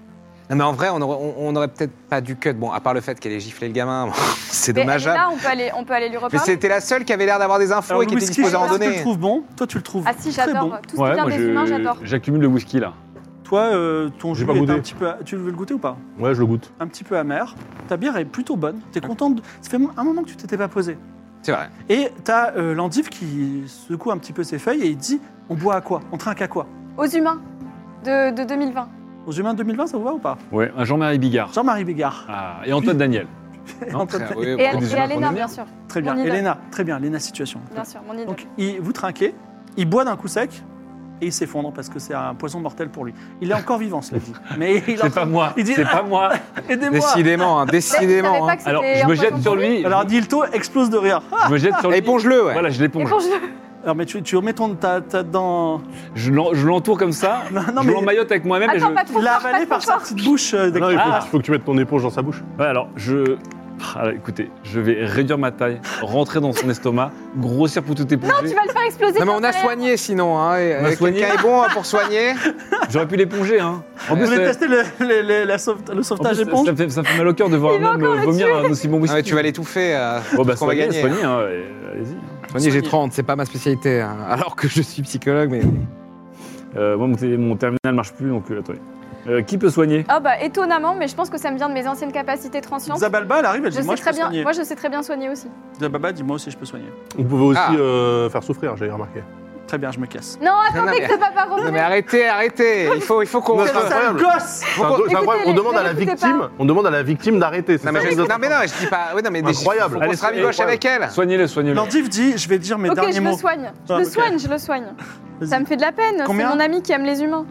[SPEAKER 6] Non, mais en vrai, on aurait, on- on aurait peut-être pas dû cut. Bon, à part le fait qu'elle ait giflé le gamin, <laughs> c'est
[SPEAKER 7] Mais elle est
[SPEAKER 6] dommageable.
[SPEAKER 7] Là, on peut aller, on peut aller lui
[SPEAKER 6] Mais
[SPEAKER 7] reparler.
[SPEAKER 6] c'était la seule qui avait l'air d'avoir des infos
[SPEAKER 1] Alors,
[SPEAKER 6] et qui était
[SPEAKER 1] Louis,
[SPEAKER 6] disposée à en
[SPEAKER 7] Kiss,
[SPEAKER 1] toi, tu le
[SPEAKER 6] donner.
[SPEAKER 1] trouves bon. Toi, tu le trouves
[SPEAKER 7] Ah si,
[SPEAKER 1] très bon.
[SPEAKER 7] j'adore. Tout ce qui
[SPEAKER 3] Ouais,
[SPEAKER 7] vient
[SPEAKER 3] moi,
[SPEAKER 7] des humains, j'adore.
[SPEAKER 3] je- j'accumule le whisky, là.
[SPEAKER 1] Toi, euh, ton
[SPEAKER 4] J'ai
[SPEAKER 1] jus
[SPEAKER 4] pas
[SPEAKER 1] est
[SPEAKER 4] goûté.
[SPEAKER 1] un petit peu. Tu veux le goûter ou pas
[SPEAKER 4] Ouais, je le goûte.
[SPEAKER 1] Un petit peu amer. Ta bière est plutôt bonne. T'es content. De... Ça fait un moment que tu t'étais pas posé.
[SPEAKER 6] C'est vrai.
[SPEAKER 1] Et t'as euh, Landif qui secoue un petit peu ses feuilles et il dit On boit à quoi On trinque à quoi
[SPEAKER 7] Aux humains de, de 2020.
[SPEAKER 1] Aux humains 2020, ça vous va ou pas
[SPEAKER 3] Ouais, un Jean-Marie Bigard.
[SPEAKER 1] Jean-Marie Bigard.
[SPEAKER 3] Ah, et Antoine Daniel. Non,
[SPEAKER 1] Antoine-
[SPEAKER 6] Très- oui,
[SPEAKER 7] Et,
[SPEAKER 6] bon,
[SPEAKER 7] Al-
[SPEAKER 3] des
[SPEAKER 7] et
[SPEAKER 3] humains
[SPEAKER 7] Alena,
[SPEAKER 3] qu'on
[SPEAKER 7] bien
[SPEAKER 3] aime
[SPEAKER 7] sûr.
[SPEAKER 1] Très bien.
[SPEAKER 7] Mon idole.
[SPEAKER 1] Elena, très bien. Elena, situation.
[SPEAKER 7] Bien sûr, mon idole.
[SPEAKER 1] Donc, il, vous trinquez, il boit d'un coup sec et il s'effondre parce que c'est un poison mortel pour lui. Il est encore vivant, cela dit. Mais il est
[SPEAKER 3] C'est pas
[SPEAKER 1] encore-
[SPEAKER 3] moi,
[SPEAKER 1] Il dit-
[SPEAKER 3] c'est pas moi.
[SPEAKER 1] Aidez-moi
[SPEAKER 6] Décidément, hein,
[SPEAKER 7] Mais il savait
[SPEAKER 6] décidément.
[SPEAKER 7] pas
[SPEAKER 6] hein.
[SPEAKER 7] que c'était
[SPEAKER 3] Alors, je
[SPEAKER 7] un
[SPEAKER 3] me
[SPEAKER 7] poisson
[SPEAKER 3] jette sur
[SPEAKER 7] pour
[SPEAKER 3] lui.
[SPEAKER 1] Alors, Dilto explose de rire. Ah
[SPEAKER 3] Je me jette sur lui.
[SPEAKER 6] Éponge-le, ouais.
[SPEAKER 3] Voilà, je
[SPEAKER 7] Et
[SPEAKER 3] l'éponge.
[SPEAKER 7] pour je-
[SPEAKER 1] Alors, mais tu, tu remets ton. ta- ta- dans...
[SPEAKER 3] Je l'en- je l'entoure comme ça.
[SPEAKER 1] Non, non,
[SPEAKER 3] je
[SPEAKER 1] mais-
[SPEAKER 3] l'emmaillote avec moi-même et je.
[SPEAKER 7] Attends, pas trop
[SPEAKER 1] Il a
[SPEAKER 7] fort,
[SPEAKER 1] avalé
[SPEAKER 7] pas
[SPEAKER 1] par
[SPEAKER 7] trop
[SPEAKER 1] sa
[SPEAKER 7] fort.
[SPEAKER 1] petite bouche. euh,
[SPEAKER 4] Non, il faut,
[SPEAKER 3] Ah.
[SPEAKER 4] il faut que tu mettes ton éponge dans sa bouche.
[SPEAKER 3] Ouais, alors, je. Ah, écoutez, je vais réduire ma taille, rentrer dans son estomac, grossir pour tout éponger.
[SPEAKER 7] Non, tu vas le faire exploser.
[SPEAKER 6] Non, mais on a
[SPEAKER 7] Raphaël.
[SPEAKER 6] soigné sinon. Hein. Et-
[SPEAKER 3] On a
[SPEAKER 6] et
[SPEAKER 3] soigné.
[SPEAKER 6] Quelqu'un est bon hein, pour soigner.
[SPEAKER 3] J'aurais pu l'éponger, hein.
[SPEAKER 1] Ah, Vous voulez
[SPEAKER 3] euh,
[SPEAKER 1] tester le, le- le- la sauve- le
[SPEAKER 3] en plus,
[SPEAKER 1] sauvetage
[SPEAKER 3] ça,
[SPEAKER 1] éponge
[SPEAKER 3] ça me fait, ça me fait mal au cœur de voir
[SPEAKER 7] Il
[SPEAKER 3] un
[SPEAKER 7] va
[SPEAKER 3] homme
[SPEAKER 7] encore le
[SPEAKER 3] vomir un aussi bon whisky.
[SPEAKER 6] Ah ouais, tu vas l'étouffer. euh,
[SPEAKER 3] Bon, bah,
[SPEAKER 6] parce qu'on va
[SPEAKER 3] soignez,
[SPEAKER 6] gagner.
[SPEAKER 3] soignez, hein, et- allez-y.
[SPEAKER 6] Soigner, j'ai
[SPEAKER 1] Soigner.
[SPEAKER 6] 30, c'est pas ma spécialité. hein. Alors que je suis psychologue, mais.
[SPEAKER 3] Euh, moi, mon, télé- mon terminal marche plus, donc euh, attendez. Euh, qui peut soigner
[SPEAKER 7] Ah bah étonnamment, mais je pense que ça me vient de mes anciennes capacités transientes.
[SPEAKER 1] Zabalba, elle arrive, elle
[SPEAKER 7] Je
[SPEAKER 1] dit
[SPEAKER 7] sais
[SPEAKER 1] Moi, je peux
[SPEAKER 7] très bien.
[SPEAKER 1] soigner.
[SPEAKER 7] Moi, je sais très bien soigner aussi.
[SPEAKER 1] Zabalba dit Moi aussi, je peux soigner.
[SPEAKER 4] Vous pouvez aussi
[SPEAKER 6] Ah.
[SPEAKER 4] euh, faire souffrir, j'avais remarqué.
[SPEAKER 1] Très bien, je me casse.
[SPEAKER 7] Non, attendez
[SPEAKER 6] mais-
[SPEAKER 7] que le papa
[SPEAKER 6] Non,
[SPEAKER 7] revienne.
[SPEAKER 6] mais arrêtez, arrêtez. Il faut, il faut qu'on.
[SPEAKER 4] Non,
[SPEAKER 6] se-
[SPEAKER 4] c'est incroyable.
[SPEAKER 1] Gosse
[SPEAKER 4] C'est un- c'est incroyable.
[SPEAKER 7] écoutez-les,
[SPEAKER 4] on demande
[SPEAKER 7] ne
[SPEAKER 4] à la
[SPEAKER 7] l'écoutez
[SPEAKER 4] victime, on demande à la victime d'arrêter. c'est
[SPEAKER 6] Non, mais
[SPEAKER 4] ça
[SPEAKER 6] je,
[SPEAKER 4] que vous
[SPEAKER 6] non, mais non, je dis pas. Oui, non, mais des-
[SPEAKER 4] Incroyable.
[SPEAKER 6] faut qu'on se rabiboche avec elle.
[SPEAKER 3] Soignez-le, soignez-le.
[SPEAKER 1] Landif dit Je vais dire mes
[SPEAKER 7] Ok,
[SPEAKER 1] derniers
[SPEAKER 7] je
[SPEAKER 1] mots.
[SPEAKER 7] le soigne. Je
[SPEAKER 1] Ah,
[SPEAKER 7] le
[SPEAKER 1] ok.
[SPEAKER 7] soigne, je le soigne.
[SPEAKER 1] Vas-y.
[SPEAKER 7] Ça me fait de la peine. C'est
[SPEAKER 1] Combien
[SPEAKER 7] mon ami qui aime les humains.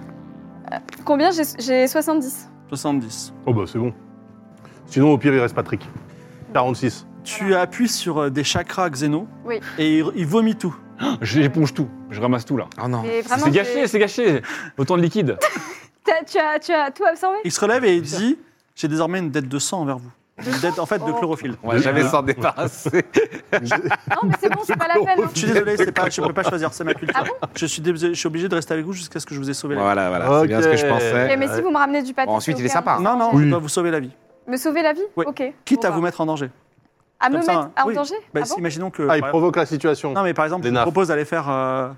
[SPEAKER 7] Euh, combien J'ai- J'ai 70.
[SPEAKER 1] 70.
[SPEAKER 4] Oh bah c'est bon. Sinon au pire il reste Patrick. 46.
[SPEAKER 1] Tu appuies sur euh, des chakras Xeno
[SPEAKER 7] Oui.
[SPEAKER 1] et il, il vomit tout.
[SPEAKER 3] Je l'éponge tout, je ramasse tout là.
[SPEAKER 6] Oh non.
[SPEAKER 7] Et vraiment,
[SPEAKER 3] C'est
[SPEAKER 7] j'ai-
[SPEAKER 3] gâché, c'est gâché. Autant de liquide.
[SPEAKER 7] T'as- Tu as, tu as tout absorbé
[SPEAKER 1] Il se relève et il dit J'ai désormais une dette de sang envers vous. Une dette en fait de
[SPEAKER 7] Oh.
[SPEAKER 1] chlorophylle.
[SPEAKER 3] Ouais,
[SPEAKER 6] J'avais
[SPEAKER 3] euh,
[SPEAKER 6] s'en débarrasser.
[SPEAKER 7] Non, mais c'est bon, c'est pas la
[SPEAKER 6] <laughs>
[SPEAKER 7] peine. hein.
[SPEAKER 1] Je suis désolé, c'est pas, je ne peux pas choisir, c'est ma culture.
[SPEAKER 7] Ah bon
[SPEAKER 1] je, suis désolé, je suis obligé de rester avec vous jusqu'à ce que je vous ai sauvé la vie.
[SPEAKER 6] Voilà, voilà, c'est bien
[SPEAKER 4] Ok.
[SPEAKER 6] ce que je pensais.
[SPEAKER 7] Ok, Eh, mais si vous me ramenez du pâté.
[SPEAKER 6] Bon, ensuite,
[SPEAKER 7] c'est
[SPEAKER 6] il est
[SPEAKER 7] ok,
[SPEAKER 6] sympa.
[SPEAKER 7] hein.
[SPEAKER 1] Non, non, je
[SPEAKER 4] Oui.
[SPEAKER 1] dois vous sauver la vie.
[SPEAKER 7] Me sauver la vie
[SPEAKER 1] Oui.
[SPEAKER 7] Ok.
[SPEAKER 1] Quitte
[SPEAKER 7] Bon,
[SPEAKER 1] à vous
[SPEAKER 7] bah.
[SPEAKER 1] mettre en danger.
[SPEAKER 7] À me
[SPEAKER 1] Comme ça,
[SPEAKER 7] mettre
[SPEAKER 1] hein.
[SPEAKER 7] en
[SPEAKER 1] Oui.
[SPEAKER 7] danger
[SPEAKER 1] Bah,
[SPEAKER 7] Ah bon
[SPEAKER 1] Imaginons que.
[SPEAKER 4] Ah il
[SPEAKER 1] par-
[SPEAKER 4] provoque la situation.
[SPEAKER 1] Non, mais par exemple,
[SPEAKER 4] Les
[SPEAKER 1] je vous
[SPEAKER 4] nappes.
[SPEAKER 1] propose d'aller faire euh,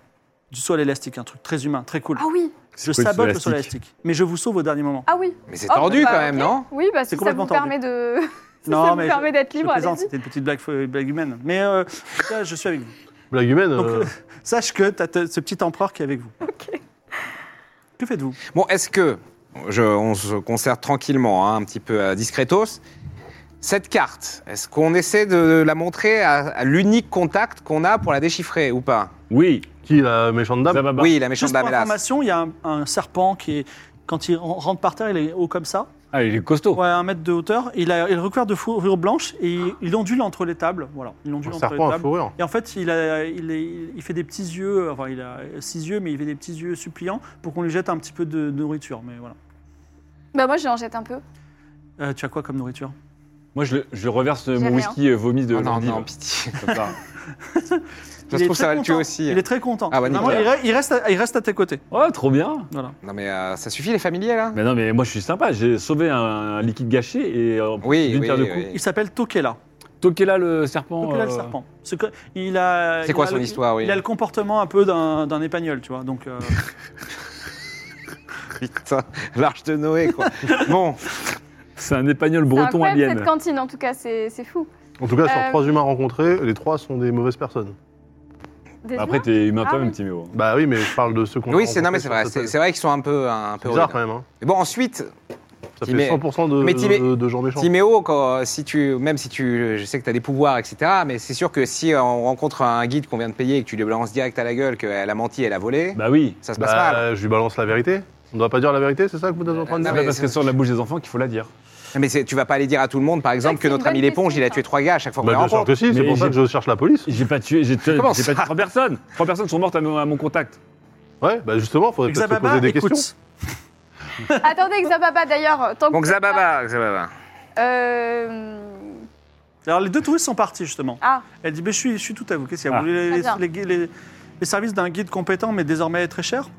[SPEAKER 1] du sol élastique, un truc très humain, très cool.
[SPEAKER 7] Ah oui,
[SPEAKER 1] je
[SPEAKER 10] quoi, du
[SPEAKER 1] sabote
[SPEAKER 10] sol
[SPEAKER 1] le sol élastique, mais je vous sauve au dernier moment.
[SPEAKER 7] ah oui.
[SPEAKER 6] Mais c'est
[SPEAKER 7] Oh,
[SPEAKER 6] tordu
[SPEAKER 7] bah,
[SPEAKER 6] quand même,
[SPEAKER 7] ok.
[SPEAKER 6] non
[SPEAKER 7] Oui, bah
[SPEAKER 1] C'est
[SPEAKER 7] si ça
[SPEAKER 1] complètement
[SPEAKER 7] vous permet de. <laughs> Si
[SPEAKER 1] Non,
[SPEAKER 7] ça
[SPEAKER 1] mais
[SPEAKER 7] vous
[SPEAKER 1] je-
[SPEAKER 7] permet d'être
[SPEAKER 1] Je
[SPEAKER 7] libre,
[SPEAKER 1] plaisante,
[SPEAKER 7] allez-y.
[SPEAKER 1] c'était une petite blague, blague humaine. Mais euh, en tout cas, je suis avec vous.
[SPEAKER 4] Blague humaine.
[SPEAKER 1] Donc,
[SPEAKER 6] <laughs>
[SPEAKER 4] euh,
[SPEAKER 1] euh, sache que tu as ce petit empereur qui est avec vous. Que faites-vous
[SPEAKER 6] Bon, est-ce que, je- on se concerte tranquillement, hein, un petit peu euh, discretos, cette carte, est-ce qu'on essaie de la montrer à, à l'unique contact qu'on a pour la déchiffrer ou pas
[SPEAKER 3] Oui,
[SPEAKER 4] Qui la méchante dame
[SPEAKER 3] Zababa.
[SPEAKER 6] Oui, la méchante
[SPEAKER 1] Ah bah, Juste pour
[SPEAKER 6] dame, hélas.
[SPEAKER 1] information, il y a un, un serpent qui est. Quand il ren- rentre par terre, il est haut comme ça,
[SPEAKER 3] Ah, il est
[SPEAKER 4] Oh.
[SPEAKER 3] costaud.
[SPEAKER 1] ouais, un mètre de hauteur. Il, a, il est recouvert de fourrure blanche et il, il ondule entre les tables. Voilà, il ondule
[SPEAKER 4] Un
[SPEAKER 1] entre les
[SPEAKER 4] serpent à
[SPEAKER 1] tables.
[SPEAKER 4] fourrure.
[SPEAKER 1] Et en fait, il, a, il, est- il fait des petits yeux, euh, enfin, il a six yeux, mais il fait des petits yeux suppliants pour qu'on lui jette un petit peu de, de nourriture. Mais voilà.
[SPEAKER 7] Bah moi, j'en jette un peu.
[SPEAKER 1] Euh, tu as quoi comme nourriture
[SPEAKER 3] Moi, je, le- je reverse
[SPEAKER 7] J'ai
[SPEAKER 3] mon
[SPEAKER 7] rien.
[SPEAKER 3] whisky euh, vomi de
[SPEAKER 6] Oh non,
[SPEAKER 3] l'endive.
[SPEAKER 6] non, pitié.
[SPEAKER 3] Comme ça.
[SPEAKER 6] Ça
[SPEAKER 1] Il
[SPEAKER 6] se
[SPEAKER 1] est
[SPEAKER 6] trouve,
[SPEAKER 1] très
[SPEAKER 6] ça va le tuer
[SPEAKER 1] content.
[SPEAKER 6] aussi.
[SPEAKER 1] Il est très content.
[SPEAKER 6] Ah bah,
[SPEAKER 1] Vraiment,
[SPEAKER 6] nickel.
[SPEAKER 1] il, re- il reste à, il reste à tes côtés.
[SPEAKER 3] Oh, trop bien.
[SPEAKER 1] Voilà.
[SPEAKER 6] Non, mais euh, ça suffit, les familiers, là
[SPEAKER 3] Mais non, mais moi, je suis sympa. J'ai sauvé un, un liquide gâché et euh,
[SPEAKER 6] Oui,
[SPEAKER 3] d'une
[SPEAKER 6] oui,
[SPEAKER 3] pierre de
[SPEAKER 6] oui,
[SPEAKER 3] coups.
[SPEAKER 1] Il s'appelle Tokela.
[SPEAKER 3] Toquez là le serpent.
[SPEAKER 1] Tokela le
[SPEAKER 3] euh,
[SPEAKER 1] serpent. Ce que- il a-
[SPEAKER 6] C'est
[SPEAKER 1] il
[SPEAKER 6] quoi
[SPEAKER 1] a
[SPEAKER 6] son
[SPEAKER 1] le-
[SPEAKER 6] histoire, oui
[SPEAKER 1] Il a le comportement un peu d'un d'un épagnol, tu vois. Donc, euh,
[SPEAKER 6] <laughs> Putain, l'arche de
[SPEAKER 1] <laughs>
[SPEAKER 6] Noé, quoi. bon,
[SPEAKER 3] C'est un épagnol
[SPEAKER 7] C'est
[SPEAKER 3] breton
[SPEAKER 7] incroyable
[SPEAKER 3] alien.
[SPEAKER 7] cette cantine, en tout cas, c'est c'est fou.
[SPEAKER 4] En tout cas, sur
[SPEAKER 7] Euh,
[SPEAKER 4] trois humains rencontrés, les trois sont des mauvaises personnes.
[SPEAKER 7] Des
[SPEAKER 3] Bah, Après,
[SPEAKER 7] humains
[SPEAKER 3] t'es humain
[SPEAKER 7] Ah
[SPEAKER 3] quand même,
[SPEAKER 7] oui.
[SPEAKER 3] Timéo.
[SPEAKER 4] Bah oui, mais je parle de ceux qu'on a
[SPEAKER 6] oui, c'est non, mais
[SPEAKER 4] rencontrés
[SPEAKER 6] c'est
[SPEAKER 4] sur
[SPEAKER 6] vrai,
[SPEAKER 4] cette
[SPEAKER 6] c'est
[SPEAKER 4] année.
[SPEAKER 6] c'est vrai qu'ils sont un peu, un
[SPEAKER 4] C'est
[SPEAKER 6] peu
[SPEAKER 4] bizarre
[SPEAKER 6] rudes.
[SPEAKER 4] quand même. hein.
[SPEAKER 6] Mais bon, ensuite,
[SPEAKER 4] Ça
[SPEAKER 6] Timé-
[SPEAKER 4] fait 100% de,
[SPEAKER 6] Mais Timé-
[SPEAKER 4] de, de gens méchants.
[SPEAKER 6] Timéo, quand, si tu, même si tu, je sais que tu as des pouvoirs, etc., mais c'est sûr que si euh, on rencontre un guide qu'on vient de payer et que tu lui balances direct à la gueule qu'elle a menti, elle a volé,
[SPEAKER 3] Bah oui.
[SPEAKER 6] ça se passe
[SPEAKER 4] Bah,
[SPEAKER 6] mal.
[SPEAKER 4] je lui balance la vérité. On ne doit pas dire la vérité, c'est ça que vous êtes en train de dire
[SPEAKER 6] Non,
[SPEAKER 3] C'est
[SPEAKER 4] Bah,
[SPEAKER 3] pas
[SPEAKER 6] mais
[SPEAKER 3] parce
[SPEAKER 6] c'est-
[SPEAKER 3] qu'elle sort de la bouche des enfants qu'il faut la dire.
[SPEAKER 6] Mais c'est- tu vas pas aller dire à tout le monde, par exemple,
[SPEAKER 7] que
[SPEAKER 6] que
[SPEAKER 7] c'est une
[SPEAKER 6] notre ami
[SPEAKER 7] bonne
[SPEAKER 6] l'éponge,
[SPEAKER 7] question,
[SPEAKER 6] il a
[SPEAKER 7] ça.
[SPEAKER 6] tué trois gars à chaque fois
[SPEAKER 4] Bah,
[SPEAKER 6] qu'on les
[SPEAKER 4] bien sûr
[SPEAKER 6] rencontre.
[SPEAKER 4] que si, c'est
[SPEAKER 3] Mais
[SPEAKER 4] pour ça
[SPEAKER 3] j'ai-
[SPEAKER 4] que je cherche la police.
[SPEAKER 3] J'ai pas tué, j'ai j'ai
[SPEAKER 6] Comment
[SPEAKER 3] pas
[SPEAKER 6] ça
[SPEAKER 3] tué trois personnes. Trois personnes sont mortes à mon, à mon contact.
[SPEAKER 4] Ouais, bah justement, faudrait peut-être se
[SPEAKER 1] Xababa,
[SPEAKER 4] poser des
[SPEAKER 1] écoute.
[SPEAKER 4] questions.
[SPEAKER 7] Attendez, Xababa, d'ailleurs, tant que.
[SPEAKER 6] Bon, Xababa, Xababa.
[SPEAKER 7] Euh...
[SPEAKER 1] Alors les deux touristes sont partis justement.
[SPEAKER 7] Ah,
[SPEAKER 1] Elle dit, ben, je, suis, je suis tout à vous. Qu'est-ce qu'il y a
[SPEAKER 9] Ah.
[SPEAKER 1] Vous voulez les,
[SPEAKER 7] Très bien.
[SPEAKER 1] les gui- les- les services d'un guide compétent mais désormais très cher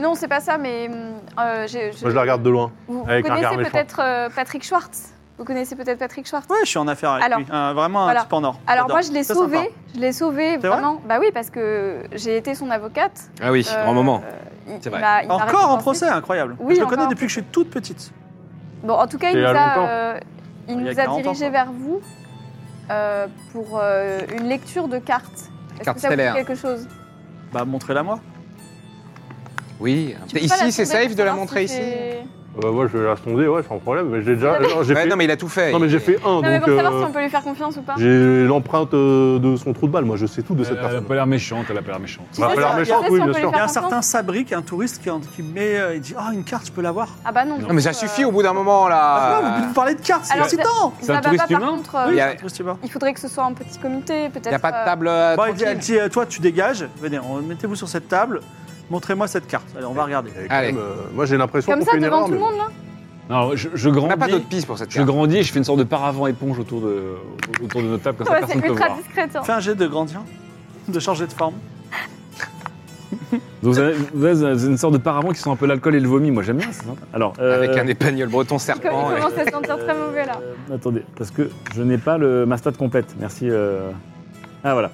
[SPEAKER 7] non, c'est pas ça, mais. hum, euh, j'ai-
[SPEAKER 4] Moi, je la regarde de loin.
[SPEAKER 7] Vous, vous
[SPEAKER 4] avec un regard
[SPEAKER 7] connaissez
[SPEAKER 4] méchant.
[SPEAKER 7] peut-être euh, Patrick Schwartz Vous connaissez peut-être Patrick Schwartz
[SPEAKER 1] Ouais, je suis en affaire avec
[SPEAKER 7] Alors,
[SPEAKER 1] lui. Un- vraiment un
[SPEAKER 7] voilà.
[SPEAKER 1] type en or.
[SPEAKER 7] Alors
[SPEAKER 1] J'adore.
[SPEAKER 7] moi je l'ai
[SPEAKER 1] Très sympa.
[SPEAKER 7] sauvé, je l'ai sauvé
[SPEAKER 1] C'est vrai
[SPEAKER 7] vraiment. Bah oui parce que j'ai été son avocate.
[SPEAKER 6] Ah oui,
[SPEAKER 7] Euh,
[SPEAKER 6] grand moment.
[SPEAKER 7] euh, il-
[SPEAKER 6] C'est
[SPEAKER 7] il
[SPEAKER 6] vrai.
[SPEAKER 7] m'a- il m'a
[SPEAKER 1] Encore en
[SPEAKER 7] récompensé.
[SPEAKER 1] procès, hein. incroyable.
[SPEAKER 7] Oui,
[SPEAKER 1] je le
[SPEAKER 7] encore
[SPEAKER 1] connais
[SPEAKER 7] en
[SPEAKER 1] depuis que je suis toute petite.
[SPEAKER 7] Bon en tout cas il
[SPEAKER 4] C'est
[SPEAKER 7] nous
[SPEAKER 4] il y a
[SPEAKER 7] a,
[SPEAKER 4] longtemps.
[SPEAKER 7] euh, il
[SPEAKER 1] Il y a
[SPEAKER 7] nous a
[SPEAKER 1] 40 ans,
[SPEAKER 7] dirigé
[SPEAKER 1] quoi.
[SPEAKER 7] vers vous euh, pour euh, une lecture de cartes. Est-ce
[SPEAKER 6] Carte
[SPEAKER 7] que ça vous dit
[SPEAKER 6] stellaire.
[SPEAKER 7] quelque chose
[SPEAKER 1] Bah, montrez-la moi.
[SPEAKER 6] Oui.
[SPEAKER 7] Tu peux pas la
[SPEAKER 6] Ici, c'est
[SPEAKER 7] sonder
[SPEAKER 6] safe
[SPEAKER 7] pour
[SPEAKER 6] de la
[SPEAKER 7] savoir
[SPEAKER 6] montrer
[SPEAKER 7] si
[SPEAKER 6] ici
[SPEAKER 7] c'est-
[SPEAKER 4] Euh, ouais, je vais la sonder, ouais, sans problème. Mais j'ai déjà.
[SPEAKER 7] mais-
[SPEAKER 4] non, j'ai
[SPEAKER 6] Ouais,
[SPEAKER 4] fait...
[SPEAKER 6] Non, Ah, mais il a tout fait.
[SPEAKER 4] non, mais j'ai fait un,
[SPEAKER 7] Non mais
[SPEAKER 4] donc.
[SPEAKER 7] pour savoir
[SPEAKER 4] euh,
[SPEAKER 7] si on peut lui faire confiance ou pas.
[SPEAKER 4] J'ai l'empreinte euh, de son trou de balle, moi je sais tout de cette
[SPEAKER 9] Euh, elle a
[SPEAKER 4] personne.
[SPEAKER 9] pas l'air méchante, elle a pas l'air méchante.
[SPEAKER 7] Tu sais
[SPEAKER 4] bah,
[SPEAKER 7] si-
[SPEAKER 4] alors,
[SPEAKER 7] tu sais
[SPEAKER 4] méchant,
[SPEAKER 7] si
[SPEAKER 4] oui,
[SPEAKER 7] on
[SPEAKER 4] bien
[SPEAKER 7] peut lui
[SPEAKER 1] Il
[SPEAKER 4] sûr.
[SPEAKER 1] y a
[SPEAKER 7] faire
[SPEAKER 1] un
[SPEAKER 7] confiance
[SPEAKER 1] certain Sabric, un touriste qui, qui met. euh, il dit Ah, une carte, je peux l'avoir.
[SPEAKER 7] Ah bah non.
[SPEAKER 9] Non,
[SPEAKER 6] Non, mais ça
[SPEAKER 7] Euh,
[SPEAKER 6] suffit au bout d'un moment,
[SPEAKER 1] Ah, vous
[SPEAKER 6] là.
[SPEAKER 1] pouvez me parler de cartes, c'est
[SPEAKER 7] Alors,
[SPEAKER 1] excitant
[SPEAKER 9] C'est un
[SPEAKER 7] ça va
[SPEAKER 9] touriste
[SPEAKER 7] pas, par
[SPEAKER 9] humain
[SPEAKER 7] contre, euh,
[SPEAKER 1] Oui,
[SPEAKER 6] y a-
[SPEAKER 1] c'est un touriste humain.
[SPEAKER 7] Il faudrait que ce soit un petit comité peut-être.
[SPEAKER 6] Il n'y a pas
[SPEAKER 7] euh,
[SPEAKER 6] de table. euh,
[SPEAKER 4] Bah,
[SPEAKER 1] Bon, elle dit- elle
[SPEAKER 6] tranquille.
[SPEAKER 1] dit, euh, Toi, tu dégages, venez, on- mettez-vous sur cette table, montrez-moi cette carte. Allez, on va regarder.
[SPEAKER 4] Et quand
[SPEAKER 6] Allez.
[SPEAKER 4] même, euh, moi j'ai l'impression
[SPEAKER 7] Comme
[SPEAKER 4] qu'on
[SPEAKER 7] ça
[SPEAKER 4] fait une
[SPEAKER 7] devant
[SPEAKER 4] erreur.
[SPEAKER 7] tout le
[SPEAKER 4] mais bon.
[SPEAKER 7] monde là
[SPEAKER 9] Non, je, je
[SPEAKER 6] On n'a pas
[SPEAKER 9] grandis.
[SPEAKER 6] d'autre piste pour cette
[SPEAKER 9] Je
[SPEAKER 6] carte.
[SPEAKER 9] grandis et je fais une sorte de paravent éponge autour de, autour de notre table, comme ça
[SPEAKER 7] Ouais, C'est
[SPEAKER 9] personne ne peut
[SPEAKER 7] ultra
[SPEAKER 9] voir.
[SPEAKER 7] discret. tiens.
[SPEAKER 1] Fais un jet de grandir, de changer de forme.
[SPEAKER 9] Donc, vous avez, vous avez une sorte de paravent qui sent un peu l'alcool et le vomi. Moi, j'aime bien, c'est sympa. Alors, euh,
[SPEAKER 6] Avec un épagneul breton
[SPEAKER 7] Il co- il
[SPEAKER 6] serpent. et-
[SPEAKER 7] commence à se sentir très mauvais là.
[SPEAKER 9] Euh, attendez, parce que je n'ai pas le, ma stat complète. Merci. euh. Ah voilà.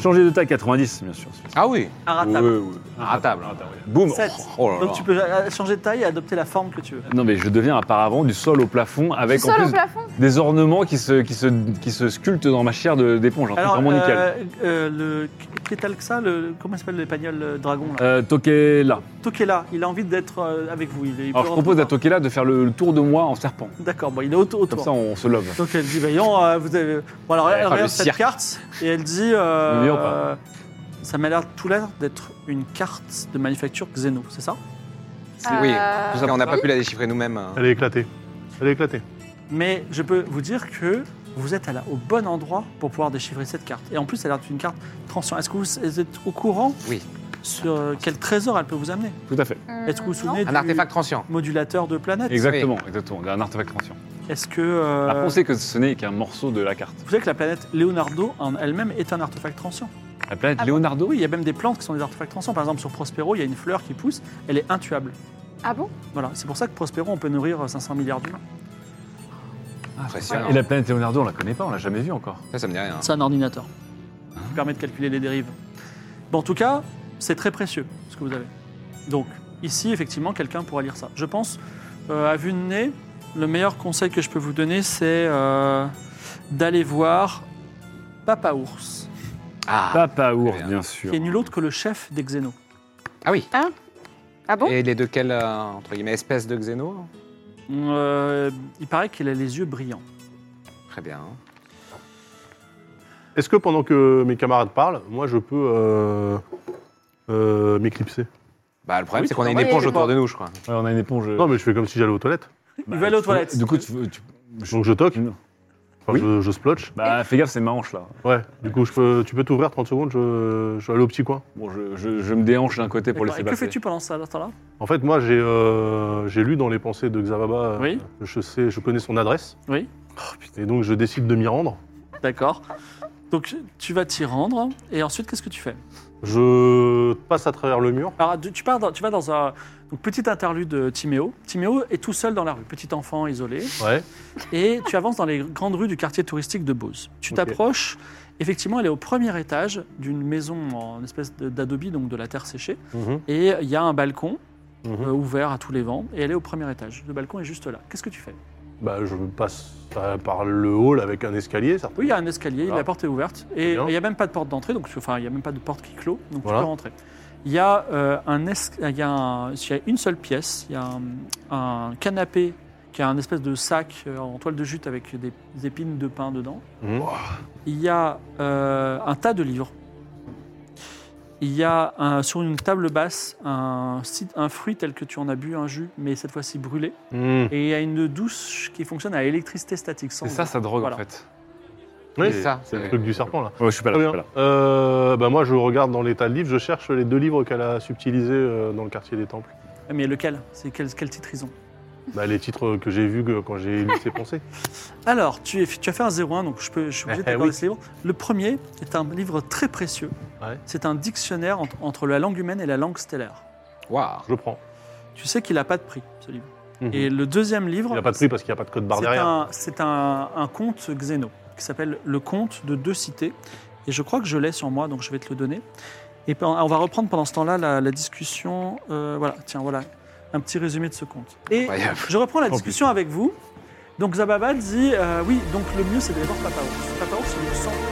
[SPEAKER 9] Changer de taille 90, bien sûr.
[SPEAKER 6] Ah oui.
[SPEAKER 1] Inratable.
[SPEAKER 9] Ouais, ouais.
[SPEAKER 6] Ratable.
[SPEAKER 9] ratable, hein, ouais.
[SPEAKER 6] Boum.
[SPEAKER 1] Sept.
[SPEAKER 6] Oh là
[SPEAKER 1] Donc
[SPEAKER 6] là.
[SPEAKER 1] tu peux euh, changer de taille et adopter la forme que tu veux.
[SPEAKER 9] Non mais je deviens un paravent du sol au plafond avec en
[SPEAKER 7] Seul au
[SPEAKER 9] plus
[SPEAKER 7] plafond.
[SPEAKER 9] des ornements qui se, qui se, qui se sculptent dans ma chair de- d'éponge. Un truc vraiment nickel.
[SPEAKER 1] euh, euh, le Ketalxa, le, comment il s'appelle l'épagnol euh, dragon là
[SPEAKER 9] Euh, Tokela.
[SPEAKER 1] Tokela, il a envie d'être euh, avec vous. Il, il peut
[SPEAKER 9] Alors je propose
[SPEAKER 1] rentrer.
[SPEAKER 9] à Tokela de faire le, le tour de moi en serpent.
[SPEAKER 1] D'accord, bon, il est autour.
[SPEAKER 9] Comme
[SPEAKER 1] autour.
[SPEAKER 9] ça on se love.
[SPEAKER 1] Donc elle dit, voyons, euh, vous avez... Bon alors, elle
[SPEAKER 6] Ah, le
[SPEAKER 1] regarde cette
[SPEAKER 6] cirque.
[SPEAKER 1] carte et elle dit, euh,
[SPEAKER 9] Il est bien ou pas
[SPEAKER 1] euh, ça m'a l'air tout l'air d'être une carte de manufacture Xeno, c'est ça
[SPEAKER 7] Euh,
[SPEAKER 6] Oui. Parce qu'on n'a pas pu la déchiffrer nous-mêmes.
[SPEAKER 4] Elle est éclatée. Elle est éclatée.
[SPEAKER 1] Mais je peux vous dire que vous êtes à la- au bon endroit pour pouvoir déchiffrer cette carte. Et en plus, elle a l'air d'une carte transparente. Est-ce que vous êtes au courant
[SPEAKER 6] Oui.
[SPEAKER 1] sur euh, quel trésor elle peut vous amener
[SPEAKER 9] Tout à fait.
[SPEAKER 7] euh,
[SPEAKER 1] Est-ce que vous vous souvenez
[SPEAKER 6] Un
[SPEAKER 1] du
[SPEAKER 6] artefact transient.
[SPEAKER 1] modulateur de planète
[SPEAKER 9] Exactement, exactement. Un artefact conscient.
[SPEAKER 1] Est-ce que euh,
[SPEAKER 9] Après on sait que ce n'est qu'un morceau de la carte.
[SPEAKER 1] vous savez que la planète Leonardo en elle-même est un artefact transient
[SPEAKER 9] La planète
[SPEAKER 7] Ah bon
[SPEAKER 9] Leonardo
[SPEAKER 1] Oui, il y a même des plantes qui sont des artefacts transients. Par exemple, sur Prospero, il y a une fleur qui pousse, elle est intuable.
[SPEAKER 7] Ah bon
[SPEAKER 1] Voilà, c'est pour ça que Prospero, on peut nourrir 500 milliards d'humains.
[SPEAKER 6] Impressionnant.
[SPEAKER 9] Et Ah, la planète Leonardo on la connaît pas, on l'a jamais vue encore.
[SPEAKER 6] Ça, ça me dit rien.
[SPEAKER 1] C'est un ordinateur qui permet de calculer les dérives. Bon, en tout cas, c'est très précieux ce que vous avez. Donc, ici, effectivement, quelqu'un pourra lire ça. Je pense, euh, à vue de nez, le meilleur conseil que je peux vous donner, c'est euh, d'aller voir Papa Ours,
[SPEAKER 6] Ah.
[SPEAKER 9] Papa Ours
[SPEAKER 6] bien.
[SPEAKER 9] bien sûr.
[SPEAKER 1] qui est nul autre que le chef des Xénos.
[SPEAKER 6] Ah oui.
[SPEAKER 7] Ah bon
[SPEAKER 6] Et les deux quelles, euh, entre guillemets, espèces de xéno
[SPEAKER 1] Euh, il paraît qu'il a les yeux brillants.
[SPEAKER 6] Très bien.
[SPEAKER 4] Est-ce que pendant que mes camarades parlent, moi je peux euh, euh, m'éclipser
[SPEAKER 6] Bah, le problème,
[SPEAKER 1] Oui,
[SPEAKER 6] c'est qu'on a une
[SPEAKER 7] oui,
[SPEAKER 6] éponge
[SPEAKER 7] oui.
[SPEAKER 6] autour de nous, je crois.
[SPEAKER 9] Ouais, on a une éponge. euh,
[SPEAKER 4] Non, mais je fais comme si j'allais aux toilettes.
[SPEAKER 9] Bah,
[SPEAKER 1] il va aller aux
[SPEAKER 9] tu-
[SPEAKER 1] toilettes.
[SPEAKER 9] Du coup, tu, tu-
[SPEAKER 4] Donc je toque,
[SPEAKER 9] Non.
[SPEAKER 4] enfin,
[SPEAKER 9] Oui.
[SPEAKER 4] je, je splotch.
[SPEAKER 9] Bah, fais gaffe, c'est ma hanche là.
[SPEAKER 4] Ouais, du coup, je peux, tu peux t'ouvrir 30 secondes, je, je suis allé au petit coin.
[SPEAKER 9] Bon, je, je- je me déhanche d'un côté pour
[SPEAKER 1] D'accord.
[SPEAKER 9] laisser
[SPEAKER 1] Et que
[SPEAKER 9] passer.
[SPEAKER 1] fais-tu pendant ça, temps là
[SPEAKER 4] En fait, moi j'ai euh, j'ai lu dans les pensées de Xavaba, euh,
[SPEAKER 1] Oui.
[SPEAKER 4] je, sais, je connais son adresse.
[SPEAKER 1] Oui.
[SPEAKER 4] Oh, putain, et donc je décide de m'y rendre.
[SPEAKER 1] D'accord. Donc, tu vas t'y rendre, et ensuite, qu'est-ce que tu fais
[SPEAKER 4] Je passe à travers le mur.
[SPEAKER 1] Alors, tu, pars dans- tu vas dans un donc, petit interlude de Timéo. Timéo est tout seul dans la rue, petit enfant isolé.
[SPEAKER 4] Ouais.
[SPEAKER 1] Et tu avances dans les grandes rues du quartier touristique de Beauce. Tu
[SPEAKER 4] Ok.
[SPEAKER 1] t'approches, effectivement, elle est au premier étage d'une maison en espèce de- d'adobe, donc de la terre séchée.
[SPEAKER 4] Mhm,
[SPEAKER 1] Et il y a un balcon
[SPEAKER 4] mhm.
[SPEAKER 1] euh, ouvert à tous les vents, et elle est au premier étage. Le balcon est juste là. Qu'est-ce que tu fais
[SPEAKER 4] Bah, je passe euh, par le hall avec un escalier, ça.
[SPEAKER 1] Oui, il y a un escalier,
[SPEAKER 4] Voilà.
[SPEAKER 1] la porte est ouverte, et
[SPEAKER 4] Bien.
[SPEAKER 1] il n'y a même pas de porte d'entrée, donc enfin, il n'y a même pas de porte qui clôt, donc
[SPEAKER 4] Voilà.
[SPEAKER 1] tu peux rentrer. Il y, a, euh, un es- il, y a un- il y a une seule pièce, il y a un, un canapé qui a un espèce de sac euh, en toile de jute avec des, des épines de pain dedans.
[SPEAKER 4] Mhm.
[SPEAKER 1] Il y a euh, un tas de livres. Il y a un- sur une table basse un, cit- un fruit tel que tu en as bu un jus, mais cette fois-ci brûlé.
[SPEAKER 4] Mhm.
[SPEAKER 1] Et il y a une douche qui fonctionne à électricité statique. sans
[SPEAKER 9] C'est ça,
[SPEAKER 1] eau.
[SPEAKER 9] sa drogue
[SPEAKER 1] Voilà.
[SPEAKER 9] en fait.
[SPEAKER 4] Oui,
[SPEAKER 6] C'est ça.
[SPEAKER 4] c'est le
[SPEAKER 6] c'est-
[SPEAKER 4] truc du serpent, là.
[SPEAKER 9] Ouais, je suis pas là.
[SPEAKER 4] Très
[SPEAKER 9] Je
[SPEAKER 4] bien.
[SPEAKER 9] suis pas là.
[SPEAKER 4] Euh, bah moi, je regarde dans les tas de livres, je cherche
[SPEAKER 1] Ah,
[SPEAKER 4] les deux livres qu'elle a subtilisés euh, dans le quartier des temples.
[SPEAKER 1] Mais lequel C'est quel, quel titre ils ont
[SPEAKER 4] Bah, les titres que j'ai vus que- quand j'ai lu ses <laughs> pensées.
[SPEAKER 1] Alors, tu, es- tu as fait un 0-1, donc je, peux, je suis obligé de
[SPEAKER 4] <laughs> Eh
[SPEAKER 1] t'accorder
[SPEAKER 4] oui.
[SPEAKER 1] ce livre. Le premier est un livre très précieux.
[SPEAKER 4] Ouais.
[SPEAKER 1] C'est un dictionnaire ent- entre la langue humaine et la langue stellaire.
[SPEAKER 6] Waouh.
[SPEAKER 4] Je le prends.
[SPEAKER 1] Tu sais qu'il n'a pas de prix, ce livre.
[SPEAKER 4] Mhm.
[SPEAKER 1] Et le deuxième livre,
[SPEAKER 4] Il n'y a pas de prix parce qu'il n'y a pas de code barre
[SPEAKER 1] c'est
[SPEAKER 4] derrière.
[SPEAKER 1] un, c'est un- un conte xéno qui s'appelle Le conte de deux cités. Et je crois que je l'ai sur moi, donc je vais te le donner. Et pe- on va reprendre pendant ce temps-là la, la discussion. euh, voilà, tiens, voilà, un petit résumé de ce conte. Et
[SPEAKER 6] Incroyable.
[SPEAKER 1] je reprends la discussion avec vous. Donc Zababa dit euh, oui, donc le mieux c'est d'aller voir Papa Ours. Papa Ours, il me semble.